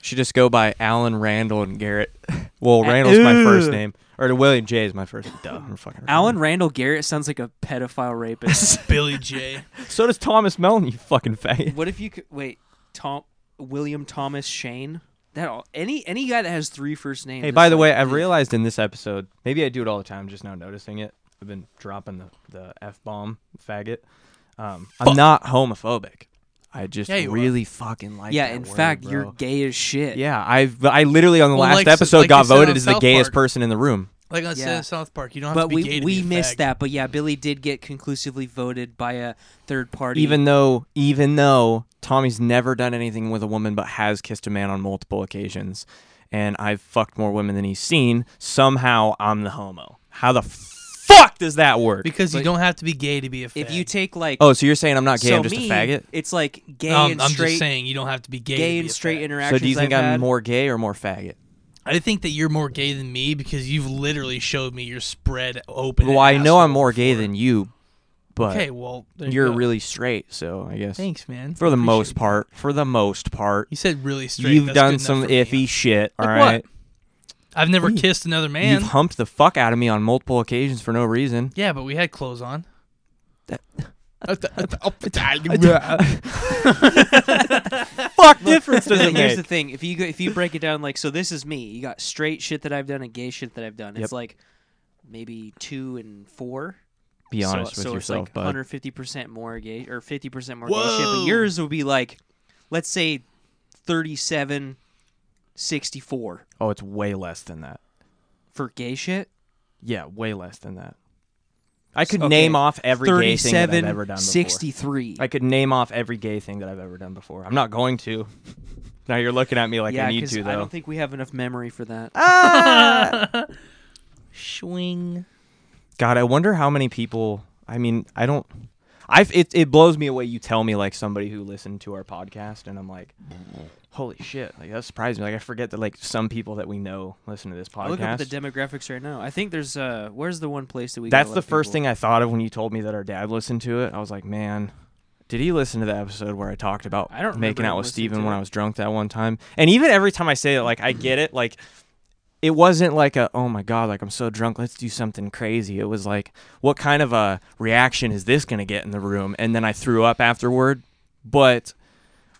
Speaker 1: Should just go by Alan Randall and Garrett. (laughs) Well,
Speaker 3: A-
Speaker 1: Randall's my first
Speaker 3: Ew.
Speaker 1: name, or William J is my first. Duh, I'm fucking.
Speaker 3: Alan Randall Garrett sounds like a pedophile rapist.
Speaker 2: Billy (laughs) J.
Speaker 1: (laughs) So does Thomas Mellon. You fucking faggot.
Speaker 3: (laughs) what if you could wait, Tom William Thomas Shane? That all, any any guy that has three first names.
Speaker 1: Hey,
Speaker 3: it's
Speaker 1: by the
Speaker 3: like,
Speaker 1: way, I've
Speaker 3: dude,
Speaker 1: realized in this episode, maybe I do it all the time, just now noticing it. I've been dropping the, the F bomb, faggot. Um, I'm not homophobic. I just
Speaker 2: Yeah, you are.
Speaker 1: really fucking like
Speaker 3: Yeah,
Speaker 1: that
Speaker 3: in
Speaker 1: word,
Speaker 3: fact,
Speaker 1: bro.
Speaker 3: you're gay as shit.
Speaker 1: Yeah, I've I literally on the
Speaker 2: Well,
Speaker 1: last
Speaker 2: like-
Speaker 1: episode
Speaker 2: like they
Speaker 1: got
Speaker 2: said
Speaker 1: voted
Speaker 2: on
Speaker 1: as the
Speaker 2: South
Speaker 1: gayest
Speaker 2: Park.
Speaker 1: person in the room.
Speaker 2: Like I said
Speaker 3: Yeah.
Speaker 2: in South Park, you don't have
Speaker 3: But
Speaker 2: to be gay
Speaker 3: we
Speaker 2: to
Speaker 3: we
Speaker 2: be a
Speaker 3: missed
Speaker 2: fag.
Speaker 3: that. But yeah, Billy did get conclusively voted by a third party.
Speaker 1: Even though even though Tommy's never done anything with a woman but has kissed a man on multiple occasions and I've fucked more women than he's seen, somehow I'm the homo. How the fuck does that work?
Speaker 2: because you
Speaker 3: But-
Speaker 2: don't have to be gay to be a fag.
Speaker 3: if you take like
Speaker 1: Oh, so you're saying I'm not gay?
Speaker 3: so
Speaker 1: I'm just
Speaker 3: me,
Speaker 1: a faggot.
Speaker 3: It's like gay
Speaker 2: um,
Speaker 3: and
Speaker 2: I'm just
Speaker 3: straight,
Speaker 2: saying you don't have to be gay. to
Speaker 3: gay
Speaker 2: be
Speaker 3: and
Speaker 2: a
Speaker 3: straight
Speaker 2: fag.
Speaker 1: So
Speaker 3: interactions.
Speaker 1: do you think
Speaker 3: I've
Speaker 1: I'm
Speaker 3: had. (laughs)
Speaker 1: more gay or more faggot?
Speaker 2: I think that you're more gay than me because you've literally showed me your spread open.
Speaker 1: Well, I know I'm
Speaker 2: asshole
Speaker 1: more gay
Speaker 2: before.
Speaker 1: than you, but
Speaker 2: Okay, well, there you
Speaker 1: you're
Speaker 2: go.
Speaker 1: really straight. So I guess
Speaker 2: Thanks, man.
Speaker 1: for the
Speaker 2: Appreciate
Speaker 1: most
Speaker 2: it.
Speaker 1: part, for the most part,
Speaker 2: You said really straight.
Speaker 1: you've
Speaker 2: That's good
Speaker 1: done
Speaker 2: enough
Speaker 1: some
Speaker 2: for me.
Speaker 1: iffy shit. All
Speaker 2: Like
Speaker 1: right,
Speaker 2: what? I've never
Speaker 1: What do you-
Speaker 2: kissed another man.
Speaker 1: (laughs) you've humped the fuck out of me on multiple occasions for no reason.
Speaker 2: Yeah, but we had clothes on.
Speaker 1: (laughs)
Speaker 2: (laughs)
Speaker 1: fuck difference does (laughs)
Speaker 3: But
Speaker 1: it
Speaker 3: here's
Speaker 1: make?
Speaker 3: the thing: if you go, if you break it down, like so, this is me. You got straight shit that I've done and gay shit that I've done.
Speaker 1: Yep.
Speaker 3: It's like maybe two and four.
Speaker 1: Be honest
Speaker 3: so,
Speaker 1: with
Speaker 3: so
Speaker 1: yourself,
Speaker 3: it's like
Speaker 1: bud.
Speaker 3: 150 percent more gay or 50 percent more gay shit. But
Speaker 2: Whoa.
Speaker 3: yours would be like, let's say, 37, 64
Speaker 1: Oh, it's way less than that.
Speaker 3: for gay shit.
Speaker 1: Yeah, way less than that. I could
Speaker 3: Okay.
Speaker 1: name off every gay thing that
Speaker 3: 37,
Speaker 1: I've ever done before.
Speaker 3: 63.
Speaker 1: I could name off every gay thing that I've ever done before. I'm not going to. (laughs) now you're looking at me like
Speaker 3: yeah,
Speaker 1: I need
Speaker 3: 'cause
Speaker 1: to, though. Ah!
Speaker 3: I don't think we have enough memory for that.
Speaker 2: Swing.
Speaker 1: God, I wonder how many people. I mean, I don't. I it it blows me away. You tell me like somebody who listened to our podcast, and I'm like, holy shit! Like that surprised me. Like I forget that like some people that we know listen to this
Speaker 3: I look up
Speaker 1: podcast.
Speaker 3: at the demographics right now. I think there's uh, where's the one place that we? got a
Speaker 1: That's
Speaker 3: lot
Speaker 1: the
Speaker 3: of
Speaker 1: first
Speaker 3: people?
Speaker 1: thing I thought of when you told me that our dad listened to it. I was like, man, Did he listen to the episode where I talked about
Speaker 3: I don't remember
Speaker 1: making
Speaker 3: him
Speaker 1: out with
Speaker 3: listening to
Speaker 1: Steven when
Speaker 3: it.
Speaker 1: I was drunk that one time? And even every time I say it, like I get it, like it wasn't like a oh my god, like I'm so drunk, let's do something crazy. It was like what kind of a reaction is this gonna get in the room? And then I threw up afterward, but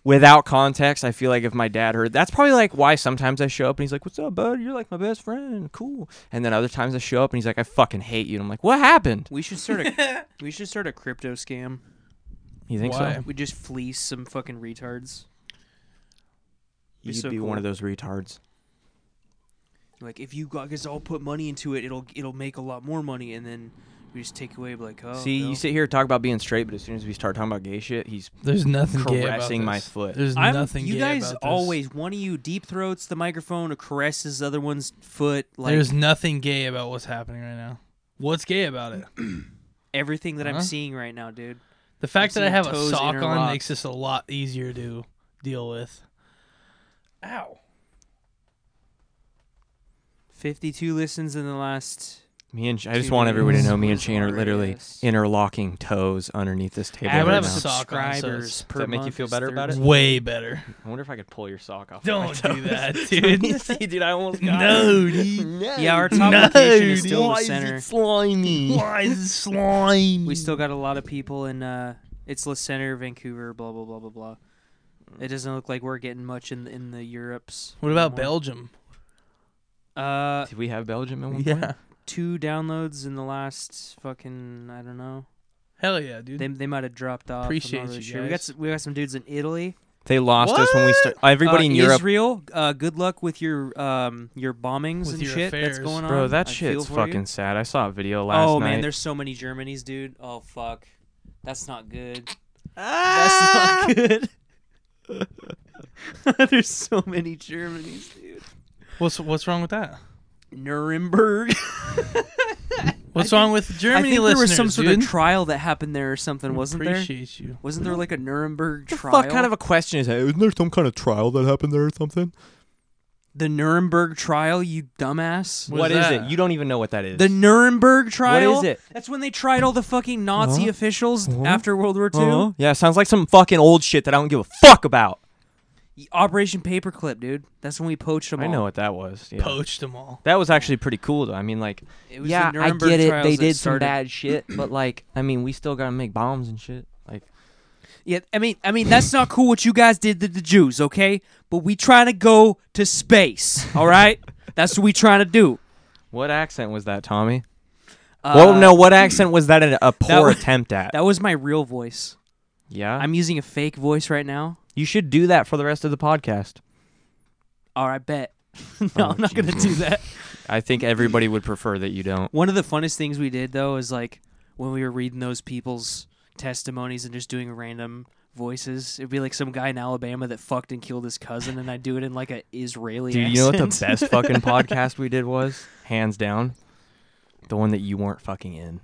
Speaker 1: without context, I feel like if my dad heard, that's probably like why sometimes I show up and he's like, "What's up, bud? You're like my best friend, cool." And then other times I show up and he's like, "I fucking hate you." And I'm like, "What happened?"
Speaker 3: We should start
Speaker 1: (laughs)
Speaker 3: a we should start a crypto scam.
Speaker 1: You think
Speaker 2: Why?
Speaker 1: so?
Speaker 3: We just fleece some fucking retards. Be
Speaker 1: You'd
Speaker 3: so
Speaker 1: be
Speaker 3: cool.
Speaker 1: one of those retards.
Speaker 3: Like if you guys all put money into it, it'll it'll make a lot more money, and then we just take away like oh.
Speaker 1: See,
Speaker 3: no.
Speaker 1: you sit here and talk about being straight, but as soon as we start talking about gay shit, he's
Speaker 2: There's nothing gay about
Speaker 1: Caressing
Speaker 2: this.
Speaker 1: my foot.
Speaker 2: There's
Speaker 3: I'm,
Speaker 2: nothing.
Speaker 3: You
Speaker 2: gay
Speaker 3: guys
Speaker 2: about this.
Speaker 3: always one of you deep throats the microphone or caresses the other one's foot. Like
Speaker 2: There's nothing gay about what's happening right now. What's gay about it?
Speaker 3: everything that
Speaker 2: Huh?
Speaker 3: I'm seeing right now, dude.
Speaker 2: The fact that I
Speaker 3: Absolute
Speaker 2: have a
Speaker 3: toes
Speaker 2: sock on
Speaker 3: interlocked.
Speaker 2: makes this a lot easier to deal with. Ow.
Speaker 3: Fifty-two listens in the last.
Speaker 1: me and Sh- I just
Speaker 3: Dude,
Speaker 1: want everyone to
Speaker 3: this
Speaker 1: know me and
Speaker 3: was
Speaker 1: Shane are literally
Speaker 3: hilarious.
Speaker 1: interlocking toes underneath this table.
Speaker 2: I would
Speaker 1: right
Speaker 2: have a
Speaker 1: now.
Speaker 2: sock on, so
Speaker 3: subscribers
Speaker 2: it's-
Speaker 3: per
Speaker 1: that make you
Speaker 3: month
Speaker 1: feel
Speaker 3: is
Speaker 1: better about it?
Speaker 3: 30.
Speaker 2: Way better.
Speaker 1: I wonder if I could pull your sock off.
Speaker 2: Don't
Speaker 1: my
Speaker 2: do
Speaker 1: (laughs)
Speaker 2: that,
Speaker 1: toes.
Speaker 2: dude.
Speaker 1: You See, dude, I almost got
Speaker 2: No,
Speaker 1: it. (laughs)
Speaker 2: dude.
Speaker 1: No.
Speaker 3: Yeah, our top
Speaker 2: No,
Speaker 3: location is
Speaker 2: dude.
Speaker 3: still
Speaker 1: Why
Speaker 3: the
Speaker 1: is
Speaker 3: center.
Speaker 1: it slimy?
Speaker 2: Why is it slime?
Speaker 3: We still got a lot of people in uh it's the center of Vancouver, blah blah blah blah blah. It doesn't look like we're getting much in in the Europe's.
Speaker 2: What about
Speaker 3: anymore.
Speaker 2: Belgium?
Speaker 3: Uh
Speaker 1: Did we have Belgium in one point?
Speaker 3: two downloads in the last fucking I don't know.
Speaker 2: Hell yeah, dude.
Speaker 3: They they might have dropped off. I'm not
Speaker 2: Appreciate
Speaker 3: really
Speaker 2: you
Speaker 3: sure. We got
Speaker 2: guys.
Speaker 3: s- we got some dudes in Italy.
Speaker 1: They lost us when we
Speaker 2: What?
Speaker 1: started. Everybody
Speaker 3: Uh,
Speaker 1: in Europe,
Speaker 3: Israel, uh good luck with your um your bombings
Speaker 2: With
Speaker 3: and
Speaker 2: your
Speaker 3: shit
Speaker 2: affairs.
Speaker 3: that's going on.
Speaker 1: bro, that
Speaker 3: I feel
Speaker 1: shit's
Speaker 3: for you.
Speaker 1: fucking sad. I saw a video last
Speaker 3: Oh
Speaker 1: night.
Speaker 3: man, there's so many Germanys, dude. Oh fuck. That's
Speaker 1: (laughs)
Speaker 3: not good.
Speaker 1: Ah!
Speaker 3: That's not good. (laughs) There's so many Germanys, dude.
Speaker 2: What's what's wrong with that?
Speaker 3: Nuremberg.
Speaker 2: What's wrong with
Speaker 3: I
Speaker 2: Germany
Speaker 3: think there was some
Speaker 2: listeners,
Speaker 3: sort
Speaker 2: dude?
Speaker 3: of trial that happened there or something, wasn't there?
Speaker 2: Appreciate you.
Speaker 3: Wasn't there like a Nuremberg
Speaker 1: What the
Speaker 3: trial?
Speaker 1: fuck kind of a question is that? Isn't there some kind of trial that happened there or something?
Speaker 3: the Nuremberg trial, you dumbass.
Speaker 2: What
Speaker 1: what
Speaker 2: is
Speaker 1: is, it?
Speaker 2: that?
Speaker 1: You don't even know what that is.
Speaker 3: The Nuremberg trial.
Speaker 1: is it?
Speaker 3: That's when they tried all the fucking Nazi
Speaker 1: Huh?
Speaker 3: officials
Speaker 1: Huh?
Speaker 3: after World War II.
Speaker 1: Uh-huh. Yeah, sounds like some fucking old shit that I don't give a fuck about.
Speaker 3: Operation Paperclip, dude. That's when we poached them.
Speaker 1: I
Speaker 3: all.
Speaker 1: know what that was. Yeah.
Speaker 2: Poached them all.
Speaker 1: That was actually pretty cool though. I mean, like,
Speaker 3: It was
Speaker 1: yeah,
Speaker 3: the
Speaker 1: I
Speaker 3: Nuremberg
Speaker 1: get it.
Speaker 3: trials
Speaker 1: They
Speaker 3: that
Speaker 1: did some
Speaker 3: started-
Speaker 1: bad
Speaker 3: (clears throat)
Speaker 1: shit, but like, I mean, we still gotta make bombs and shit. Like,
Speaker 3: Yeah, I mean, I mean, that's not cool what you guys did to the Jews, okay? But we trying to go to
Speaker 1: (laughs)
Speaker 3: space, all right? that's what we trying to do.
Speaker 1: what accent was that, Tommy?
Speaker 3: Uh,
Speaker 1: well, no, what accent was that? A, a poor
Speaker 3: was-
Speaker 1: attempt at.
Speaker 3: that was my real voice.
Speaker 1: yeah,
Speaker 3: I'm using a fake voice right now.
Speaker 1: you should do that for the rest of the podcast.
Speaker 3: All right, bet. (laughs) no,
Speaker 1: Oh,
Speaker 3: I'm not gonna do that.
Speaker 1: I think everybody would prefer that you don't.
Speaker 3: One of the funnest things we did though is like when we were reading those people's testimonies and just doing random voices. It'd be like some guy in Alabama that fucked and killed his cousin, and I would do it in like a Israeli.
Speaker 1: Dude, you know what the
Speaker 3: accent.
Speaker 1: best (laughs) fucking podcast we did was? Hands down. The one that you weren't fucking in.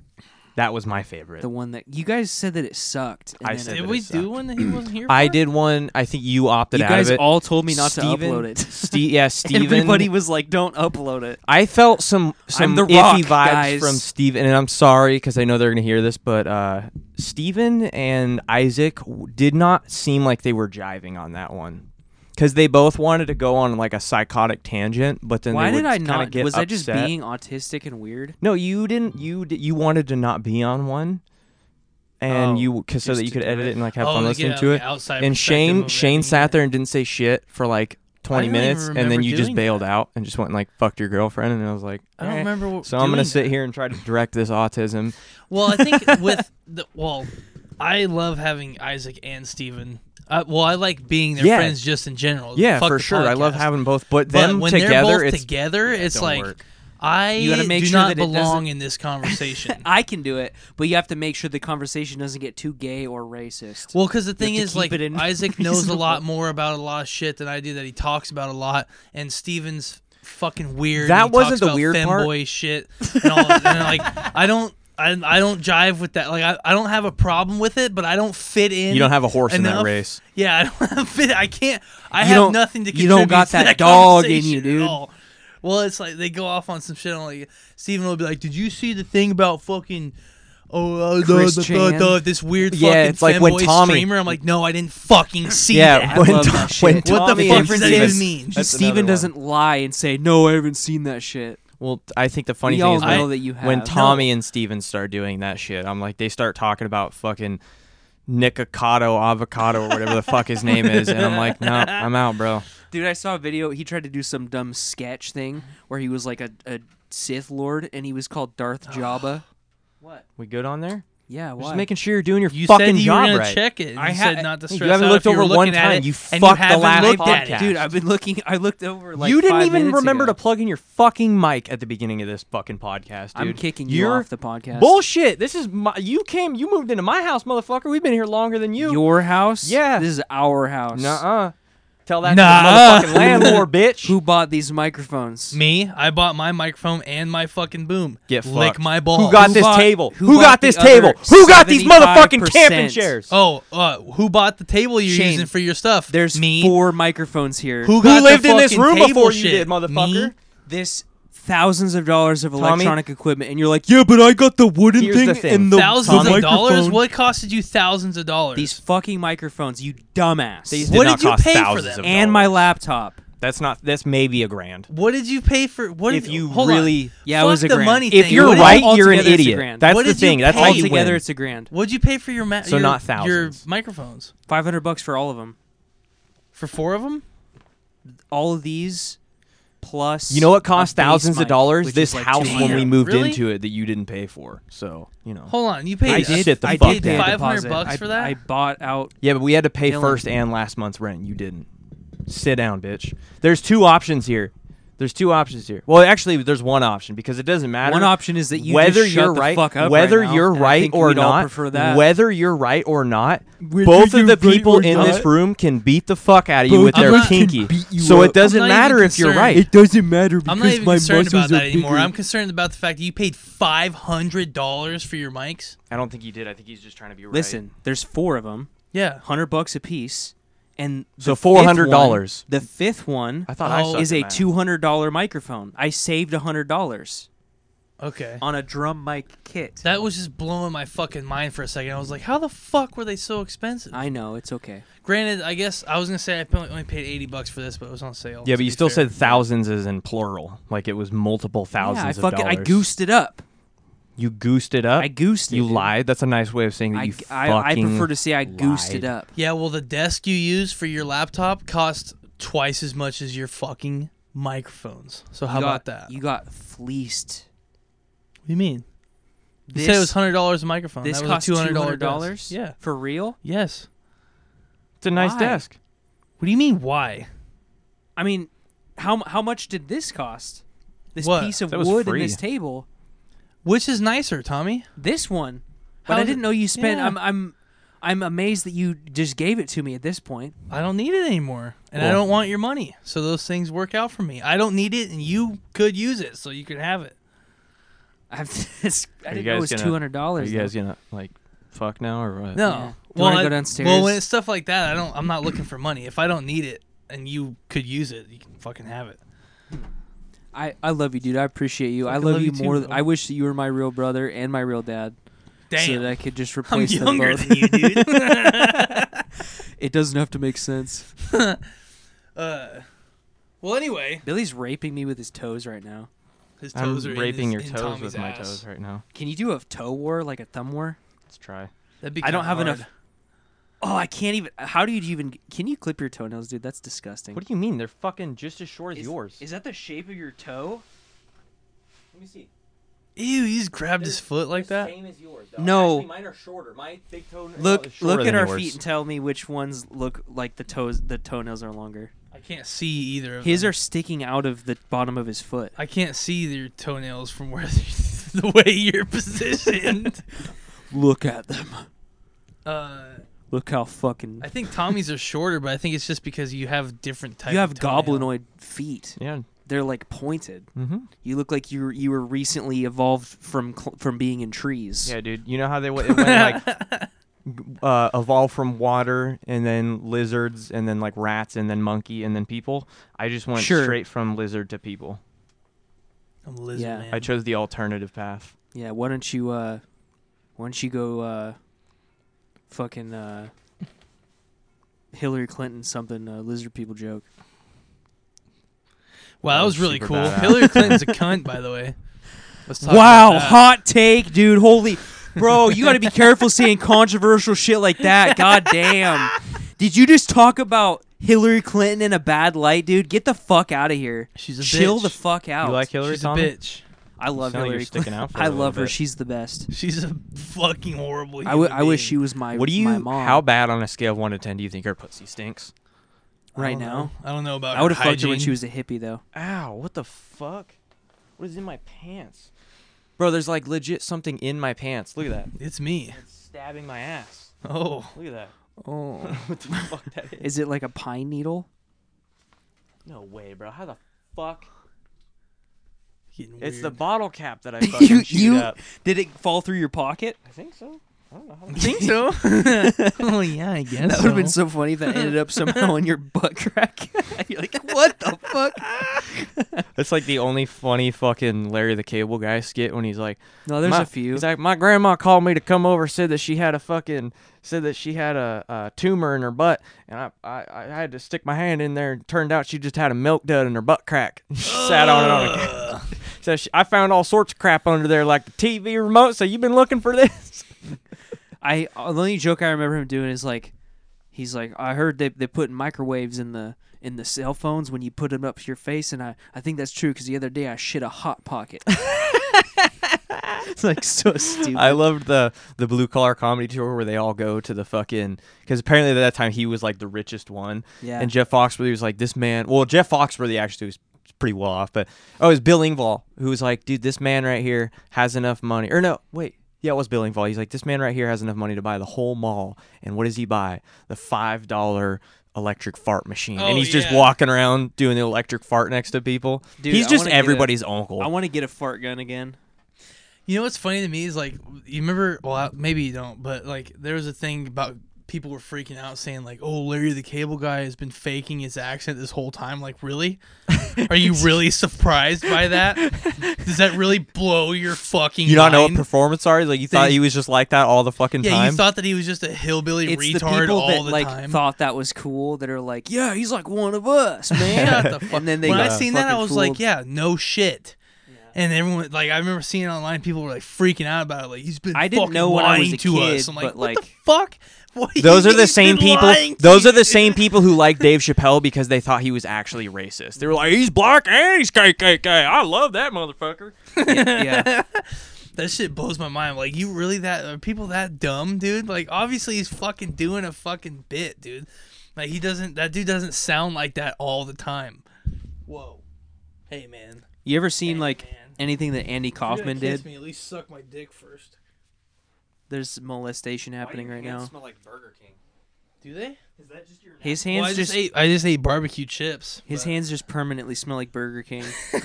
Speaker 1: That was my favorite.
Speaker 3: (laughs) The one that you guys said that it sucked. and
Speaker 1: I
Speaker 3: then
Speaker 1: said that
Speaker 3: it-
Speaker 2: Did
Speaker 1: it
Speaker 2: we
Speaker 1: sucked.
Speaker 2: do one that he wasn't here?
Speaker 1: (clears throat) I
Speaker 2: for?
Speaker 1: did one. I think you opted
Speaker 3: You
Speaker 1: out
Speaker 3: guys
Speaker 1: of it.
Speaker 3: all told me not
Speaker 1: Steven-
Speaker 3: to upload it. (laughs)
Speaker 1: Ste- yeah, Steven.
Speaker 3: Everybody was like, "Don't upload it."
Speaker 1: I felt some some
Speaker 3: the
Speaker 1: iffy
Speaker 3: rock,
Speaker 1: vibes
Speaker 3: guys.
Speaker 1: from Steven, and I'm sorry because I know they're gonna hear this, but uh, Steven and Isaac w- did not seem like they were jiving on that one because they both wanted to go on like a psychotic tangent, but then
Speaker 3: Why
Speaker 1: they would
Speaker 3: did I
Speaker 1: kinda
Speaker 3: not?
Speaker 1: Get
Speaker 3: Was I just
Speaker 1: upset.
Speaker 3: being autistic
Speaker 1: (laughs)
Speaker 3: and weird? (laughs)
Speaker 1: No, you didn't. You d- you wanted to not be on one, and
Speaker 3: Oh,
Speaker 1: you because so
Speaker 3: just
Speaker 1: that you
Speaker 3: to
Speaker 1: could
Speaker 3: do
Speaker 1: edit
Speaker 3: it.
Speaker 1: it and like have
Speaker 2: Oh,
Speaker 1: fun
Speaker 2: yeah,
Speaker 1: listening to
Speaker 2: the
Speaker 1: it.
Speaker 2: outside
Speaker 1: And
Speaker 2: perspective
Speaker 1: Shane
Speaker 2: of
Speaker 1: Shane
Speaker 2: everything.
Speaker 1: sat there and didn't say shit for like twenty
Speaker 2: I don't even
Speaker 1: minutes, and
Speaker 2: remember
Speaker 1: then you just
Speaker 2: doing
Speaker 1: bailed
Speaker 2: that.
Speaker 1: out and just went and like fucked your girlfriend, and I was like,
Speaker 2: I don't
Speaker 1: "Eh."
Speaker 2: remember. What,
Speaker 1: So I'm gonna
Speaker 2: doing
Speaker 1: sit
Speaker 2: that.
Speaker 1: here and try to direct this autism.
Speaker 2: Well, I
Speaker 1: (laughs)
Speaker 2: think with the well, I love having Isaac and Steven. I, well, I like being their
Speaker 1: Yeah.
Speaker 2: friends just in general.
Speaker 1: Yeah,
Speaker 2: Fuck
Speaker 1: for
Speaker 2: the
Speaker 1: sure. I love
Speaker 2: podcast.
Speaker 1: having both, but,
Speaker 2: But
Speaker 1: them
Speaker 2: when
Speaker 1: together,
Speaker 2: They're both
Speaker 1: it's
Speaker 2: together, it's
Speaker 1: don't
Speaker 2: like
Speaker 1: work.
Speaker 2: I
Speaker 3: You gotta make
Speaker 2: do
Speaker 3: sure
Speaker 2: not
Speaker 3: that
Speaker 2: belong
Speaker 3: it doesn't-
Speaker 1: (laughs)
Speaker 2: in this conversation.
Speaker 3: I can do it, but you have to make sure the conversation doesn't get too gay or racist.
Speaker 2: Well, because the thing
Speaker 3: to
Speaker 2: is,
Speaker 3: keep
Speaker 2: like
Speaker 3: it in
Speaker 2: Isaac knows a lot
Speaker 3: reasonable-
Speaker 2: more about a lot of shit than I do. That he talks about a lot, and Steven's fucking weird.
Speaker 1: That
Speaker 2: and he
Speaker 1: wasn't
Speaker 2: talks
Speaker 1: the
Speaker 2: about
Speaker 1: weird part.
Speaker 2: femboy shit. And all, and like I don't, I, I don't jive with that. Like I, I don't have a problem with it, but I don't fit in.
Speaker 1: you don't have a horse in that
Speaker 2: enough-
Speaker 1: race.
Speaker 2: Yeah, (laughs) I don't have fit. I can't. I
Speaker 3: You
Speaker 2: have
Speaker 3: don't-
Speaker 2: nothing to
Speaker 3: you
Speaker 2: contribute.
Speaker 3: don't got
Speaker 2: to
Speaker 3: that
Speaker 2: that
Speaker 3: dog in you,
Speaker 2: conversation at
Speaker 3: dude.
Speaker 2: all. Well, it's like they go off on some shit. I'm like Steven will be like, "Did you see the thing about fucking?" oh, uh,
Speaker 3: Chris
Speaker 2: the, the,
Speaker 3: Chan.
Speaker 2: the- this weird
Speaker 1: Yeah,
Speaker 2: fucking
Speaker 1: it's like when
Speaker 2: femboy
Speaker 1: Tommy-
Speaker 2: streamer. I'm like, no, I
Speaker 1: (laughs)
Speaker 2: didn't fucking see
Speaker 1: yeah,
Speaker 2: that.
Speaker 1: when,
Speaker 3: love
Speaker 1: Tom-
Speaker 3: that
Speaker 1: when
Speaker 3: shit.
Speaker 2: What the
Speaker 1: Tommy
Speaker 2: fuck
Speaker 1: and
Speaker 2: does that even
Speaker 1: Steven-
Speaker 2: mean?
Speaker 1: That's another
Speaker 3: Steven
Speaker 1: one.
Speaker 3: doesn't lie and say, "No, I haven't seen that shit."
Speaker 1: Well, I think the funny
Speaker 3: we
Speaker 1: thing
Speaker 3: all
Speaker 1: is
Speaker 3: know
Speaker 1: when,
Speaker 3: that you have.
Speaker 1: when Tommy and Steven start doing that shit, I'm like, they start talking about fucking Nikocado avocado or whatever the fuck his name is, and I'm like, no, I'm out, bro.
Speaker 3: Dude, I saw a video. He tried to do some dumb sketch thing where he was like a, a Sith Lord and he was
Speaker 2: (sighs)
Speaker 3: called Darth Jabba. what?
Speaker 1: We good on there?
Speaker 3: Yeah,
Speaker 1: We're
Speaker 3: why?
Speaker 1: Just making sure you're doing your
Speaker 2: You
Speaker 1: fucking
Speaker 2: said you were
Speaker 1: job
Speaker 2: gonna
Speaker 1: right.
Speaker 2: check it. and
Speaker 3: I
Speaker 2: you
Speaker 3: ha-
Speaker 2: said not to
Speaker 1: Hey, you
Speaker 2: stress
Speaker 1: haven't
Speaker 2: out
Speaker 1: looked
Speaker 2: if you
Speaker 1: over
Speaker 2: were
Speaker 1: one
Speaker 2: looking at
Speaker 1: time.
Speaker 2: it,
Speaker 1: You fucked
Speaker 2: and
Speaker 1: the
Speaker 2: haven't
Speaker 1: last
Speaker 2: looked at
Speaker 1: podcast.
Speaker 2: it.
Speaker 3: Dude, I've been looking. I looked over like
Speaker 1: you didn't
Speaker 3: five
Speaker 1: even
Speaker 3: minutes
Speaker 1: remember
Speaker 3: ago.
Speaker 1: to plug in your fucking mic at the beginning of this fucking podcast, dude.
Speaker 3: I'm kicking you
Speaker 1: You're
Speaker 3: off the podcast.
Speaker 1: Bullshit. This is my. You came. You moved into my house, motherfucker. We've been here longer than you.
Speaker 3: Your house?
Speaker 1: Yeah.
Speaker 3: This is our house.
Speaker 1: Nuh-uh. Tell that
Speaker 2: Nuh-uh.
Speaker 1: to the motherfucking landlord, bitch.
Speaker 3: Who bought these microphones?
Speaker 2: Me, I bought my microphone and my fucking boom.
Speaker 1: Get
Speaker 2: lick
Speaker 1: fucked.
Speaker 2: my balls.
Speaker 1: Who got
Speaker 3: Who
Speaker 1: this
Speaker 3: bought-
Speaker 1: table?
Speaker 3: who
Speaker 1: Who,
Speaker 3: bought
Speaker 1: got
Speaker 3: the
Speaker 1: this
Speaker 3: other
Speaker 1: table? Who got these motherfucking
Speaker 3: 75%?
Speaker 1: camping chairs?
Speaker 2: Oh, uh, who bought the table you're
Speaker 3: Shane,
Speaker 2: using for your stuff?
Speaker 3: There's
Speaker 2: me.
Speaker 3: four microphones here.
Speaker 2: who
Speaker 1: Who
Speaker 2: got the
Speaker 1: lived in this
Speaker 2: fucking
Speaker 1: room
Speaker 2: table
Speaker 1: before you
Speaker 2: shit?
Speaker 1: did, motherfucker?
Speaker 2: Me?
Speaker 3: This thousands of dollars of
Speaker 1: Tommy?
Speaker 3: electronic equipment, and you're like, yeah, but I got the wooden
Speaker 1: Here's
Speaker 3: thing,
Speaker 1: the thing.
Speaker 3: and the
Speaker 2: Thousands
Speaker 3: microphone.
Speaker 2: of dollars? What costed you thousands of dollars?
Speaker 3: These fucking microphones, you dumbass.
Speaker 1: These
Speaker 2: What
Speaker 1: did not
Speaker 2: did you
Speaker 1: cost
Speaker 2: pay for
Speaker 1: thousands
Speaker 2: them?
Speaker 1: of
Speaker 3: and my
Speaker 1: dollars.
Speaker 3: laptop.
Speaker 1: That's not. That's maybe a grand.
Speaker 2: what did you pay for? What
Speaker 3: If
Speaker 2: did,
Speaker 3: you
Speaker 2: hold
Speaker 3: really-
Speaker 2: on.
Speaker 3: yeah, it
Speaker 2: Fuck
Speaker 3: was a
Speaker 2: the
Speaker 3: grand.
Speaker 2: money
Speaker 1: If
Speaker 2: thing.
Speaker 1: you're
Speaker 2: What did-
Speaker 1: right,
Speaker 3: all
Speaker 1: you're an
Speaker 3: together, it's a
Speaker 1: idiot.
Speaker 3: grand.
Speaker 1: That's
Speaker 2: What
Speaker 1: the
Speaker 2: did you
Speaker 1: thing. That's
Speaker 2: pay?
Speaker 1: how you
Speaker 3: Altogether,
Speaker 1: win.
Speaker 3: it's a grand.
Speaker 2: What'd you pay for your ma-
Speaker 1: So
Speaker 2: your,
Speaker 1: not
Speaker 2: your
Speaker 1: thousands.
Speaker 2: microphones
Speaker 3: Five hundred bucks for all of them.
Speaker 2: for four of them?
Speaker 3: All of these, plus.
Speaker 1: You know what
Speaker 3: a
Speaker 1: cost
Speaker 3: base
Speaker 1: thousands
Speaker 3: mic,
Speaker 1: of dollars?
Speaker 3: which
Speaker 1: This
Speaker 3: is like
Speaker 1: house when
Speaker 2: 200.
Speaker 1: we moved
Speaker 2: Really?
Speaker 1: into it that you didn't pay for. So you know.
Speaker 2: Hold on, you paid.
Speaker 1: I
Speaker 2: us.
Speaker 1: did- Shit the
Speaker 3: I
Speaker 1: fuck
Speaker 3: did
Speaker 1: down.
Speaker 3: pay a
Speaker 2: Five hundred
Speaker 3: deposit.
Speaker 2: bucks
Speaker 3: I-
Speaker 2: for that?
Speaker 3: I bought out.
Speaker 1: Yeah, but we had to pay
Speaker 3: Dylan.
Speaker 1: first and last month's rent. You didn't. Sit down, bitch. There's two options here. There's two options here. Well, actually, there's one option because it doesn't matter.
Speaker 3: One option is that you
Speaker 1: whether
Speaker 3: just
Speaker 1: you're
Speaker 3: shut the
Speaker 1: right,
Speaker 3: fuck up
Speaker 1: whether
Speaker 3: right now,
Speaker 1: you're
Speaker 3: and I
Speaker 1: right
Speaker 3: think
Speaker 1: or
Speaker 3: we'd all
Speaker 1: not,
Speaker 3: prefer that.
Speaker 1: whether you're right or not,
Speaker 3: Whether
Speaker 1: both
Speaker 3: you're
Speaker 1: of the
Speaker 3: right
Speaker 1: people
Speaker 3: or
Speaker 1: in this
Speaker 3: not,
Speaker 1: room can beat the fuck out of you
Speaker 3: both
Speaker 1: with
Speaker 2: of
Speaker 1: their
Speaker 2: us can
Speaker 1: pinky.
Speaker 3: beat you
Speaker 1: So
Speaker 3: up.
Speaker 1: it doesn't
Speaker 2: I'm not
Speaker 1: matter
Speaker 2: even
Speaker 1: if you're
Speaker 2: concerned.
Speaker 1: right.
Speaker 2: It
Speaker 3: doesn't matter because
Speaker 2: I'm not even concerned about that anymore. I'm concerned about the fact that you paid five hundred dollars for your mics.
Speaker 1: I don't think you did. I think he's just trying to be right.
Speaker 3: Listen, there's four of them,
Speaker 2: Yeah.
Speaker 3: hundred bucks a piece, and the
Speaker 1: So
Speaker 3: fifth
Speaker 1: $400.
Speaker 3: one- The fifth one
Speaker 1: I thought I
Speaker 2: Oh,
Speaker 1: sucked
Speaker 3: is a
Speaker 1: at math.
Speaker 3: two hundred dollar microphone. I saved hundred dollars
Speaker 2: Okay.
Speaker 3: on a drum mic kit.
Speaker 2: That was just blowing my fucking mind for a second. I was like, how the fuck were they so expensive?
Speaker 3: I know it's okay.
Speaker 2: Granted, I guess I was gonna say I only- only paid eighty bucks for this, but it was on sale.
Speaker 1: Yeah,
Speaker 2: to
Speaker 1: but you
Speaker 2: be
Speaker 1: still
Speaker 2: fair.
Speaker 1: said thousands is in plural, like it was multiple thousands
Speaker 3: yeah, I
Speaker 1: of
Speaker 3: fucking I
Speaker 1: dollars.
Speaker 3: goosed it up.
Speaker 1: You goosed it up.
Speaker 3: I goosed it.
Speaker 1: You
Speaker 3: dude.
Speaker 1: lied. That's a nice way of saying that
Speaker 3: I,
Speaker 1: you
Speaker 3: I, I
Speaker 1: fucking.
Speaker 3: prefer to say I goosed it
Speaker 1: lied.
Speaker 3: up.
Speaker 2: Yeah, well, the desk you use for your laptop cost twice as much as your fucking microphones. So how
Speaker 3: You
Speaker 2: about
Speaker 3: got-
Speaker 2: that?
Speaker 3: You got fleeced.
Speaker 2: what do you mean? You
Speaker 3: This,
Speaker 2: said it was hundred dollars a microphone.
Speaker 3: this
Speaker 2: that
Speaker 3: cost
Speaker 2: was a
Speaker 3: two
Speaker 2: two
Speaker 3: hundred
Speaker 2: dollars.
Speaker 3: dollars.
Speaker 2: Yeah.
Speaker 3: for real.
Speaker 2: Yes.
Speaker 1: It's a nice
Speaker 3: Why?
Speaker 1: desk.
Speaker 2: What do you mean? Why?
Speaker 3: I mean, how how much did this cost? This
Speaker 2: What?
Speaker 3: piece of
Speaker 1: That was
Speaker 3: wood
Speaker 1: free.
Speaker 3: and this table.
Speaker 2: Which is nicer, Tommy?
Speaker 3: This one, but
Speaker 2: How
Speaker 3: I
Speaker 2: is it-
Speaker 3: didn't know you spent.
Speaker 2: Yeah.
Speaker 3: I'm I'm I'm amazed that you just gave it to me at this point. (laughs)
Speaker 2: I don't need it anymore, and I
Speaker 1: Well-
Speaker 2: don't want your money. So those things work out for me. I don't need it, and you could use it, so you could have it.
Speaker 3: I've, it's, I
Speaker 1: Are you
Speaker 3: didn't know it
Speaker 1: guys
Speaker 3: was
Speaker 1: gonna-
Speaker 3: two hundred
Speaker 1: Are
Speaker 3: dollars.
Speaker 1: you guys gonna like fuck now or what?
Speaker 2: No.
Speaker 3: Yeah. Do you
Speaker 2: well,
Speaker 3: wanna go
Speaker 2: I-
Speaker 3: downstairs?
Speaker 2: Well, when it's stuff like that, I don't. I'm not looking for money. If I don't need it and you could use it, you can fucking have it.
Speaker 3: I, I love you, dude. I appreciate you. I
Speaker 2: Fucking
Speaker 3: love,
Speaker 2: love
Speaker 3: you
Speaker 2: you too,
Speaker 3: more.
Speaker 2: bro.
Speaker 3: than, I wish that you were my real brother and my real dad, so
Speaker 2: Damn,
Speaker 3: that I could just
Speaker 2: I'm
Speaker 3: replace them
Speaker 2: younger
Speaker 3: both.
Speaker 2: than you, dude.
Speaker 3: (laughs) it doesn't have to make sense.
Speaker 2: uh, well, anyway,
Speaker 3: Billy's raping me with his toes right now.
Speaker 2: his
Speaker 1: I'm
Speaker 2: toes are
Speaker 1: raping
Speaker 2: in
Speaker 1: your
Speaker 2: his, in
Speaker 1: toes
Speaker 2: Tommy's
Speaker 1: with my
Speaker 2: ass.
Speaker 1: toes right now.
Speaker 3: Can you do a toe war, like a thumb war?
Speaker 1: Let's try.
Speaker 2: That'd be
Speaker 3: I don't
Speaker 2: kinda
Speaker 3: have
Speaker 2: hard.
Speaker 3: enough. Oh, I can't even. How do you even? Can you clip your toenails, dude? That's disgusting.
Speaker 1: What do you mean? They're fucking just as short as yours.
Speaker 3: Is that the shape of your toe? Let me see.
Speaker 2: Ew, he just grabbed his foot like that.
Speaker 1: Same as yours.
Speaker 3: No. Actually,
Speaker 1: mine are shorter. My big toe.
Speaker 3: Look, look at our feet and tell me which ones look like the toes. The toenails are longer.
Speaker 2: I can't see either of
Speaker 3: His
Speaker 2: them.
Speaker 3: are sticking out of the bottom of his foot.
Speaker 2: I can't see your toenails from where (laughs) they're- the way you're
Speaker 3: (laughs)
Speaker 2: positioned.
Speaker 3: Look at them.
Speaker 2: uh,
Speaker 3: Look how fucking.
Speaker 2: I think Tommy's are shorter, but I think it's just because you have different types.
Speaker 3: You have
Speaker 2: of toenail.
Speaker 3: goblinoid feet.
Speaker 1: Yeah.
Speaker 3: They're like pointed.
Speaker 1: Mm-hmm.
Speaker 3: You look like you were, you were recently evolved from cl- from being in trees.
Speaker 1: Yeah, dude. You know how they w- it went (laughs) like g- uh, evolve from water and then lizards and then like rats and then monkey and then people. I just went
Speaker 3: Sure.
Speaker 1: straight from lizard to people.
Speaker 2: I'm lizard
Speaker 3: Yeah.
Speaker 2: man.
Speaker 1: I chose the alternative path.
Speaker 3: Yeah, why don't you uh Why don't you go, uh, fucking, uh, Hillary Clinton something uh, lizard people joke?
Speaker 2: Wow, that
Speaker 1: That
Speaker 2: was
Speaker 1: was
Speaker 2: really
Speaker 1: super
Speaker 2: cool.
Speaker 1: badass.
Speaker 2: Hillary
Speaker 1: (laughs)
Speaker 2: Clinton's a cunt, by the way. Let's talk
Speaker 3: Wow,
Speaker 2: about that.
Speaker 3: hot take, dude. Holy, bro, you got to be careful saying controversial shit like that. God damn. Did you just talk about Hillary Clinton in a bad light, dude? Get the fuck out of here.
Speaker 2: She's a
Speaker 3: Chill
Speaker 2: bitch.
Speaker 3: the fuck out.
Speaker 1: You like Hillary?
Speaker 2: She's a
Speaker 1: Tommy?
Speaker 2: bitch.
Speaker 3: I
Speaker 1: Sound
Speaker 3: love
Speaker 1: like
Speaker 3: Hillary
Speaker 1: you're sticking (laughs)
Speaker 3: Clinton.
Speaker 1: out for her
Speaker 3: I
Speaker 1: a little
Speaker 3: love her.
Speaker 1: bit.
Speaker 3: She's the best.
Speaker 2: She's a fucking horrible.
Speaker 3: I,
Speaker 2: Human
Speaker 3: w- I wish
Speaker 2: being.
Speaker 3: she was my
Speaker 1: What do
Speaker 3: my
Speaker 1: you?
Speaker 3: mom
Speaker 1: How bad on a scale of one to ten do you think her pussy stinks?
Speaker 2: I
Speaker 3: right
Speaker 1: Oh,
Speaker 2: don't
Speaker 3: now.
Speaker 2: know. I don't know about.
Speaker 3: I would have
Speaker 2: her
Speaker 3: fucked her when
Speaker 2: hygiene.
Speaker 3: she was a hippie though.
Speaker 1: Ow! What the fuck? What is in my pants? Bro, there's like legit something in my pants. Look at that.
Speaker 2: It's me.
Speaker 1: It's stabbing my ass.
Speaker 2: Oh,
Speaker 1: Look at that.
Speaker 3: Oh.
Speaker 1: (laughs) what the fuck that is?
Speaker 3: Is it like a pine needle?
Speaker 1: No way, bro. How the fuck?
Speaker 2: getting
Speaker 1: It's the (laughs)
Speaker 2: weird.
Speaker 1: bottle cap that I
Speaker 3: (laughs)
Speaker 1: fucking shoot up.
Speaker 3: did it fall through your pocket?
Speaker 1: I think so. I don't know how.
Speaker 2: think
Speaker 3: (laughs)
Speaker 2: so. oh yeah, I guess.
Speaker 3: That would have been so funny if that ended up somehow in your butt crack. (laughs) You're like, what the fuck?
Speaker 1: That's like the only funny fucking Larry the Cable Guy skit when he's like,
Speaker 3: No, there's
Speaker 1: my,
Speaker 3: a few.
Speaker 1: He's like, my grandma called me to come over, said that she had a fucking, said that she had a, a tumor in her butt, and I, I, I had to stick my hand in there, and turned out she just had a milk dud in her butt crack. (laughs) she sat on it on a. (laughs) So she, I found all sorts of crap under there, like the TV remote. So you've been looking for this?
Speaker 3: I uh, the only joke I remember him doing is like, he's like, I heard they they put microwaves in the in the cell phones when you put them up to your face, and I I think that's true because the other day I shit a hot pocket. it's like so stupid.
Speaker 1: I loved the the blue collar comedy tour where they all go to the fucking because apparently at that time he was like the richest one,
Speaker 3: Yeah.
Speaker 1: And Jeff Foxworthy was like, this man. Well, Jeff Foxworthy actually was pretty well off, but oh, it was Bill Engvall who was like, dude, this man right here has enough money. Or no, wait. Yeah, it was Bill Engvall. He's like, this man right here has enough money to buy the whole mall. And what does he buy? The five dollar electric fart machine.
Speaker 2: Oh,
Speaker 1: and he's just
Speaker 2: yeah.
Speaker 1: walking around doing the electric fart next to people.
Speaker 3: Dude,
Speaker 1: he's
Speaker 3: I
Speaker 1: just
Speaker 3: wanna get a-
Speaker 1: everybody's uncle.
Speaker 3: I want to get a fart gun again.
Speaker 2: You know what's funny to me is like you remember well I- maybe you don't but like there was a thing about people were freaking out saying like oh Larry the Cable Guy has been faking his accent this whole time like really are
Speaker 3: (laughs)
Speaker 2: you really surprised by that does that really blow your fucking
Speaker 1: you don't know what
Speaker 2: mind?
Speaker 1: performance art is? Like you thought
Speaker 2: They-
Speaker 1: he was just like that all the fucking
Speaker 2: yeah
Speaker 1: time.
Speaker 2: you thought that he was just a hillbilly
Speaker 3: It's the
Speaker 2: retard
Speaker 3: people
Speaker 2: all
Speaker 3: that
Speaker 2: the
Speaker 3: like
Speaker 2: time
Speaker 3: thought that was cool that are like, yeah, he's like one of us, man.
Speaker 2: Shut the fuck.
Speaker 3: And then they
Speaker 2: when I
Speaker 3: got
Speaker 2: seen that I
Speaker 3: fucking
Speaker 2: was
Speaker 3: fooled.
Speaker 2: like yeah no shit. And everyone, like, I remember seeing it online, people were like freaking out about it. Like, he's been
Speaker 3: I didn't
Speaker 2: fucking
Speaker 3: know when I
Speaker 2: lying
Speaker 3: was a
Speaker 2: to
Speaker 3: kid,
Speaker 2: us. I'm like,
Speaker 3: but,
Speaker 2: what the
Speaker 3: like-
Speaker 2: fuck? (laughs) What do you
Speaker 1: Those are
Speaker 2: mean
Speaker 1: the
Speaker 2: he's
Speaker 1: same
Speaker 2: been
Speaker 1: people.
Speaker 2: lying to
Speaker 1: Those
Speaker 2: you,
Speaker 1: are the
Speaker 2: dude?
Speaker 1: same people who like Dave Chappelle because they thought he was actually racist. They were like, "He's black and he's KKK. I love that motherfucker."
Speaker 3: yeah,
Speaker 2: That shit blows my mind. Like, you really that are people that dumb, dude? Like, obviously he's fucking doing a fucking bit, dude. Like he doesn't. That dude doesn't sound like that all the time. Whoa. Hey man.
Speaker 3: you ever seen like
Speaker 2: man.
Speaker 3: anything that Andy Kaufman did?
Speaker 2: me. At least suck my dick first.
Speaker 3: There's molestation happening right now.
Speaker 1: Smell like Burger King.
Speaker 2: Do they?
Speaker 1: Is that just your?
Speaker 3: His
Speaker 2: Well,
Speaker 3: hands
Speaker 2: I just,
Speaker 3: just,
Speaker 2: ate. I just ate barbecue chips.
Speaker 3: his
Speaker 2: but-
Speaker 3: hands just permanently smell like
Speaker 2: (laughs)
Speaker 3: Burger King. I'm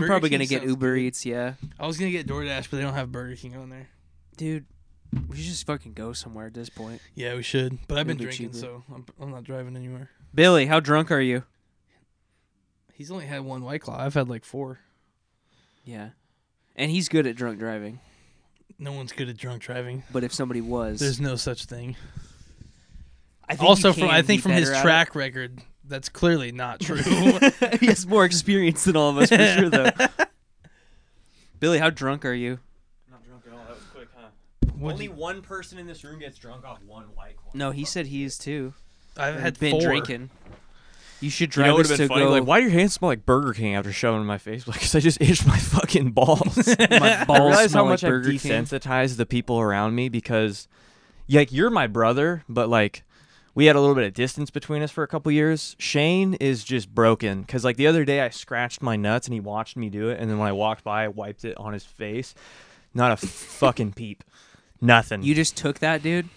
Speaker 2: Burger
Speaker 3: probably
Speaker 2: King
Speaker 3: gonna get
Speaker 2: sounds
Speaker 3: Uber
Speaker 2: good.
Speaker 3: Eats. Yeah,
Speaker 2: I was gonna get DoorDash, but they don't have Burger King on there.
Speaker 3: dude, we should just fucking go somewhere at this point.
Speaker 2: Yeah, we should. But I've been
Speaker 3: It'll be
Speaker 2: drinking,
Speaker 3: cheaper.
Speaker 2: so I'm, I'm not driving anywhere.
Speaker 3: Billy, how drunk are you?
Speaker 2: He's only had one White Claw. I've had like four.
Speaker 3: Yeah, and he's good at drunk driving.
Speaker 2: No one's good at drunk driving.
Speaker 3: But if somebody was,
Speaker 2: There's no such thing.
Speaker 3: I think you
Speaker 2: Also, from
Speaker 3: can
Speaker 2: I
Speaker 3: be
Speaker 2: think from his
Speaker 3: better at it.
Speaker 2: track record, that's clearly
Speaker 3: (laughs)
Speaker 2: not true. (laughs)
Speaker 3: he has more experience than all of us (laughs) for sure, though. Billy, how drunk are you?
Speaker 1: Not drunk at all. That was quick, huh?
Speaker 2: What do you-
Speaker 1: one person in this room gets drunk off one white claw.
Speaker 3: No, he said he is too.
Speaker 2: I've
Speaker 3: He's
Speaker 2: had
Speaker 3: been
Speaker 2: four.
Speaker 3: drinking. You should
Speaker 1: You
Speaker 3: drive
Speaker 1: know what
Speaker 3: us
Speaker 1: would have
Speaker 3: to
Speaker 1: been funny?
Speaker 3: go
Speaker 1: Like, why do your hands smell like Burger King after shoving it in my face? (laughs) Because I just itched my fucking balls.
Speaker 3: my
Speaker 1: (laughs)
Speaker 3: balls
Speaker 1: I realize
Speaker 3: smell
Speaker 1: how much
Speaker 3: like
Speaker 1: I've
Speaker 3: Burger King.
Speaker 1: desensitized the people around me because, yeah, like, you're my brother, but like, we had a little bit of distance between us for a couple years. Shane is just broken because, like, the other day I scratched my nuts and he watched me do it, and then when I walked by, I wiped it on his face. Not a fucking peep. Nothing.
Speaker 3: You just took that, dude.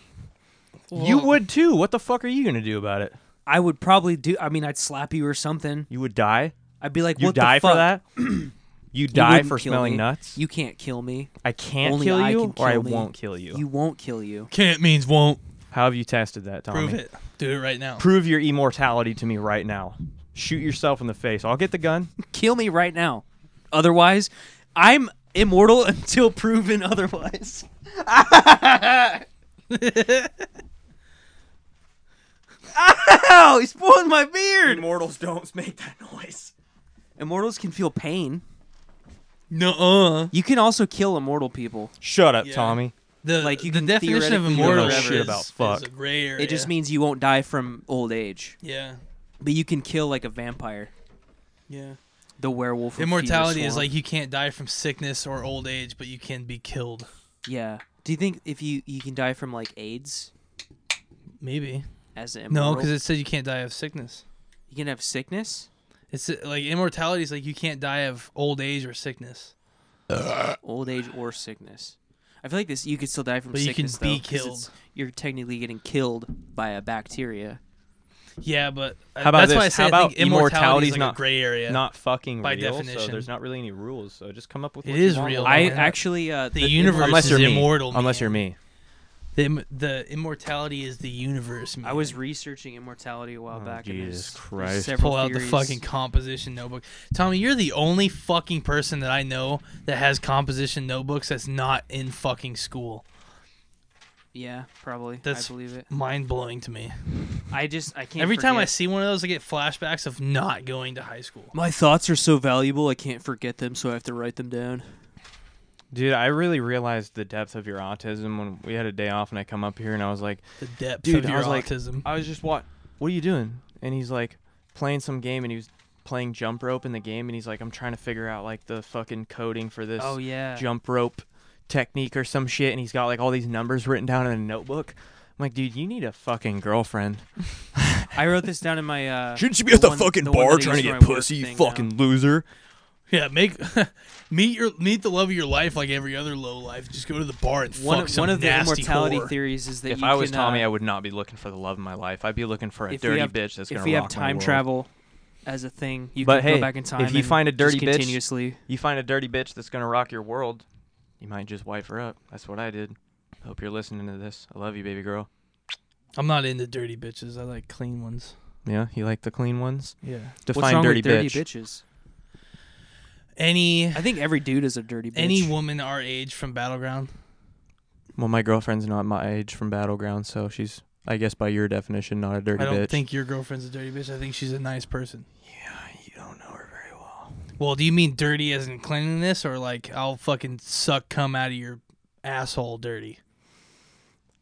Speaker 1: you
Speaker 2: Whoa.
Speaker 1: would too. What the fuck are you gonna do about it?
Speaker 3: I would probably do. I mean, I'd slap you or something.
Speaker 1: You would die.
Speaker 3: I'd be like,
Speaker 1: You
Speaker 3: "What
Speaker 1: die
Speaker 3: the fuck?
Speaker 1: for
Speaker 3: (clears throat)
Speaker 1: that. you
Speaker 3: You
Speaker 1: die
Speaker 3: wouldn't
Speaker 1: for
Speaker 3: kill
Speaker 1: smelling
Speaker 3: me.
Speaker 1: nuts.
Speaker 3: You can't kill me.
Speaker 1: I can't
Speaker 3: Only
Speaker 1: kill
Speaker 3: I
Speaker 1: you,
Speaker 3: can
Speaker 1: or I
Speaker 3: kill me.
Speaker 1: won't kill you.
Speaker 3: You won't kill you.
Speaker 2: Can't means won't.
Speaker 1: How have you tested that, Tommy?
Speaker 2: Prove it. Do it right now.
Speaker 1: prove your immortality to me right now. (laughs) Shoot yourself in the face. I'll get the gun.
Speaker 3: Kill me right now. Otherwise, I'm immortal (laughs) until proven otherwise. (laughs) Ow! He spoiled my beard.
Speaker 1: Immortals don't make that noise.
Speaker 3: Immortals can feel pain.
Speaker 2: No,
Speaker 3: You can also kill immortal people.
Speaker 1: Shut up,
Speaker 2: Yeah.
Speaker 1: Tommy.
Speaker 2: the
Speaker 3: Like, you
Speaker 2: the
Speaker 3: can
Speaker 2: definition of
Speaker 3: theoretically
Speaker 2: immortal
Speaker 1: know shit
Speaker 2: is,
Speaker 1: about
Speaker 2: is
Speaker 1: fuck.
Speaker 2: a gray area.
Speaker 3: It just means you won't die from old age,
Speaker 2: yeah,
Speaker 3: but you can kill like a vampire.
Speaker 2: yeah.
Speaker 3: The werewolf. of
Speaker 2: Immortality
Speaker 3: Fever
Speaker 2: is
Speaker 3: Swamp.
Speaker 2: like you can't die from sickness or old age, but you can be killed.
Speaker 3: Yeah. Do you think if you you can die from like AIDS
Speaker 2: Maybe
Speaker 3: as an
Speaker 2: no,
Speaker 3: immortal?
Speaker 2: because it said you can't die of sickness.
Speaker 3: you can have sickness.
Speaker 2: It's uh, like immortality is like you can't die of old age or sickness,
Speaker 3: old age or sickness. I feel like this you could still die from
Speaker 2: but you can
Speaker 3: sickness
Speaker 2: be
Speaker 3: though, 'cause
Speaker 2: killed.
Speaker 3: it's- You're technically getting killed by a bacteria.
Speaker 2: Yeah, but uh,
Speaker 1: How about
Speaker 2: that's why I
Speaker 1: this?
Speaker 2: say
Speaker 1: How
Speaker 2: I think
Speaker 1: about immortality's
Speaker 2: is like
Speaker 1: not-
Speaker 2: a gray area.
Speaker 1: Not fucking
Speaker 2: By
Speaker 1: real, so
Speaker 2: definition.
Speaker 1: there's not really any rules. So just come up with.
Speaker 2: It
Speaker 1: what you
Speaker 2: is
Speaker 1: want.
Speaker 2: real.
Speaker 3: I
Speaker 2: yeah.
Speaker 3: actually uh,
Speaker 2: The universe-
Speaker 1: unless
Speaker 2: is
Speaker 1: you're
Speaker 2: immortal,
Speaker 1: me. Unless
Speaker 2: man.
Speaker 1: you're me.
Speaker 2: the, im- the immortality is the universe. Man.
Speaker 3: I was researching immortality a while
Speaker 1: Oh,
Speaker 3: back.
Speaker 1: Jesus
Speaker 3: and there's,
Speaker 1: Christ.
Speaker 3: There's several
Speaker 2: pull out the
Speaker 3: theories.
Speaker 2: fucking composition notebook. Tommy, you're the only fucking person that I know that has composition notebooks that's not in fucking school.
Speaker 3: Yeah, probably.
Speaker 2: That's-
Speaker 3: I believe it.
Speaker 2: Mind blowing to me.
Speaker 3: I just I can't.
Speaker 2: Every time I
Speaker 3: forget.
Speaker 2: see one of those, I get flashbacks of not going to high school.
Speaker 3: my thoughts are so valuable, I can't forget them, so I have to write them down.
Speaker 1: Dude, I really realized the depth of your autism when we had a day off and I come up here and I was like,
Speaker 2: The depth
Speaker 1: Dude,
Speaker 2: of
Speaker 1: I
Speaker 2: your
Speaker 1: was like-
Speaker 2: autism.
Speaker 1: I was just what? What are you doing? And he's like playing some game and he was playing jump rope in the game and he's like, I'm trying to figure out like the fucking coding for this
Speaker 3: Oh yeah.
Speaker 1: jump rope technique or some shit and he's got like all these numbers written down in a notebook. I'm like, dude, you need a fucking girlfriend.
Speaker 3: I wrote this down in my. Uh,
Speaker 1: Shouldn't you
Speaker 3: be at the the one- fucking the one bar that they trying to use get for my work pussy, you thing now. fucking
Speaker 1: loser?
Speaker 2: yeah, make (laughs) meet your meet the love of your life like every other low life. Just go to the bar and
Speaker 3: one
Speaker 2: fuck
Speaker 3: of,
Speaker 2: some
Speaker 3: one of the
Speaker 2: nasty
Speaker 3: immortality
Speaker 2: whore.
Speaker 3: theories is that
Speaker 1: If
Speaker 3: you
Speaker 1: I was
Speaker 3: can,
Speaker 1: Tommy,
Speaker 3: uh,
Speaker 1: I would not be looking for the love of my life. I'd be looking for a
Speaker 3: if we
Speaker 1: dirty
Speaker 3: have-
Speaker 1: bitch that's
Speaker 3: if
Speaker 1: gonna
Speaker 3: we
Speaker 1: rock
Speaker 3: have
Speaker 1: my
Speaker 3: time
Speaker 1: world.
Speaker 3: travel as a thing, you
Speaker 1: But
Speaker 3: can
Speaker 1: hey,
Speaker 3: go back in
Speaker 1: if
Speaker 3: time.
Speaker 1: you
Speaker 3: and
Speaker 1: find a
Speaker 3: just
Speaker 1: dirty bitch-
Speaker 3: continuously,
Speaker 1: You find a dirty bitch that's gonna rock your world, you might just wipe her up. That's what I did. Hope you're listening to this. I love you, baby girl.
Speaker 2: I'm not into dirty bitches. I like clean ones.
Speaker 1: Yeah, you like the clean ones?
Speaker 2: Yeah.
Speaker 1: Define
Speaker 3: what's wrong
Speaker 1: dirty,
Speaker 3: with dirty
Speaker 1: bitch.
Speaker 3: bitches?
Speaker 2: Any
Speaker 3: I think every dude is a dirty bitch.
Speaker 2: any woman our age from Battleground.
Speaker 1: Well, my girlfriend's not my age from Battleground, so she's, I guess, by your definition, not a dirty
Speaker 2: I don't
Speaker 1: bitch.
Speaker 2: think your girlfriend's a dirty bitch. I think she's a nice person.
Speaker 1: you don't know her very well.
Speaker 2: Well, do you mean dirty as in cleanliness, or like I'll fucking suck cum out of your asshole dirty?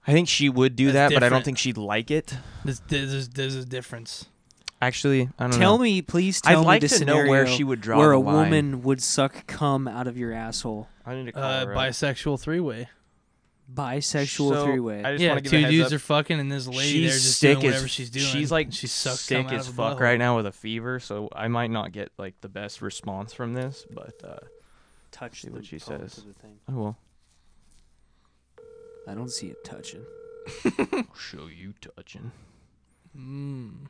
Speaker 1: I think she would do that,
Speaker 2: That's
Speaker 1: but I don't
Speaker 2: different.
Speaker 1: think she'd like it.
Speaker 2: There's, there's, there's a difference.
Speaker 1: Actually, I don't
Speaker 3: Tell
Speaker 1: know.
Speaker 3: me, please
Speaker 1: I'd
Speaker 3: tell me
Speaker 1: like
Speaker 3: the
Speaker 1: to know where
Speaker 3: scenario
Speaker 1: she would draw
Speaker 3: where
Speaker 1: the
Speaker 3: a
Speaker 1: line.
Speaker 3: woman would suck cum out of your asshole.
Speaker 1: I need to call
Speaker 2: Uh,
Speaker 1: her up.
Speaker 2: bisexual three way.
Speaker 3: Bisexual
Speaker 1: So,
Speaker 3: three-way.
Speaker 1: I just
Speaker 2: Yeah,
Speaker 1: wanna give
Speaker 2: two
Speaker 1: a heads
Speaker 2: dudes
Speaker 1: up.
Speaker 2: are fucking, and this lady
Speaker 1: she's
Speaker 2: there just
Speaker 1: sick
Speaker 2: doing whatever
Speaker 1: as
Speaker 2: she's doing.
Speaker 1: She's like
Speaker 2: she sucks cum
Speaker 1: sick
Speaker 2: out
Speaker 1: as
Speaker 2: of a
Speaker 1: fuck
Speaker 2: butthole.
Speaker 1: right now with a fever, so I might not get like the best response from this, but uh,
Speaker 3: touch
Speaker 1: see what
Speaker 3: the
Speaker 1: she
Speaker 3: phone
Speaker 1: says.
Speaker 3: to the thing.
Speaker 1: I will.
Speaker 3: I don't see it touching.
Speaker 1: show you touching.
Speaker 2: Mm.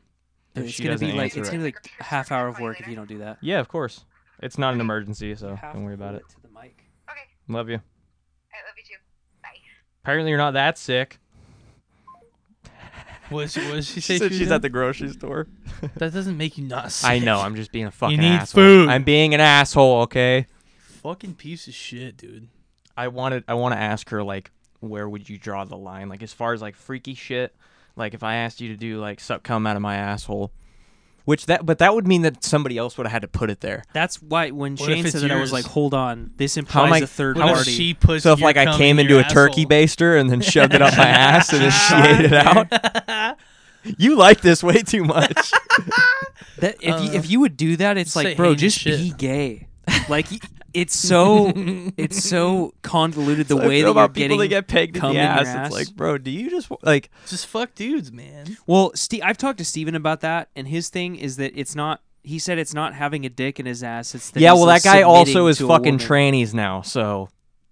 Speaker 1: If
Speaker 3: Dude, it's
Speaker 1: she
Speaker 3: gonna be
Speaker 1: doesn't
Speaker 3: like
Speaker 1: answer
Speaker 3: it's
Speaker 1: it.
Speaker 3: gonna be like a half hour of work if you don't do that.
Speaker 1: Yeah, of course. It's not an emergency, so
Speaker 3: You have
Speaker 1: don't worry
Speaker 3: to
Speaker 1: about
Speaker 3: hold
Speaker 1: it.
Speaker 3: To the mic.
Speaker 4: Okay,
Speaker 1: Love you.
Speaker 4: I love you too. Bye.
Speaker 1: Apparently, you're not that sick.
Speaker 2: What did she, what did she say? she was doing?
Speaker 1: the grocery store.
Speaker 2: That doesn't make you not. Sick.
Speaker 1: I know. I'm just being a fucking
Speaker 2: need
Speaker 1: asshole.
Speaker 2: food.
Speaker 1: I'm being an asshole. Okay.
Speaker 2: (laughs) fucking piece of shit, dude.
Speaker 1: I wanted. I want to ask her like, where would you draw the line? Like, as far as like freaky shit. Like, if I asked you to do like suck cum out of my asshole, which that, but that would mean that somebody else would have had to put it there.
Speaker 3: That's why when
Speaker 2: What if
Speaker 3: Shane
Speaker 2: it's
Speaker 3: said that, I was
Speaker 2: yours?
Speaker 3: like, "Hold on, this
Speaker 1: am
Speaker 3: implies
Speaker 1: I-
Speaker 3: a third
Speaker 1: how
Speaker 2: What if
Speaker 3: party."
Speaker 2: she puts?
Speaker 1: So if
Speaker 2: your
Speaker 1: like I
Speaker 2: cum
Speaker 1: came
Speaker 2: in
Speaker 1: into
Speaker 2: your
Speaker 1: a turkey
Speaker 2: asshole-
Speaker 1: baster and then shoved it up
Speaker 3: (laughs)
Speaker 1: my ass and then she ate it out, you like this way too much.
Speaker 3: That if you,
Speaker 2: Uh,
Speaker 3: if you would do that, it's
Speaker 2: say
Speaker 3: like, bro,
Speaker 2: heinous
Speaker 3: just
Speaker 2: shit.
Speaker 3: be
Speaker 1: (laughs)
Speaker 3: gay. Like y- it's so it's so
Speaker 1: (laughs)
Speaker 3: convoluted the way that you're getting.
Speaker 1: pegged
Speaker 3: cum in your ass.
Speaker 1: bro, do you just wa- like?
Speaker 2: (laughs) Just fuck dudes, man.
Speaker 3: well, Steve, I've talked to Steven about that, and his thing is that it's not. He said it's not having a dick in his ass. It's that
Speaker 1: yeah,
Speaker 3: he's,
Speaker 1: well,
Speaker 3: like,
Speaker 1: that guy also
Speaker 3: submitting
Speaker 1: is
Speaker 3: to a
Speaker 1: fucking
Speaker 3: woman.
Speaker 1: trannies now. So,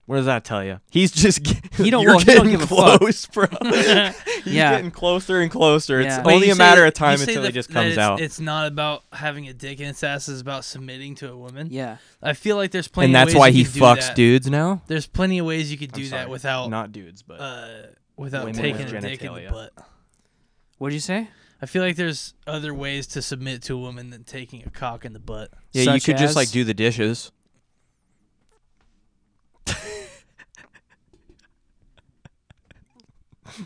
Speaker 1: what does that tell you? He's just g-
Speaker 3: He don't-
Speaker 1: (laughs) you're
Speaker 3: well, he don't
Speaker 1: getting
Speaker 3: give a fuck.
Speaker 1: close, (laughs) bro. He's
Speaker 3: Yeah.
Speaker 1: getting closer and closer.
Speaker 3: Yeah.
Speaker 1: It's
Speaker 2: Wait,
Speaker 1: only
Speaker 2: you
Speaker 1: a
Speaker 2: say-
Speaker 1: matter
Speaker 2: you
Speaker 1: of time
Speaker 2: say
Speaker 1: until
Speaker 2: the-
Speaker 1: it just
Speaker 2: that
Speaker 1: comes
Speaker 2: it's,
Speaker 1: out,
Speaker 2: It's not about having a dick in its ass. It's about submitting to a woman.
Speaker 3: Yeah,
Speaker 2: I feel like there's plenty.
Speaker 1: and
Speaker 2: of
Speaker 1: that's
Speaker 2: ways
Speaker 1: why
Speaker 2: you
Speaker 1: he
Speaker 2: could do
Speaker 1: fucks
Speaker 2: that.
Speaker 1: dudes now.
Speaker 2: There's plenty of ways you could
Speaker 1: I'm
Speaker 2: do
Speaker 1: sorry,
Speaker 2: that without
Speaker 1: not dudes, but
Speaker 2: uh, without
Speaker 1: Women
Speaker 2: taking
Speaker 1: with
Speaker 2: a dick in the
Speaker 1: genitalia.
Speaker 2: butt.
Speaker 3: what'd you say?
Speaker 2: I feel like there's other ways to submit to a woman than taking a cock in the butt. (laughs)
Speaker 1: yeah, you
Speaker 3: such
Speaker 1: could just like
Speaker 3: as-
Speaker 1: do the dishes. (laughs)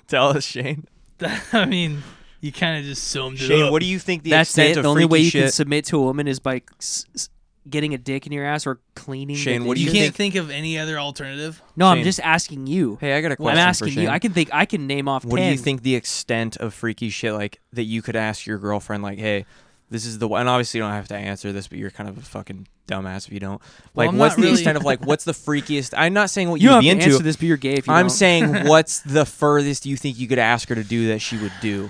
Speaker 1: Tell us, Shane.
Speaker 2: I mean, you kind of just summed it
Speaker 1: Shane,
Speaker 2: up.
Speaker 1: what do you think the
Speaker 3: That's
Speaker 1: extent
Speaker 3: it.
Speaker 1: of
Speaker 3: The only
Speaker 1: freaky
Speaker 3: way you can
Speaker 1: shit?
Speaker 3: submit to a woman is by s- s- getting a dick in your ass or cleaning. the
Speaker 1: Shane, what do
Speaker 2: you,
Speaker 1: you
Speaker 3: dishes.
Speaker 2: can't think of any other alternative.
Speaker 3: No, I'm
Speaker 1: Shane.
Speaker 3: just asking you.
Speaker 1: hey, I got a
Speaker 3: I'm
Speaker 1: question for
Speaker 3: asking
Speaker 1: Shane.
Speaker 3: you. I can think. I can name off.
Speaker 1: what do
Speaker 3: 10.
Speaker 1: you think the extent of freaky shit like that you could ask your girlfriend? Like, hey, this is the one. And obviously, you don't have to answer this, but you're kind of a fucking dumbass if you don't.
Speaker 2: Well,
Speaker 1: Like,
Speaker 2: I'm
Speaker 1: what's the
Speaker 2: not really-
Speaker 1: extent of
Speaker 3: (laughs)
Speaker 1: like what's the freakiest? I'm not saying what
Speaker 3: You
Speaker 1: would
Speaker 3: don't
Speaker 1: be
Speaker 3: have to
Speaker 1: into.
Speaker 3: answer this, but you're gay. If you
Speaker 1: I'm
Speaker 3: don't. (laughs)
Speaker 1: saying, what's the furthest you think you could ask her to do that she would do?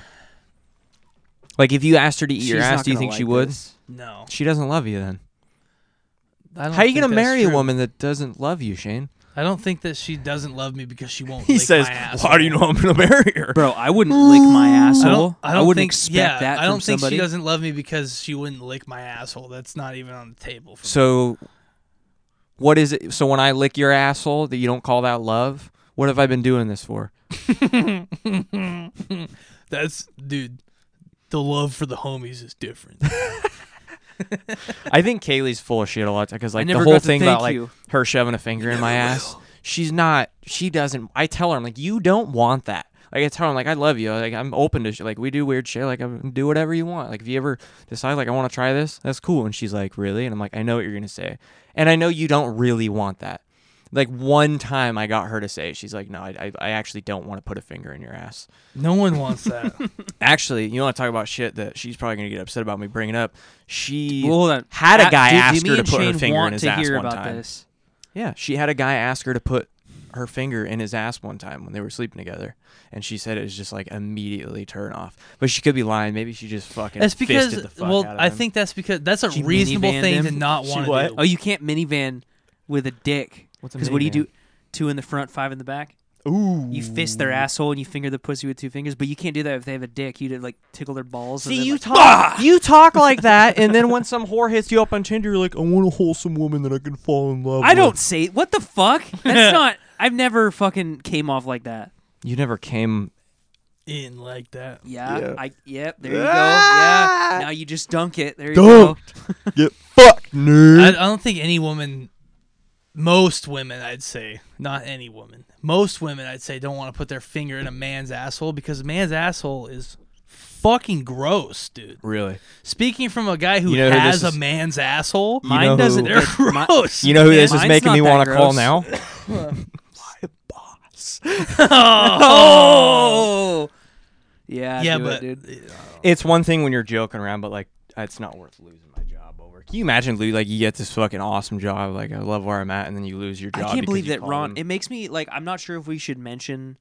Speaker 1: Like, if you asked her to eat your
Speaker 3: She's
Speaker 1: ass,
Speaker 3: not
Speaker 1: do you
Speaker 3: gonna
Speaker 1: think she
Speaker 3: like
Speaker 1: would?
Speaker 3: this.
Speaker 2: No.
Speaker 1: She doesn't love you then.
Speaker 2: I don't
Speaker 1: How are you
Speaker 2: think
Speaker 1: gonna
Speaker 2: that's
Speaker 1: marry
Speaker 2: true.
Speaker 1: a woman that doesn't love you, Shane?
Speaker 2: I don't think that she doesn't love me because she won't.
Speaker 1: He
Speaker 2: lick
Speaker 1: says,
Speaker 2: my ass.
Speaker 1: "How do you know I'm gonna marry her?"
Speaker 3: bro, I wouldn't lick my
Speaker 2: I
Speaker 3: asshole.
Speaker 2: don't, I don't
Speaker 3: wouldn't
Speaker 2: think,
Speaker 3: expect
Speaker 2: yeah,
Speaker 3: that
Speaker 2: I don't
Speaker 3: from
Speaker 2: think
Speaker 3: somebody.
Speaker 2: she doesn't love me because she wouldn't lick my asshole. That's not even on the table. For me.
Speaker 1: So, what is it? So when I lick your asshole, that you don't call that love? What have I been doing this for?
Speaker 2: That's dude. The love for the homies is different.
Speaker 1: (laughs) I think Kaylee's full of shit a lot because like the
Speaker 3: never
Speaker 1: whole
Speaker 3: got to
Speaker 1: thing about
Speaker 3: thank
Speaker 1: like
Speaker 3: you.
Speaker 1: her shoving a finger in my ass. She's not. She doesn't. I tell her I'm like, you don't want that. Like I tell her I'm like, I love you. Like I'm open to sh- like we do weird shit. Like I do whatever you want. Like if you ever decide like I want to try this, that's cool. And she's like, really? And I'm like, I know what you're gonna say, and I know you don't really want that. Like one time I got her to say, it. she's like, no, I I, I actually don't want to put a finger in your ass.
Speaker 2: no one wants that.
Speaker 1: Actually, you want to talk about shit that she's probably gonna get upset about me bringing up. She
Speaker 3: Well, hold on.
Speaker 1: had a
Speaker 3: Ah,
Speaker 1: guy
Speaker 3: do- do
Speaker 1: ask
Speaker 3: me
Speaker 1: her to
Speaker 3: and
Speaker 1: put her
Speaker 3: Shane
Speaker 1: finger in
Speaker 3: want
Speaker 1: his
Speaker 3: to
Speaker 1: ass
Speaker 3: hear
Speaker 1: one
Speaker 3: about
Speaker 1: time.
Speaker 3: This.
Speaker 1: Yeah, she had a guy ask her to put her finger in his ass one time when they were sleeping together, and she said it was just like immediately turn off. But she could be lying. Maybe she just fucking
Speaker 2: That's because
Speaker 1: fisted the fuck
Speaker 2: well,
Speaker 1: out of
Speaker 2: I
Speaker 1: him.
Speaker 2: think that's because that's a
Speaker 3: She
Speaker 2: reasonable
Speaker 3: minivanned
Speaker 2: thing to
Speaker 3: him?
Speaker 2: not
Speaker 1: She
Speaker 2: want
Speaker 1: what?
Speaker 2: to do.
Speaker 3: Oh, you can't minivan with a dick.
Speaker 1: What's a
Speaker 3: Because what do you
Speaker 1: minivan?
Speaker 3: do? Two in the front, five in the back.
Speaker 1: ooh,
Speaker 3: You fist their asshole and you finger the pussy with two fingers, but you can't do that if they have a dick. You did like tickle their balls. and
Speaker 1: See,
Speaker 3: then,
Speaker 1: you
Speaker 3: like, "Ah!"
Speaker 1: talk, you talk like that, and then when some whore hits you up on Tinder, you're like, I want a wholesome woman that I can fall in love.
Speaker 3: I don't
Speaker 1: with."
Speaker 3: say what the
Speaker 1: (laughs)
Speaker 3: fuck. That's not. I've never fucking came off like that.
Speaker 1: You never
Speaker 3: (laughs)
Speaker 1: came.
Speaker 2: in like that.
Speaker 3: Yeah.
Speaker 1: Yeah.
Speaker 3: I. Yep. There you go. Yeah.
Speaker 1: Ah!
Speaker 3: Now you just dunk it. There you go.
Speaker 1: Dunked. Get fucked,
Speaker 2: I, I
Speaker 1: nerd.
Speaker 2: don't think any woman, most women, I'd say, not any woman, most women, I'd say, don't want to put their finger in a man's asshole because a man's asshole is fucking gross, dude.
Speaker 1: Really?
Speaker 2: Speaking from a guy who
Speaker 1: You know who
Speaker 2: has a
Speaker 1: this is-
Speaker 2: man's asshole,
Speaker 1: You know
Speaker 3: Mine
Speaker 1: who-
Speaker 3: doesn't.
Speaker 2: they're (laughs)
Speaker 3: it- my-
Speaker 2: gross.
Speaker 1: You know who
Speaker 2: man.
Speaker 1: this is
Speaker 3: Mine's
Speaker 1: making
Speaker 3: not
Speaker 1: me
Speaker 3: that
Speaker 1: want to call
Speaker 3: gross.
Speaker 1: now?
Speaker 3: Oh. Yeah.
Speaker 2: yeah,
Speaker 3: do it,
Speaker 2: but
Speaker 3: dude.
Speaker 1: it's one thing when you're joking around, but like it's not worth losing my job over. Can you imagine, Lou? Like you get this fucking awesome job, like I love where I'm at, and then you lose your
Speaker 3: I
Speaker 1: job.
Speaker 3: can't
Speaker 1: because
Speaker 3: believe
Speaker 1: you
Speaker 3: that
Speaker 1: called
Speaker 3: Ron. It
Speaker 1: him.
Speaker 3: makes me like. I'm not sure if we should mention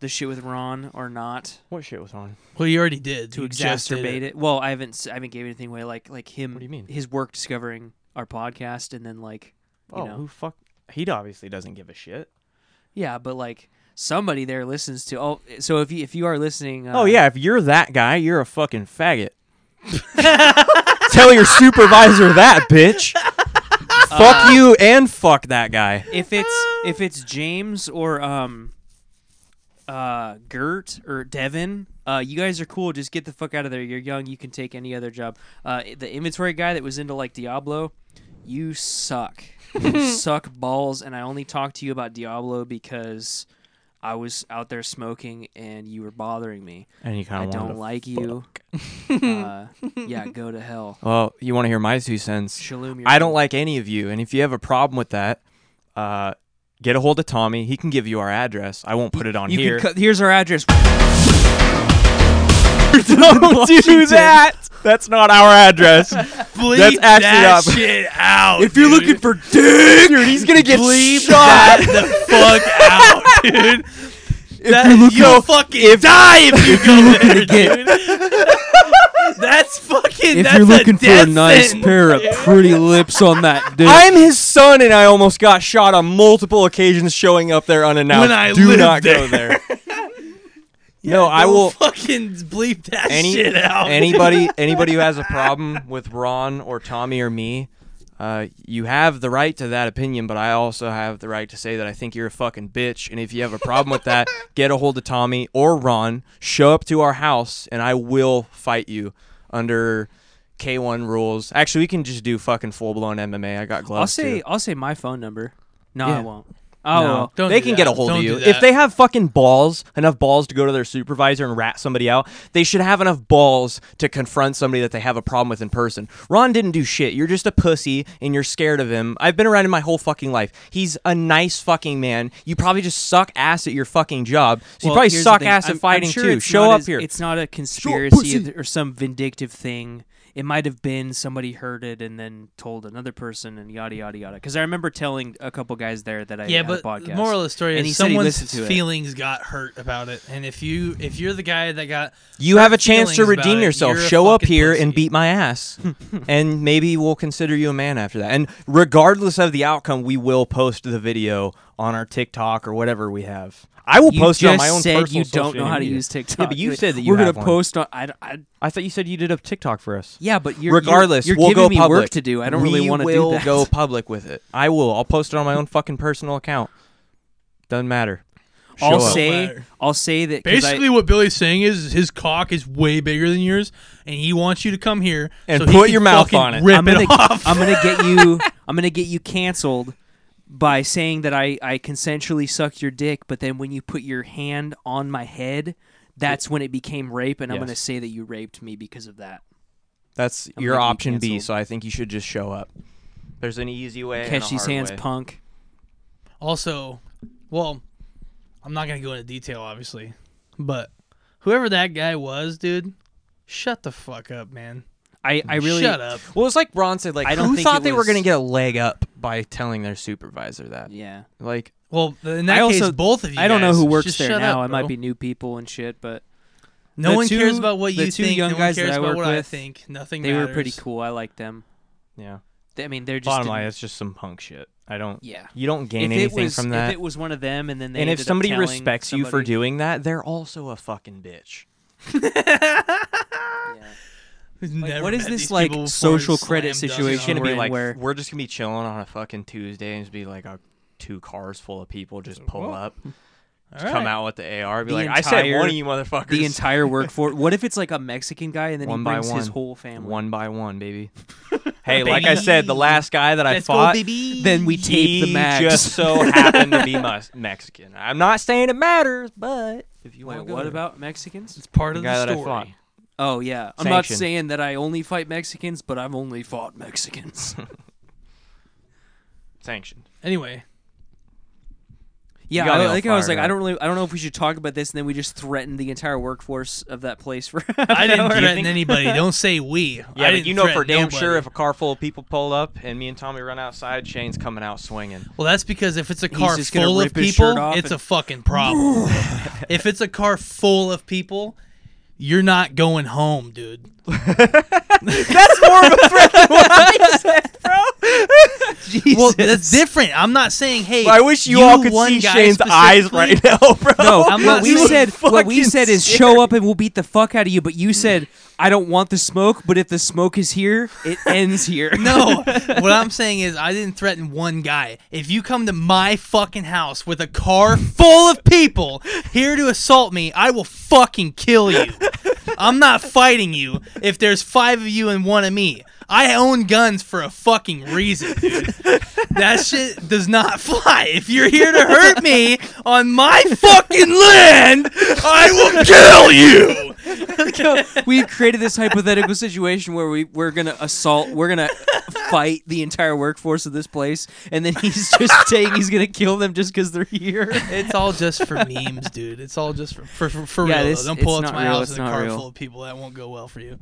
Speaker 3: the shit with Ron or not
Speaker 1: What shit was Ron?
Speaker 2: well, you already did
Speaker 3: to
Speaker 2: You just did
Speaker 3: exacerbate it. Well, I haven't. s- I haven't gave anything away. Like like him.
Speaker 1: What do you mean?
Speaker 3: His work discovering our podcast and then like. You
Speaker 1: Oh,
Speaker 3: know.
Speaker 1: who fuck? He obviously doesn't give a shit.
Speaker 3: Yeah, but like somebody there listens to. Oh, so if you if you are listening. Uh,
Speaker 1: Oh yeah, if you're that guy, you're a fucking
Speaker 3: (laughs)
Speaker 1: faggot. Tell your supervisor that,
Speaker 3: (laughs)
Speaker 1: bitch. fuck
Speaker 3: Uh,
Speaker 1: you and fuck that guy.
Speaker 3: If it's if it's James or um. Uh, Gert or Devin, uh, you guys are cool. Just get the fuck out of there. You're young. You can take any other job. Uh, the inventory guy that was into like Diablo, you suck. You suck balls. And I only talked to you about Diablo because I was out there smoking and you were bothering me.
Speaker 1: And you
Speaker 3: I
Speaker 1: kind of
Speaker 3: don't
Speaker 1: want.
Speaker 3: like you. uh, yeah, go
Speaker 1: (laughs)
Speaker 3: to hell.
Speaker 1: Well, you want to hear my two cents?
Speaker 3: Shalom. your
Speaker 1: I don't
Speaker 3: food.
Speaker 1: like any of you, and if you have a problem with that, uh, get a hold of Tommy. He can give you our address. I won't put it on
Speaker 3: You can
Speaker 1: here. (laughs)
Speaker 3: cut- here's our address.
Speaker 1: Don't do that. That's not our (laughs) address.
Speaker 2: Bleep
Speaker 1: That's actually
Speaker 2: that
Speaker 1: up.
Speaker 2: shit out.
Speaker 1: if you're
Speaker 2: dude.
Speaker 1: looking for dick, dude, he's gonna get
Speaker 2: bleep
Speaker 1: shot.
Speaker 2: that the fuck out, (laughs) dude.
Speaker 1: If
Speaker 2: That-
Speaker 1: you're looking,
Speaker 2: you'll fucking die if you go there,
Speaker 3: (laughs)
Speaker 2: dude. That's fucking.
Speaker 3: If
Speaker 2: that's
Speaker 3: you're looking
Speaker 2: a
Speaker 3: for
Speaker 2: death
Speaker 3: a nice
Speaker 2: sentence.
Speaker 1: (laughs)
Speaker 3: pair of pretty lips on that dick,
Speaker 1: I'm his son, and I almost got shot on multiple occasions showing up there unannounced.
Speaker 2: When I
Speaker 1: do
Speaker 2: lived
Speaker 1: not go there. (laughs) no, I
Speaker 2: Don't
Speaker 1: will.
Speaker 2: fucking bleep that
Speaker 1: any
Speaker 2: shit out. (laughs)
Speaker 1: anybody anybody who has a problem with Ron or Tommy or me, uh, you have the right to that opinion, but I also have the right to say that I think you're a fucking bitch. And if you have a problem with
Speaker 2: (laughs)
Speaker 1: that, get a hold of Tommy or Ron. Show up to our house, and I will fight you under K1 rules. Actually, we can just do fucking full blown MMA. I got gloves.
Speaker 3: I'll say
Speaker 1: too.
Speaker 3: I'll say my phone number. No, I
Speaker 1: Yeah.
Speaker 3: won't. Oh,
Speaker 1: No.
Speaker 3: well.
Speaker 2: Don't
Speaker 1: they
Speaker 2: do
Speaker 1: can
Speaker 2: that.
Speaker 1: get a hold
Speaker 2: Don't
Speaker 1: of
Speaker 2: do
Speaker 1: you
Speaker 2: that.
Speaker 1: if they have fucking balls, enough balls to go to their supervisor and rat somebody out. They should have enough balls to confront somebody that they have a problem with in person. Ron didn't do shit. You're just a pussy and you're scared of him. I've been around him my whole fucking life. He's a nice fucking man. You probably just suck ass at your fucking job. So
Speaker 3: Well,
Speaker 1: you probably
Speaker 3: here's the
Speaker 1: suck
Speaker 3: thing.
Speaker 1: ass
Speaker 3: I'm-
Speaker 1: at
Speaker 3: I'm
Speaker 1: fighting
Speaker 3: sure
Speaker 1: too.
Speaker 3: it's
Speaker 1: Show
Speaker 3: not
Speaker 1: up
Speaker 3: as-
Speaker 1: here.
Speaker 3: It's not a
Speaker 1: pussy.
Speaker 3: conspiracy th- or some vindictive thing. It might have been somebody heard it and then told another person and yada yada yada. Because I remember telling a couple guys there that I
Speaker 2: yeah,
Speaker 3: had
Speaker 2: but
Speaker 3: a podcast.
Speaker 2: moral of the story
Speaker 3: and
Speaker 2: is
Speaker 3: he said he
Speaker 2: someone's
Speaker 3: listened to it.
Speaker 2: feelings got hurt about it, and if you if you're the guy that got
Speaker 1: You have a chance to
Speaker 2: feelings about
Speaker 1: redeem
Speaker 2: it,
Speaker 1: yourself.
Speaker 2: you're a
Speaker 1: Show up
Speaker 2: fucking
Speaker 1: here
Speaker 2: pussy.
Speaker 1: and beat my ass. (laughs) and maybe we'll consider you a man after that. And regardless of the outcome, we will post the video on our TikTok or whatever we have. I will
Speaker 3: you
Speaker 1: post it on
Speaker 3: just
Speaker 1: my own
Speaker 3: said
Speaker 1: personal
Speaker 3: you don't
Speaker 1: social
Speaker 3: know how to
Speaker 1: media.
Speaker 3: use TikTok.
Speaker 1: Yeah, but you
Speaker 3: You're-
Speaker 1: said that you
Speaker 3: we're
Speaker 1: have
Speaker 3: gonna
Speaker 1: one.
Speaker 3: post on. I, I,
Speaker 1: I thought you said you did a TikTok for us.
Speaker 3: yeah, but you're,
Speaker 1: Regardless,
Speaker 3: you're, you're
Speaker 1: we'll
Speaker 3: giving
Speaker 1: go
Speaker 3: me
Speaker 1: public.
Speaker 3: work to do. I don't really want to
Speaker 1: We will
Speaker 3: do that.
Speaker 1: go public with it. I will. I'll post it on my own fucking personal account. Doesn't matter. Show
Speaker 3: (laughs) I'll
Speaker 1: up.
Speaker 3: say,
Speaker 2: Matter.
Speaker 3: I'll say that 'cause I-
Speaker 2: Basically, what Billy's saying is his cock is way bigger than yours, and he wants you to come here
Speaker 1: And
Speaker 2: so he
Speaker 1: put
Speaker 2: can
Speaker 1: your mouth
Speaker 2: fucking
Speaker 1: on it.
Speaker 2: Rip
Speaker 3: I'm
Speaker 1: (laughs)
Speaker 3: gonna,
Speaker 2: it off.
Speaker 3: I'm gonna get you. I'm gonna get you canceled by saying that I I consensually sucked your dick, but then when you put your hand on my head, that's when it became rape, and I'm
Speaker 1: Yes.
Speaker 3: gonna say that you raped me because of that.
Speaker 1: That's
Speaker 3: I'm
Speaker 1: your
Speaker 3: gonna be
Speaker 1: option B.
Speaker 3: canceled.
Speaker 1: So I think you should just show up. There's an easy way. and a
Speaker 3: Catch these
Speaker 1: hard
Speaker 3: hands,
Speaker 1: way.
Speaker 3: punk.
Speaker 2: (laughs) also, well, I'm not gonna go into detail, obviously, but whoever that guy was, dude, shut the fuck up, man.
Speaker 3: I
Speaker 1: Mm.
Speaker 3: I really
Speaker 2: shut up.
Speaker 1: Well, it's like Ron said. Like,
Speaker 3: I don't
Speaker 1: who
Speaker 3: think
Speaker 1: thought
Speaker 3: it
Speaker 1: they were
Speaker 3: was-
Speaker 1: going to get a leg up by telling their supervisor that?
Speaker 3: Yeah,
Speaker 1: Like,
Speaker 2: Well, th- in that
Speaker 3: I also
Speaker 2: case, both of you.
Speaker 3: I don't know
Speaker 2: guys,
Speaker 3: who works
Speaker 2: just
Speaker 3: there
Speaker 2: shut
Speaker 3: now.
Speaker 2: Up,
Speaker 3: it might
Speaker 2: bro.
Speaker 3: be new people and shit, but
Speaker 2: No
Speaker 3: the
Speaker 2: one cares
Speaker 3: two-
Speaker 2: about what
Speaker 3: the
Speaker 2: you
Speaker 3: two
Speaker 2: think.
Speaker 3: young
Speaker 2: no
Speaker 3: guys
Speaker 2: one
Speaker 3: that
Speaker 2: cares
Speaker 3: I
Speaker 2: about
Speaker 3: work
Speaker 2: what I
Speaker 3: with,
Speaker 2: think. Nothing.
Speaker 3: they were pretty
Speaker 2: matters.
Speaker 3: cool. I liked them.
Speaker 1: yeah.
Speaker 3: They- I mean, they're just
Speaker 1: Bottom
Speaker 3: didn't-
Speaker 1: line, it's just some punk shit. I don't.
Speaker 3: Yeah.
Speaker 1: You don't gain
Speaker 3: if it
Speaker 1: anything
Speaker 3: was
Speaker 1: from
Speaker 3: if
Speaker 1: that.
Speaker 3: it was one of them, and then they
Speaker 1: and if
Speaker 3: ended up
Speaker 1: somebody
Speaker 3: telling
Speaker 1: respects you for
Speaker 3: somebody-
Speaker 1: doing that, they're also a fucking bitch.
Speaker 3: Yeah.
Speaker 2: Never
Speaker 3: what is
Speaker 2: met
Speaker 3: this,
Speaker 2: these
Speaker 3: like,
Speaker 2: people before
Speaker 3: social
Speaker 2: and
Speaker 3: credit
Speaker 2: slam dunk
Speaker 1: It's
Speaker 3: situation
Speaker 2: on
Speaker 1: gonna be
Speaker 3: we're in
Speaker 1: like
Speaker 3: where-
Speaker 1: we're just gonna be chilling on a fucking Tuesday and just be like, uh, two cars full of people just pull
Speaker 2: Whoa.
Speaker 1: up,
Speaker 2: them. All
Speaker 1: come
Speaker 2: right.
Speaker 1: out with the AR, be
Speaker 3: The
Speaker 1: like, I said
Speaker 3: entire-
Speaker 1: one of you motherfuckers. (laughs)
Speaker 3: the entire workforce. What if it's like a Mexican guy and then
Speaker 1: One
Speaker 3: he
Speaker 1: by
Speaker 3: brings his
Speaker 1: one.
Speaker 3: whole family?
Speaker 1: One by one, baby. hey, like I said, the last guy that I
Speaker 2: Let's go,
Speaker 1: fought,
Speaker 2: baby.
Speaker 3: Then we tape the
Speaker 1: he
Speaker 3: max.
Speaker 1: just so happened to be mus- Mexican. I'm not saying it matters, but if you
Speaker 3: (laughs) Wait,
Speaker 1: want to go
Speaker 3: what
Speaker 1: there.
Speaker 3: about Mexicans?
Speaker 2: It's part
Speaker 1: the
Speaker 2: of
Speaker 1: guy
Speaker 2: the
Speaker 1: that I
Speaker 2: story.
Speaker 1: fought?
Speaker 3: Oh yeah, I'm not
Speaker 1: Sanction.
Speaker 3: saying that I only fight Mexicans, but I've only
Speaker 1: (laughs)
Speaker 3: fought Mexicans.
Speaker 1: Sanctioned.
Speaker 2: Anyway,
Speaker 3: (laughs) yeah,
Speaker 1: got me
Speaker 3: I,
Speaker 1: all
Speaker 3: like I was
Speaker 1: fired
Speaker 3: like,
Speaker 1: up.
Speaker 3: I don't really, I don't know if we should talk about this, and then we just threatened the entire workforce of that place for. (laughs)
Speaker 2: I didn't
Speaker 1: Do you
Speaker 2: threaten
Speaker 1: think-
Speaker 2: anybody. Don't say we.
Speaker 1: Yeah,
Speaker 2: I
Speaker 1: but
Speaker 2: didn't
Speaker 1: you know for
Speaker 2: threaten
Speaker 1: damn sure
Speaker 2: nobody.
Speaker 1: if a car full of people pull up and me and Tommy run outside, Shane's coming out swinging.
Speaker 2: well, that's because if it's a car
Speaker 3: just gonna
Speaker 2: full of
Speaker 3: rip his shirt
Speaker 2: people,
Speaker 3: off
Speaker 2: it's a
Speaker 3: and-
Speaker 1: (laughs)
Speaker 2: fucking problem. if it's a car full of people, you're not going home, dude.
Speaker 1: (laughs) That's more of a threat
Speaker 2: (laughs)
Speaker 1: than what I said, bro.
Speaker 2: Well, that's different. I'm not saying hey.
Speaker 1: I wish you, all could
Speaker 2: one
Speaker 1: see
Speaker 2: guy
Speaker 1: Shane's eyes
Speaker 2: specifically-
Speaker 1: right now, bro.
Speaker 3: (laughs) No,
Speaker 2: I'm
Speaker 3: what
Speaker 2: not
Speaker 3: we
Speaker 2: saying-
Speaker 3: said, what we
Speaker 1: Fucking
Speaker 3: said is
Speaker 1: scared.
Speaker 3: show up and we'll beat the fuck out of you. But you said I don't want the smoke, but if the smoke is here, it
Speaker 1: (laughs)
Speaker 3: ends here.
Speaker 2: No, what I'm saying is I didn't threaten one guy. If you come to my fucking house with a car full of people here to assault me, I will fucking kill you. I'm not fighting you if there's five of you and one of me. I own guns for a fucking reason, dude. That shit does not fly. If you're here to hurt me on my fucking land, I will kill you.
Speaker 3: No, (laughs) we created this hypothetical situation where we we're gonna assault, we're gonna fight the entire workforce of this place, and then he's
Speaker 1: (laughs)
Speaker 3: just saying he's gonna kill them just because they're here.
Speaker 2: It's all just
Speaker 3: (laughs)
Speaker 2: for memes, dude. It's all just for for, for, for
Speaker 3: Yeah,
Speaker 2: real. though.
Speaker 3: this-
Speaker 2: Don't pull up
Speaker 3: it's
Speaker 2: to
Speaker 3: not
Speaker 2: my
Speaker 3: real,
Speaker 2: house
Speaker 3: it's
Speaker 2: with a
Speaker 3: not
Speaker 2: car
Speaker 3: real.
Speaker 2: full of people. That won't go well for you.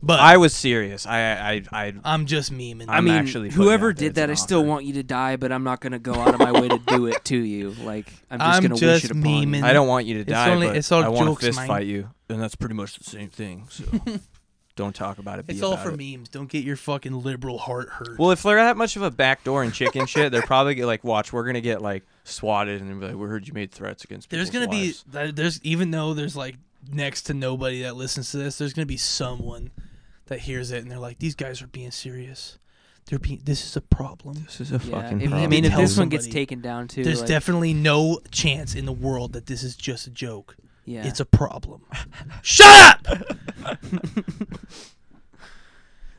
Speaker 2: But
Speaker 1: I
Speaker 2: I,
Speaker 1: was serious. I, I, I.
Speaker 2: am just memeing.
Speaker 1: I'm
Speaker 3: I mean,
Speaker 1: actually putting
Speaker 3: whoever
Speaker 1: out there
Speaker 3: did
Speaker 1: as
Speaker 3: that,
Speaker 1: an
Speaker 3: I still
Speaker 1: offer.
Speaker 3: want you to die, but I'm not gonna go out of my way to do it to you. Like I'm just
Speaker 2: I'm
Speaker 3: gonna
Speaker 2: just
Speaker 3: wish it upon you.
Speaker 2: memeing.
Speaker 1: I don't want you to
Speaker 2: It's
Speaker 1: die,
Speaker 2: only-
Speaker 1: but
Speaker 2: it's all
Speaker 1: I want
Speaker 2: jokes,
Speaker 1: to fist
Speaker 2: man.
Speaker 1: fight you, and that's pretty much the same thing.
Speaker 2: (laughs)
Speaker 1: So don't talk about it. Be
Speaker 2: it's all
Speaker 1: about
Speaker 2: for
Speaker 1: it.
Speaker 2: memes. Don't get your fucking liberal heart hurt.
Speaker 1: Well, if they're that much of a backdoor and chicken (laughs) shit, they're probably gonna, like, watch, we're gonna get like swatted, and they'll be like, we heard you made threats against.
Speaker 2: there's
Speaker 1: people's
Speaker 2: gonna be
Speaker 1: wives."
Speaker 2: there- there's even though there's like next to nobody that listens to this, there's gonna be someone that hears it and they're like, these guys are being serious. They're being this is a problem.
Speaker 1: This is a
Speaker 3: Yeah,
Speaker 1: fucking.
Speaker 3: if- I
Speaker 1: problem.
Speaker 3: mean, if
Speaker 2: Tell
Speaker 3: this one gets
Speaker 2: somebody.
Speaker 3: taken down too,
Speaker 2: There's
Speaker 3: like,
Speaker 2: definitely no chance in the world that this is just a joke.
Speaker 3: yeah.
Speaker 2: It's a problem. (laughs) Shut
Speaker 3: (laughs)
Speaker 2: up.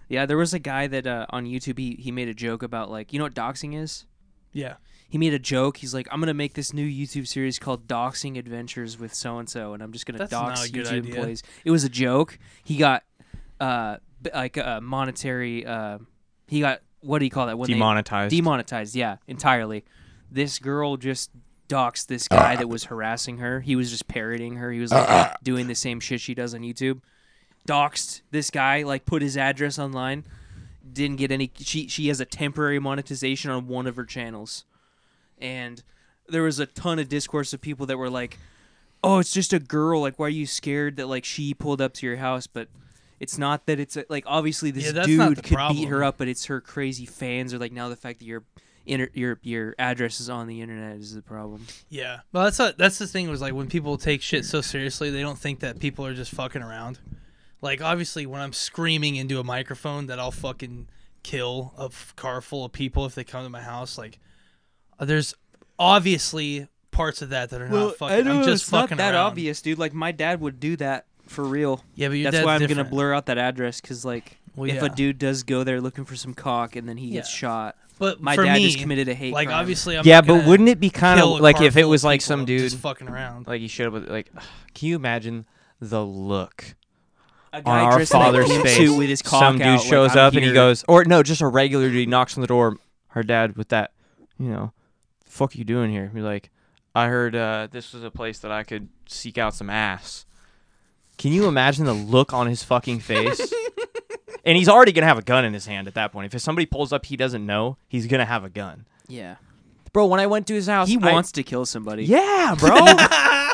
Speaker 3: yeah. There was a guy that uh, on YouTube he he made a joke about like you know what doxing is.
Speaker 2: Yeah.
Speaker 3: he made a joke. He's like, I'm gonna make this new YouTube series called Doxing Adventures with So and So, and I'm just gonna
Speaker 2: That's
Speaker 3: dox
Speaker 2: not a good
Speaker 3: YouTube
Speaker 2: idea.
Speaker 3: employees. It was a joke. He got uh b- like uh, monetary uh he got what do you call that when they-
Speaker 1: Demonetized.
Speaker 3: demonetized yeah entirely this girl just doxed this guy that was harassing her he was just parroting her he was like doing the same shit she does on youtube doxed this guy like put his address online didn't get any she she has a temporary monetization on one of her channels and there was a ton of discourse of people that were like oh it's just a girl like why are you scared that like she pulled up to your house but it's not that it's a, like obviously this
Speaker 2: Yeah, that's not
Speaker 3: dude
Speaker 2: the
Speaker 3: could beat
Speaker 2: problem.
Speaker 3: her up but it's her crazy fans or like now the fact that your inter- your your address is on the internet is the problem
Speaker 2: Yeah. Well, that's what, that's the thing was like when people take shit so seriously, they don't think that people are just fucking around. Like obviously, when I'm screaming into a microphone that I'll fucking kill a f- car full of people if they come to my house, like uh, there's obviously parts of that that are not fucking. I'm just
Speaker 3: it's
Speaker 2: fucking
Speaker 3: not that
Speaker 2: around.
Speaker 3: obvious dude like my dad would do that for real
Speaker 2: Yeah, but your
Speaker 3: that's
Speaker 2: dad's
Speaker 3: why i'm
Speaker 2: different.
Speaker 3: gonna blur out that address because like
Speaker 2: Well,
Speaker 3: if
Speaker 2: yeah.
Speaker 3: a dude does go there looking for some cock and then he gets
Speaker 2: Yeah.
Speaker 3: shot
Speaker 2: But
Speaker 3: my
Speaker 2: for
Speaker 3: dad
Speaker 2: me,
Speaker 3: just committed a hate
Speaker 2: Like
Speaker 3: crime.
Speaker 2: obviously, I'm
Speaker 1: yeah,
Speaker 2: not
Speaker 1: but
Speaker 2: gonna
Speaker 1: wouldn't it be kind
Speaker 2: kill
Speaker 1: of
Speaker 2: a
Speaker 1: like
Speaker 2: car
Speaker 1: if it
Speaker 2: full of
Speaker 1: was like
Speaker 2: people
Speaker 1: some dude
Speaker 2: just fucking around?
Speaker 1: like he showed up with like (sighs) ugh, can you imagine the look
Speaker 3: a
Speaker 1: on
Speaker 3: guy
Speaker 1: our
Speaker 3: dressed in a
Speaker 1: father's
Speaker 3: pimp
Speaker 1: face
Speaker 3: suit with his cock
Speaker 1: some dude
Speaker 3: out, like,
Speaker 1: shows
Speaker 3: I'm
Speaker 1: up and he
Speaker 3: here.
Speaker 1: goes or no just a regular dude knocks on the door her dad with that you know fuck you doing here be like i heard uh, this was a place that i could seek out some ass can you imagine the look on his fucking (laughs) face and he's already gonna have a gun in his hand at that point if somebody pulls up he doesn't know he's gonna have a gun
Speaker 3: yeah
Speaker 1: bro when i went to his house
Speaker 3: he
Speaker 1: I-
Speaker 3: wants to kill somebody
Speaker 1: yeah,
Speaker 3: (laughs)
Speaker 1: bro.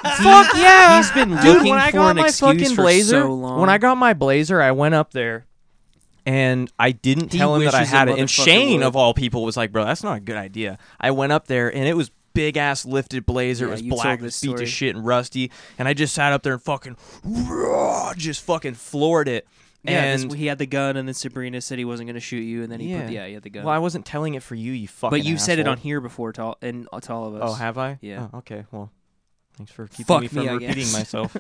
Speaker 1: Fuck yeah.
Speaker 3: he's been
Speaker 1: Dude,
Speaker 3: looking
Speaker 1: when I
Speaker 3: for
Speaker 1: got
Speaker 3: an
Speaker 1: my
Speaker 3: excuse
Speaker 1: fucking
Speaker 3: for
Speaker 1: blazer,
Speaker 3: so long.
Speaker 1: when I got my blazer, I went up there, and I didn't
Speaker 3: He
Speaker 1: tell him that I
Speaker 3: wishes a
Speaker 1: had it. And
Speaker 3: motherfucker
Speaker 1: Shane,
Speaker 3: would.
Speaker 1: of all people, was like, "Bro, that's not a good idea." I went up there, and it was big ass lifted blazer.
Speaker 3: Yeah,
Speaker 1: it was
Speaker 3: you told
Speaker 1: black, it
Speaker 3: this
Speaker 1: was beat to
Speaker 3: story.
Speaker 1: shit and rusty. And I just sat up there and fucking, just fucking floored it.
Speaker 3: yeah, this-
Speaker 1: and
Speaker 3: he had the gun, and then Sabrina said he wasn't going to shoot you, and then he put
Speaker 1: Yeah.
Speaker 3: yeah, he had the gun.
Speaker 1: well, I wasn't telling it for you, you fucking.
Speaker 3: but you've said it on
Speaker 1: asshole.
Speaker 3: here before to all, and to all of us.
Speaker 1: Oh, have I?
Speaker 3: Yeah.
Speaker 1: Oh, okay. Well, thanks for keeping
Speaker 3: Fuck
Speaker 1: me from
Speaker 3: me, I
Speaker 1: repeating
Speaker 3: guess.
Speaker 1: myself.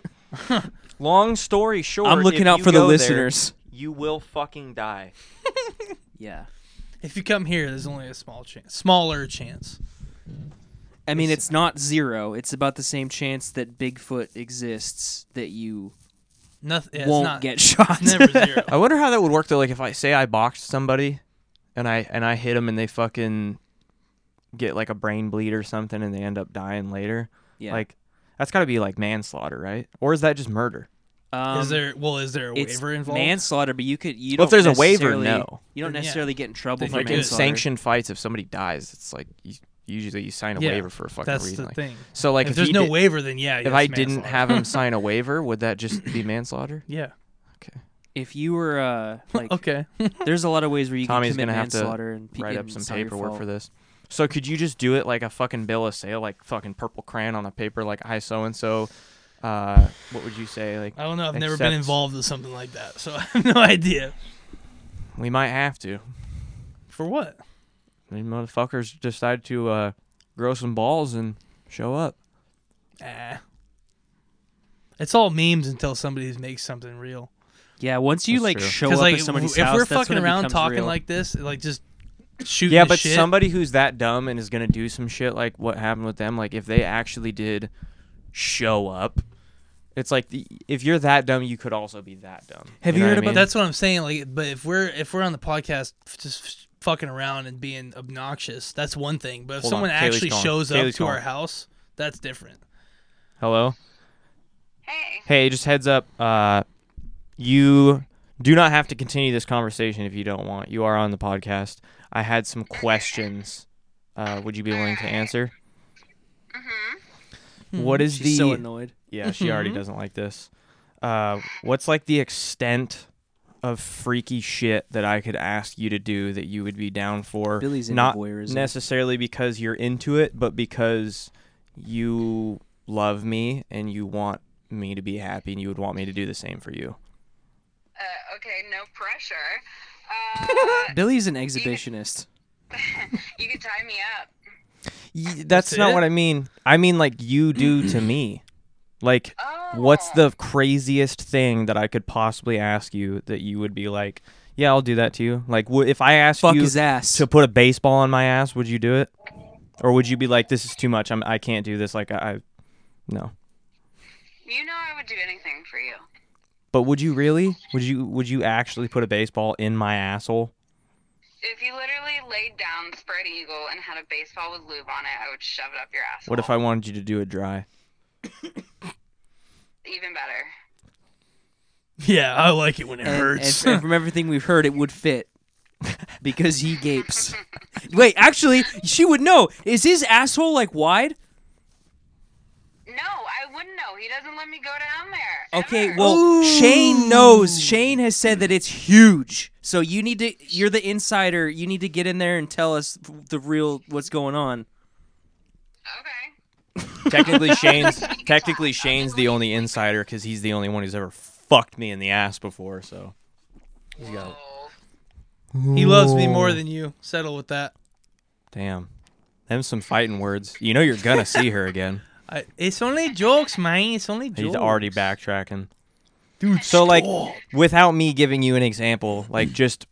Speaker 1: (laughs) Long story short,
Speaker 3: I'm looking
Speaker 1: if
Speaker 3: out
Speaker 1: you
Speaker 3: for the
Speaker 1: go there,
Speaker 3: listeners.
Speaker 1: you will fucking die.
Speaker 3: Yeah,
Speaker 2: if you come here, there's only a small chance, smaller chance.
Speaker 3: I mean it's not zero. It's about the same chance that Bigfoot exists that you
Speaker 2: Nothing.
Speaker 3: won't
Speaker 2: not,
Speaker 3: get
Speaker 2: (laughs)
Speaker 3: shot.
Speaker 2: Never zero.
Speaker 1: I wonder how that would work though. Like if I say I boxed somebody, and I and I hit them, and they fucking get like a brain bleed or something, and they end up dying later.
Speaker 3: yeah.
Speaker 1: Like that's got to be like manslaughter, right? Or is that just murder?
Speaker 3: (laughs) um,
Speaker 2: is there? Well, is there a
Speaker 3: it's
Speaker 2: waiver involved?
Speaker 3: manslaughter? But you could you
Speaker 1: Well, if
Speaker 3: don't
Speaker 1: there's a waiver,
Speaker 3: necessarily-
Speaker 1: no.
Speaker 3: you don't
Speaker 2: Then, yeah.
Speaker 3: necessarily get in trouble
Speaker 2: Then
Speaker 3: for
Speaker 2: you're
Speaker 1: Like
Speaker 2: good.
Speaker 1: in
Speaker 3: manslaughter.
Speaker 1: sanctioned fights, if somebody dies, it's like you, usually you sign a
Speaker 2: Yeah,
Speaker 1: waiver for a fucking
Speaker 2: That's
Speaker 1: reason.
Speaker 2: the
Speaker 1: like-
Speaker 2: thing.
Speaker 1: So like
Speaker 2: if,
Speaker 1: if,
Speaker 2: there's
Speaker 1: he
Speaker 2: no
Speaker 1: did-
Speaker 2: waiver, then yeah.
Speaker 1: if I didn't have
Speaker 3: (laughs)
Speaker 1: him sign a waiver, would that just be manslaughter?
Speaker 2: (laughs) yeah.
Speaker 3: If you
Speaker 2: (laughs)
Speaker 3: were uh, like,
Speaker 2: okay.
Speaker 3: there's a lot of ways where you
Speaker 1: Tommy's
Speaker 3: can commit
Speaker 1: gonna have to
Speaker 3: manslaughter and pe-
Speaker 1: Write
Speaker 3: and
Speaker 1: up some
Speaker 3: it's not your
Speaker 1: paperwork
Speaker 3: fault.
Speaker 1: for this. So could you just do it like a fucking bill of sale, like fucking purple crayon on a paper, like I so and so. Uh, what would you say? Like
Speaker 2: I don't know. I've never been
Speaker 1: Accepts.
Speaker 2: involved with something like that, so (laughs) I have no idea.
Speaker 1: we might have to.
Speaker 2: For what?
Speaker 1: These motherfuckers decide to uh, grow some balls and show up.
Speaker 2: Ah. It's all memes until somebody makes something real.
Speaker 3: Yeah, once you
Speaker 1: That's
Speaker 3: like
Speaker 1: true.
Speaker 3: show up
Speaker 2: Because like,
Speaker 3: at somebody's
Speaker 2: if
Speaker 3: house,
Speaker 2: we're
Speaker 3: that's when
Speaker 2: fucking
Speaker 3: it
Speaker 2: around
Speaker 3: becomes
Speaker 2: talking
Speaker 3: real.
Speaker 2: like this, like just shooting.
Speaker 1: yeah,
Speaker 2: the
Speaker 1: but
Speaker 2: shit,
Speaker 1: somebody who's that dumb and is gonna do some shit like what happened with them, like if they actually did show up, it's like the, if you're that dumb, you could also be that dumb.
Speaker 3: Have
Speaker 1: know
Speaker 3: you
Speaker 1: what
Speaker 3: heard
Speaker 1: I
Speaker 3: about
Speaker 1: mean?
Speaker 2: That's what I'm saying. Like, but if we're if we're on the podcast, f- just f- fucking around and being obnoxious, that's one thing. But if
Speaker 1: Hold on,
Speaker 2: someone
Speaker 1: Kaylee's
Speaker 2: actually
Speaker 1: calling.
Speaker 2: shows up
Speaker 1: Kaylee's
Speaker 2: to our
Speaker 1: calling.
Speaker 2: house, that's different. (laughs)
Speaker 1: Hello.
Speaker 4: Hey.
Speaker 1: Hey, just heads up. Uh, you do not have to continue this conversation if you don't want. You are on the podcast. I had some questions. Uh, would you be willing to answer? What is the?
Speaker 3: Hmm, She's so annoyed.
Speaker 1: yeah, she already doesn't like this. Uh, what's like the extent of freaky shit that I could ask you to do that you would be down for?
Speaker 3: Billy's into
Speaker 1: not
Speaker 3: voyeurism.
Speaker 1: necessarily because you're into it, but because you love me and you want me to be happy and you would want me to do the same for you.
Speaker 4: Uh, okay, no
Speaker 1: (laughs)
Speaker 4: pressure. Uh, (laughs)
Speaker 3: Billy's an exhibitionist.
Speaker 4: you can tie me up.
Speaker 1: that's
Speaker 2: That's
Speaker 1: not
Speaker 2: it?
Speaker 1: what I mean. I mean like you do to me. Like
Speaker 4: Oh.
Speaker 1: what's the craziest thing that I could possibly ask you that you would be like, "Yeah, I'll do that to you." Like w- if I asked
Speaker 3: (laughs) Fuck
Speaker 1: you
Speaker 3: his ass.
Speaker 1: to put a baseball on my ass, would you do it? Or would you be like, this is too much. I'm I can't do this. Like I, I no.
Speaker 4: You know I would do anything for you.
Speaker 1: But would you really? Would you would you actually put a baseball in my asshole?
Speaker 4: If you literally laid down spread eagle and had a baseball with lube on it, I would shove it up your ass.
Speaker 1: What if I wanted you to do it dry?
Speaker 4: Even better.
Speaker 2: Yeah, I like it when it
Speaker 3: And-
Speaker 2: hurts.
Speaker 3: and- and from everything we've heard, it would fit because he gapes. Wait, actually, she would know. Is his asshole like wide?
Speaker 4: No, I wouldn't know. He doesn't let me go down there.
Speaker 3: Okay,
Speaker 4: ever.
Speaker 3: well, Shane knows. Shane has said that it's huge. So you need to. You're the insider. You need to get in there and tell us the real what's going on. (laughs)
Speaker 4: Okay.
Speaker 1: Technically, Shane's technically Shane's the only insider because he's the only one who's ever fucked me in the ass before. So
Speaker 4: Whoa.
Speaker 2: (laughs) he loves me more than you. Settle with that.
Speaker 1: damn, them some fighting words. You know you're gonna see her again.
Speaker 2: I, it's only jokes, man. It's only jokes.
Speaker 1: He's already backtracking. Dude, so like without me giving you an example, like just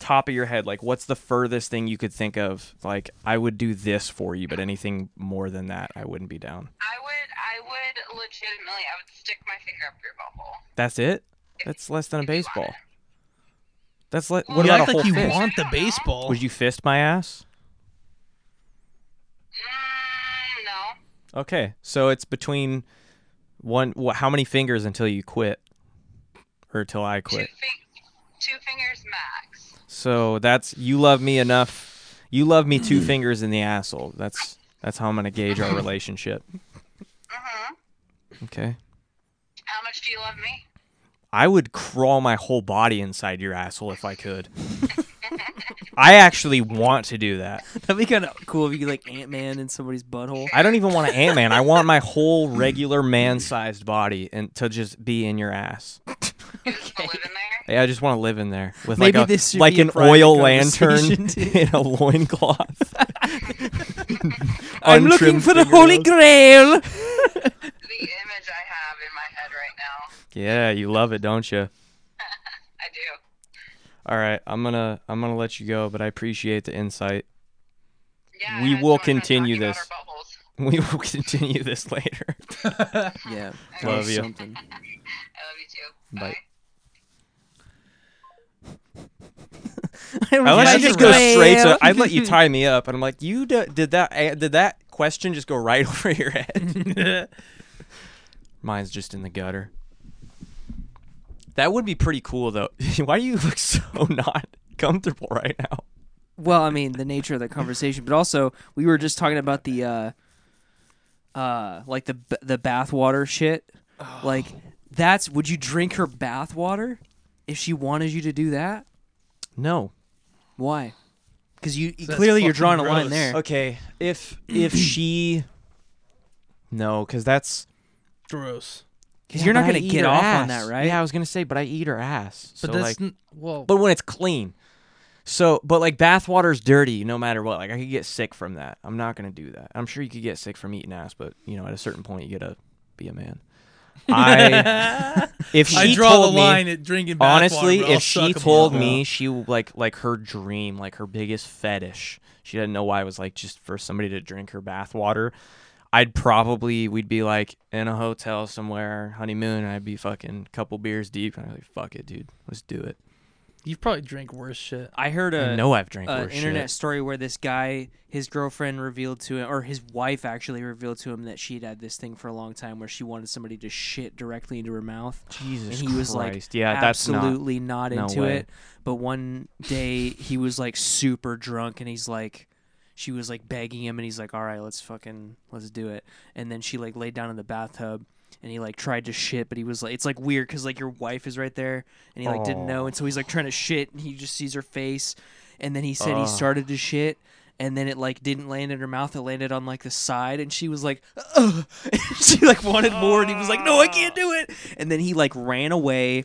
Speaker 1: top of your head, like what's the furthest thing you could think of? Like I would do this for you, but anything more than that, I wouldn't be down.
Speaker 4: I would, I would legitimately, I would stick my finger up your butthole.
Speaker 1: That's it? That's less than a baseball. That's le-
Speaker 2: You
Speaker 1: what about
Speaker 2: act
Speaker 1: a whole
Speaker 2: like you
Speaker 1: fist?
Speaker 2: want the baseball.
Speaker 1: Would you fist my ass?
Speaker 4: Mm, no.
Speaker 1: Okay, so it's between one. wh- how many fingers until you quit, or till I
Speaker 4: Two,
Speaker 1: quit?
Speaker 4: fing- two fingers max.
Speaker 1: So that's you love me enough. You love me two fingers in the asshole. That's that's how I'm gonna gauge our relationship.
Speaker 4: Mm-hmm.
Speaker 1: Okay.
Speaker 4: How much do you love me?
Speaker 1: I would crawl my whole body inside your asshole if I could. I actually want to do that.
Speaker 3: That'd be kind of cool if you could, like Ant Man in somebody's butthole.
Speaker 1: I don't even want an Ant Man. I want my whole regular man sized body and to just be in your ass.
Speaker 4: You just wanna live in there?
Speaker 1: Yeah, I just want to live in there with
Speaker 3: Maybe
Speaker 1: like a,
Speaker 3: this should
Speaker 1: like
Speaker 3: be a
Speaker 1: an
Speaker 3: private
Speaker 1: oil lantern
Speaker 3: conversation,
Speaker 1: (laughs) in a loincloth.
Speaker 3: I'm looking
Speaker 1: Untrimmed
Speaker 3: for the
Speaker 1: fingernails.
Speaker 3: Holy Grail.
Speaker 4: (laughs) The image I have in my head right now.
Speaker 1: Yeah, you love it, don't you?
Speaker 4: I do.
Speaker 1: All right, I'm gonna I'm gonna let you go, but I appreciate the insight. (laughs)
Speaker 4: Yeah. I
Speaker 1: We
Speaker 4: had so
Speaker 1: will
Speaker 4: much fun
Speaker 1: continue
Speaker 4: talking about
Speaker 1: this.
Speaker 4: our buttholes.
Speaker 1: We will continue this later. (laughs)
Speaker 3: yeah, that
Speaker 1: Love
Speaker 3: was
Speaker 1: you.
Speaker 3: (laughs) Something.
Speaker 4: I love you too.
Speaker 1: Bye.
Speaker 3: I
Speaker 1: Unless
Speaker 3: like
Speaker 1: you just
Speaker 3: the uh,
Speaker 1: go straight
Speaker 3: grail.
Speaker 1: to, I'd let (laughs) you tie me up, and I'm like, you d- did that? eh, Did that question just go right (laughs) over your head? (laughs) Mine's just in the gutter. That would be pretty cool, though. (laughs) Why do you look so (laughs) not comfortable right now?
Speaker 3: Well, I mean, the nature of the conversation, but also we were just talking about the, uh, uh, like the b- the bathwater shit.
Speaker 1: Oh.
Speaker 3: Like, that's would you drink her bathwater if she wanted you to do that?
Speaker 1: No.
Speaker 3: Why? Because you you-
Speaker 2: That's
Speaker 3: clearly you're
Speaker 2: fucking
Speaker 3: drawing a line
Speaker 2: gross.
Speaker 3: there.
Speaker 1: Okay. If if she. No, because that's
Speaker 2: Gross.
Speaker 3: Because
Speaker 1: Yeah,
Speaker 3: you're not
Speaker 1: but I
Speaker 3: gonna
Speaker 1: eat
Speaker 3: get
Speaker 1: her
Speaker 3: off
Speaker 1: ass.
Speaker 3: on that, right?
Speaker 1: Yeah, I was gonna say, but I eat her ass.
Speaker 2: But
Speaker 1: so, like,
Speaker 2: that's n- well.
Speaker 1: but when it's clean. So, but like bathwater's dirty no matter what. Like I could get sick from that. I'm not gonna do that. I'm sure you could get sick from eating ass, but you know, at a certain point, you gotta be a man. I
Speaker 3: (laughs)
Speaker 1: if she
Speaker 2: I draw the
Speaker 1: told me,
Speaker 2: line at drinking bathwater.
Speaker 1: honestly,
Speaker 2: but I'll
Speaker 1: if she
Speaker 2: suck 'em
Speaker 1: told
Speaker 2: all.
Speaker 1: me she like like her dream, like her biggest fetish, she didn't know why it was like just for somebody to drink her bathwater. I'd probably we'd be like in a hotel somewhere, honeymoon, and I'd be fucking couple beers deep, and I'd be like, "Fuck it, dude, let's do it."
Speaker 2: you probably drink worse shit.
Speaker 3: I heard a
Speaker 1: I know I've drank
Speaker 3: uh,
Speaker 1: worse
Speaker 3: internet
Speaker 1: shit.
Speaker 3: story where this guy, his girlfriend revealed to him, or his wife actually revealed to him that she'd had this thing for a long time where she wanted somebody to shit directly into her mouth.
Speaker 1: Jesus
Speaker 3: and he was like,
Speaker 1: Christ. Yeah, that's not-
Speaker 3: absolutely not,
Speaker 1: no
Speaker 3: into
Speaker 1: way.
Speaker 3: it. But one day he was like super drunk, and he's like, she was like begging him, and he's like, all right, let's fucking let's do it. And then she like laid down in the bathtub. And he like tried to shit, but he was like, it's like weird because like your wife is right there, and he like didn't know, and so he's like trying to shit, and he just sees her face, and then he said he started to shit, and then it like didn't land in her mouth, it landed on like the side, and she was like, (laughs) Ugh! she like wanted more, and he was like, no, I can't do it, and then he like ran away,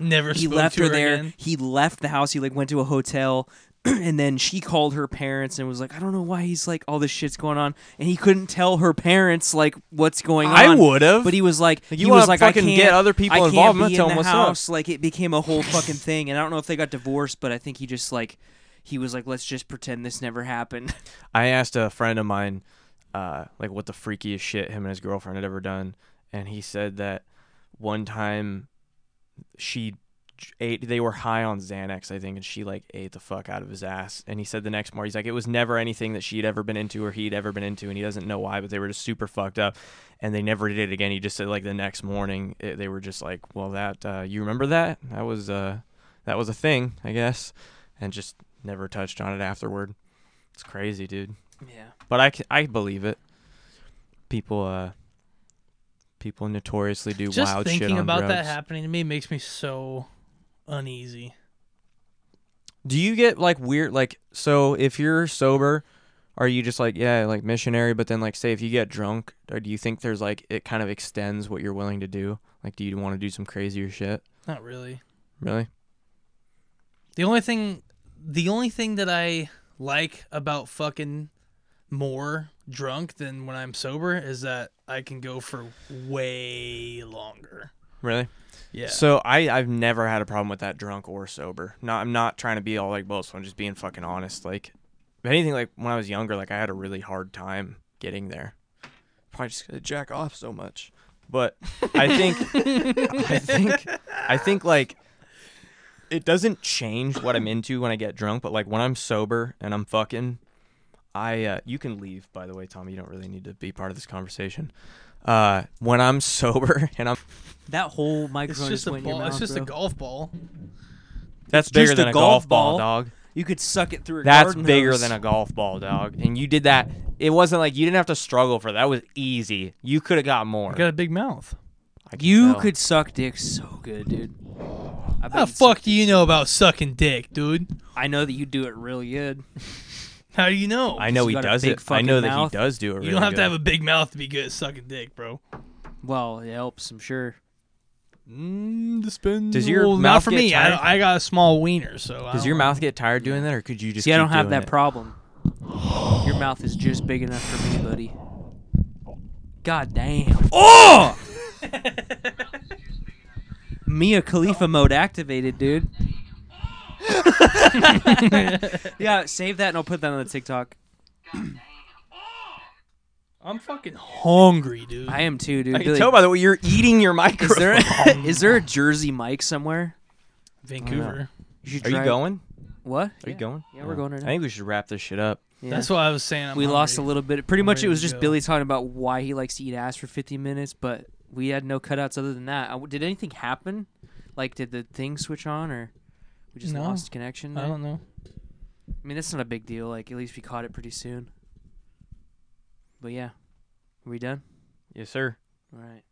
Speaker 2: Never.
Speaker 3: he
Speaker 2: spoke
Speaker 3: left
Speaker 2: to
Speaker 3: her there.
Speaker 2: again.
Speaker 3: He left the house. He like went to a hotel, (clears throat) and then she called her parents and was like, "I don't know why he's like all this shit's going on," and he couldn't tell her parents like what's going on.
Speaker 1: I would've.
Speaker 3: but he was like,
Speaker 1: Like,
Speaker 3: he
Speaker 1: you wanna
Speaker 3: was like, "I
Speaker 1: fucking
Speaker 3: can't
Speaker 1: get other people
Speaker 3: I can't
Speaker 1: involved, I'm
Speaker 3: be
Speaker 1: gonna
Speaker 3: in
Speaker 1: tell
Speaker 3: the
Speaker 1: 'em what's up." (laughs)
Speaker 3: house." Like it became a whole fucking thing, and I don't know if they got divorced, but I think he just like. he was like, let's just pretend this never happened. (laughs)
Speaker 1: I asked a friend of mine, uh, like what the freakiest shit him and his girlfriend had ever done, and he said that one time she j- ate. They were high on Xanax, I think, and she like ate the fuck out of his ass. And he said the next morning, he's like, it was never anything that she'd ever been into or he'd ever been into, and he doesn't know why, but they were just super fucked up, and they never did it again. He just said like the next morning it, they were just like, well, that uh, you remember that that was uh that was a thing, I guess, and just never touched on it afterward. It's crazy, dude.
Speaker 3: yeah.
Speaker 1: But I, c- I believe it. People uh people notoriously do
Speaker 2: Just
Speaker 1: wild shit
Speaker 2: thinking
Speaker 1: on
Speaker 2: about
Speaker 1: drugs.
Speaker 2: that happening to me makes me so uneasy.
Speaker 1: do you get like weird like so if you're sober are you just like yeah like missionary but then like say if you get drunk or do you think there's like it kind of extends what you're willing to do? Like do you want to do some crazier shit?
Speaker 2: Not really.
Speaker 1: Really?
Speaker 2: The only thing the only thing that I like about fucking more drunk than when I'm sober is that I can go for way longer.
Speaker 1: Really?
Speaker 2: Yeah.
Speaker 1: So I I've never had a problem with that drunk or sober. No, I'm not trying to be all like both. I'm just being fucking honest. Like if anything, like when I was younger, like I had a really hard time getting there. Probably just 'cause I jack off so much. But I think I think I think like it doesn't change what I'm into when I get drunk, but like when I'm sober and I'm fucking, I uh, you can leave. By the way, Tommy, you don't really need to be part of this conversation. Uh, when I'm (laughs) sober and I'm
Speaker 3: That whole
Speaker 2: it's
Speaker 3: microphone
Speaker 2: just a
Speaker 3: went in your
Speaker 2: ball.
Speaker 3: mouth,
Speaker 2: It's just
Speaker 3: bro.
Speaker 2: a golf ball.
Speaker 1: that's
Speaker 3: just
Speaker 1: bigger than
Speaker 3: a
Speaker 1: a golf,
Speaker 3: golf
Speaker 1: ball,
Speaker 3: ball.
Speaker 1: dog.
Speaker 3: You could suck it through a
Speaker 1: That's
Speaker 3: garden
Speaker 1: bigger
Speaker 3: hose.
Speaker 1: than a golf ball, dog. And you did that. It wasn't like you didn't have to struggle for that. That was easy. You could have got more.
Speaker 2: I got a big mouth.
Speaker 1: I can
Speaker 3: You
Speaker 1: tell. Ah,
Speaker 3: could suck dick so good, dude. I
Speaker 2: How
Speaker 3: bet
Speaker 2: the
Speaker 3: you'd suck
Speaker 2: fuck do you know about sucking dick, dude?
Speaker 3: I know that you do it really good.
Speaker 2: How do you know?
Speaker 1: I know
Speaker 3: You
Speaker 1: he
Speaker 3: got a
Speaker 1: does
Speaker 3: big
Speaker 1: it. I
Speaker 3: fucking
Speaker 1: know
Speaker 3: mouth.
Speaker 1: that he does do it.
Speaker 2: you don't have to have a big mouth to be good at sucking dick, bro.
Speaker 3: Well, it helps, I'm sure.
Speaker 2: Mm, the spin.
Speaker 1: Does your
Speaker 2: well,
Speaker 1: mouth
Speaker 2: not for
Speaker 1: get
Speaker 2: me? I,
Speaker 1: tired?
Speaker 2: don't- I got a small wiener, so I
Speaker 1: Does your
Speaker 2: don't-
Speaker 1: mouth get tired doing that, or could you just?
Speaker 3: See, I
Speaker 1: keep
Speaker 3: don't have
Speaker 1: doing
Speaker 3: that
Speaker 1: it?
Speaker 3: problem. Your mouth is just big enough for me, buddy. God damn. Oh! (laughs) Mia Khalifa mode activated,
Speaker 1: (laughs)
Speaker 3: dude. yeah, save that and I'll put that on the TikTok.
Speaker 2: I'm fucking hungry, dude.
Speaker 3: I am too, dude.
Speaker 1: I can
Speaker 3: Really-
Speaker 1: tell by the way you're eating your
Speaker 3: (laughs) is
Speaker 1: microphone.
Speaker 3: there is there a Jersey mic somewhere?
Speaker 2: Vancouver.
Speaker 3: should
Speaker 1: Are you
Speaker 3: try-
Speaker 1: going?
Speaker 3: What? Are
Speaker 1: Are you going?
Speaker 3: Yeah, we're going right
Speaker 1: I
Speaker 3: now.
Speaker 1: think we should wrap this shit up.
Speaker 3: Yeah.
Speaker 2: That's what I was saying. I'm
Speaker 3: we lost a
Speaker 2: hungry.
Speaker 3: little bit. Pretty
Speaker 2: I'm
Speaker 3: much,
Speaker 2: ready
Speaker 3: it was
Speaker 2: to
Speaker 3: just
Speaker 2: go.
Speaker 3: Billy talking about why he likes to eat ass for 15 minutes, but we had no cutouts other than that. Uh, Did anything happen? Like, did the thing switch on, or we just
Speaker 2: No.
Speaker 3: lost connection? there?
Speaker 2: I don't know.
Speaker 3: I mean, that's not a big deal. Like, at least we caught it pretty soon. But yeah, are we done?
Speaker 1: Yes, sir.
Speaker 3: All right.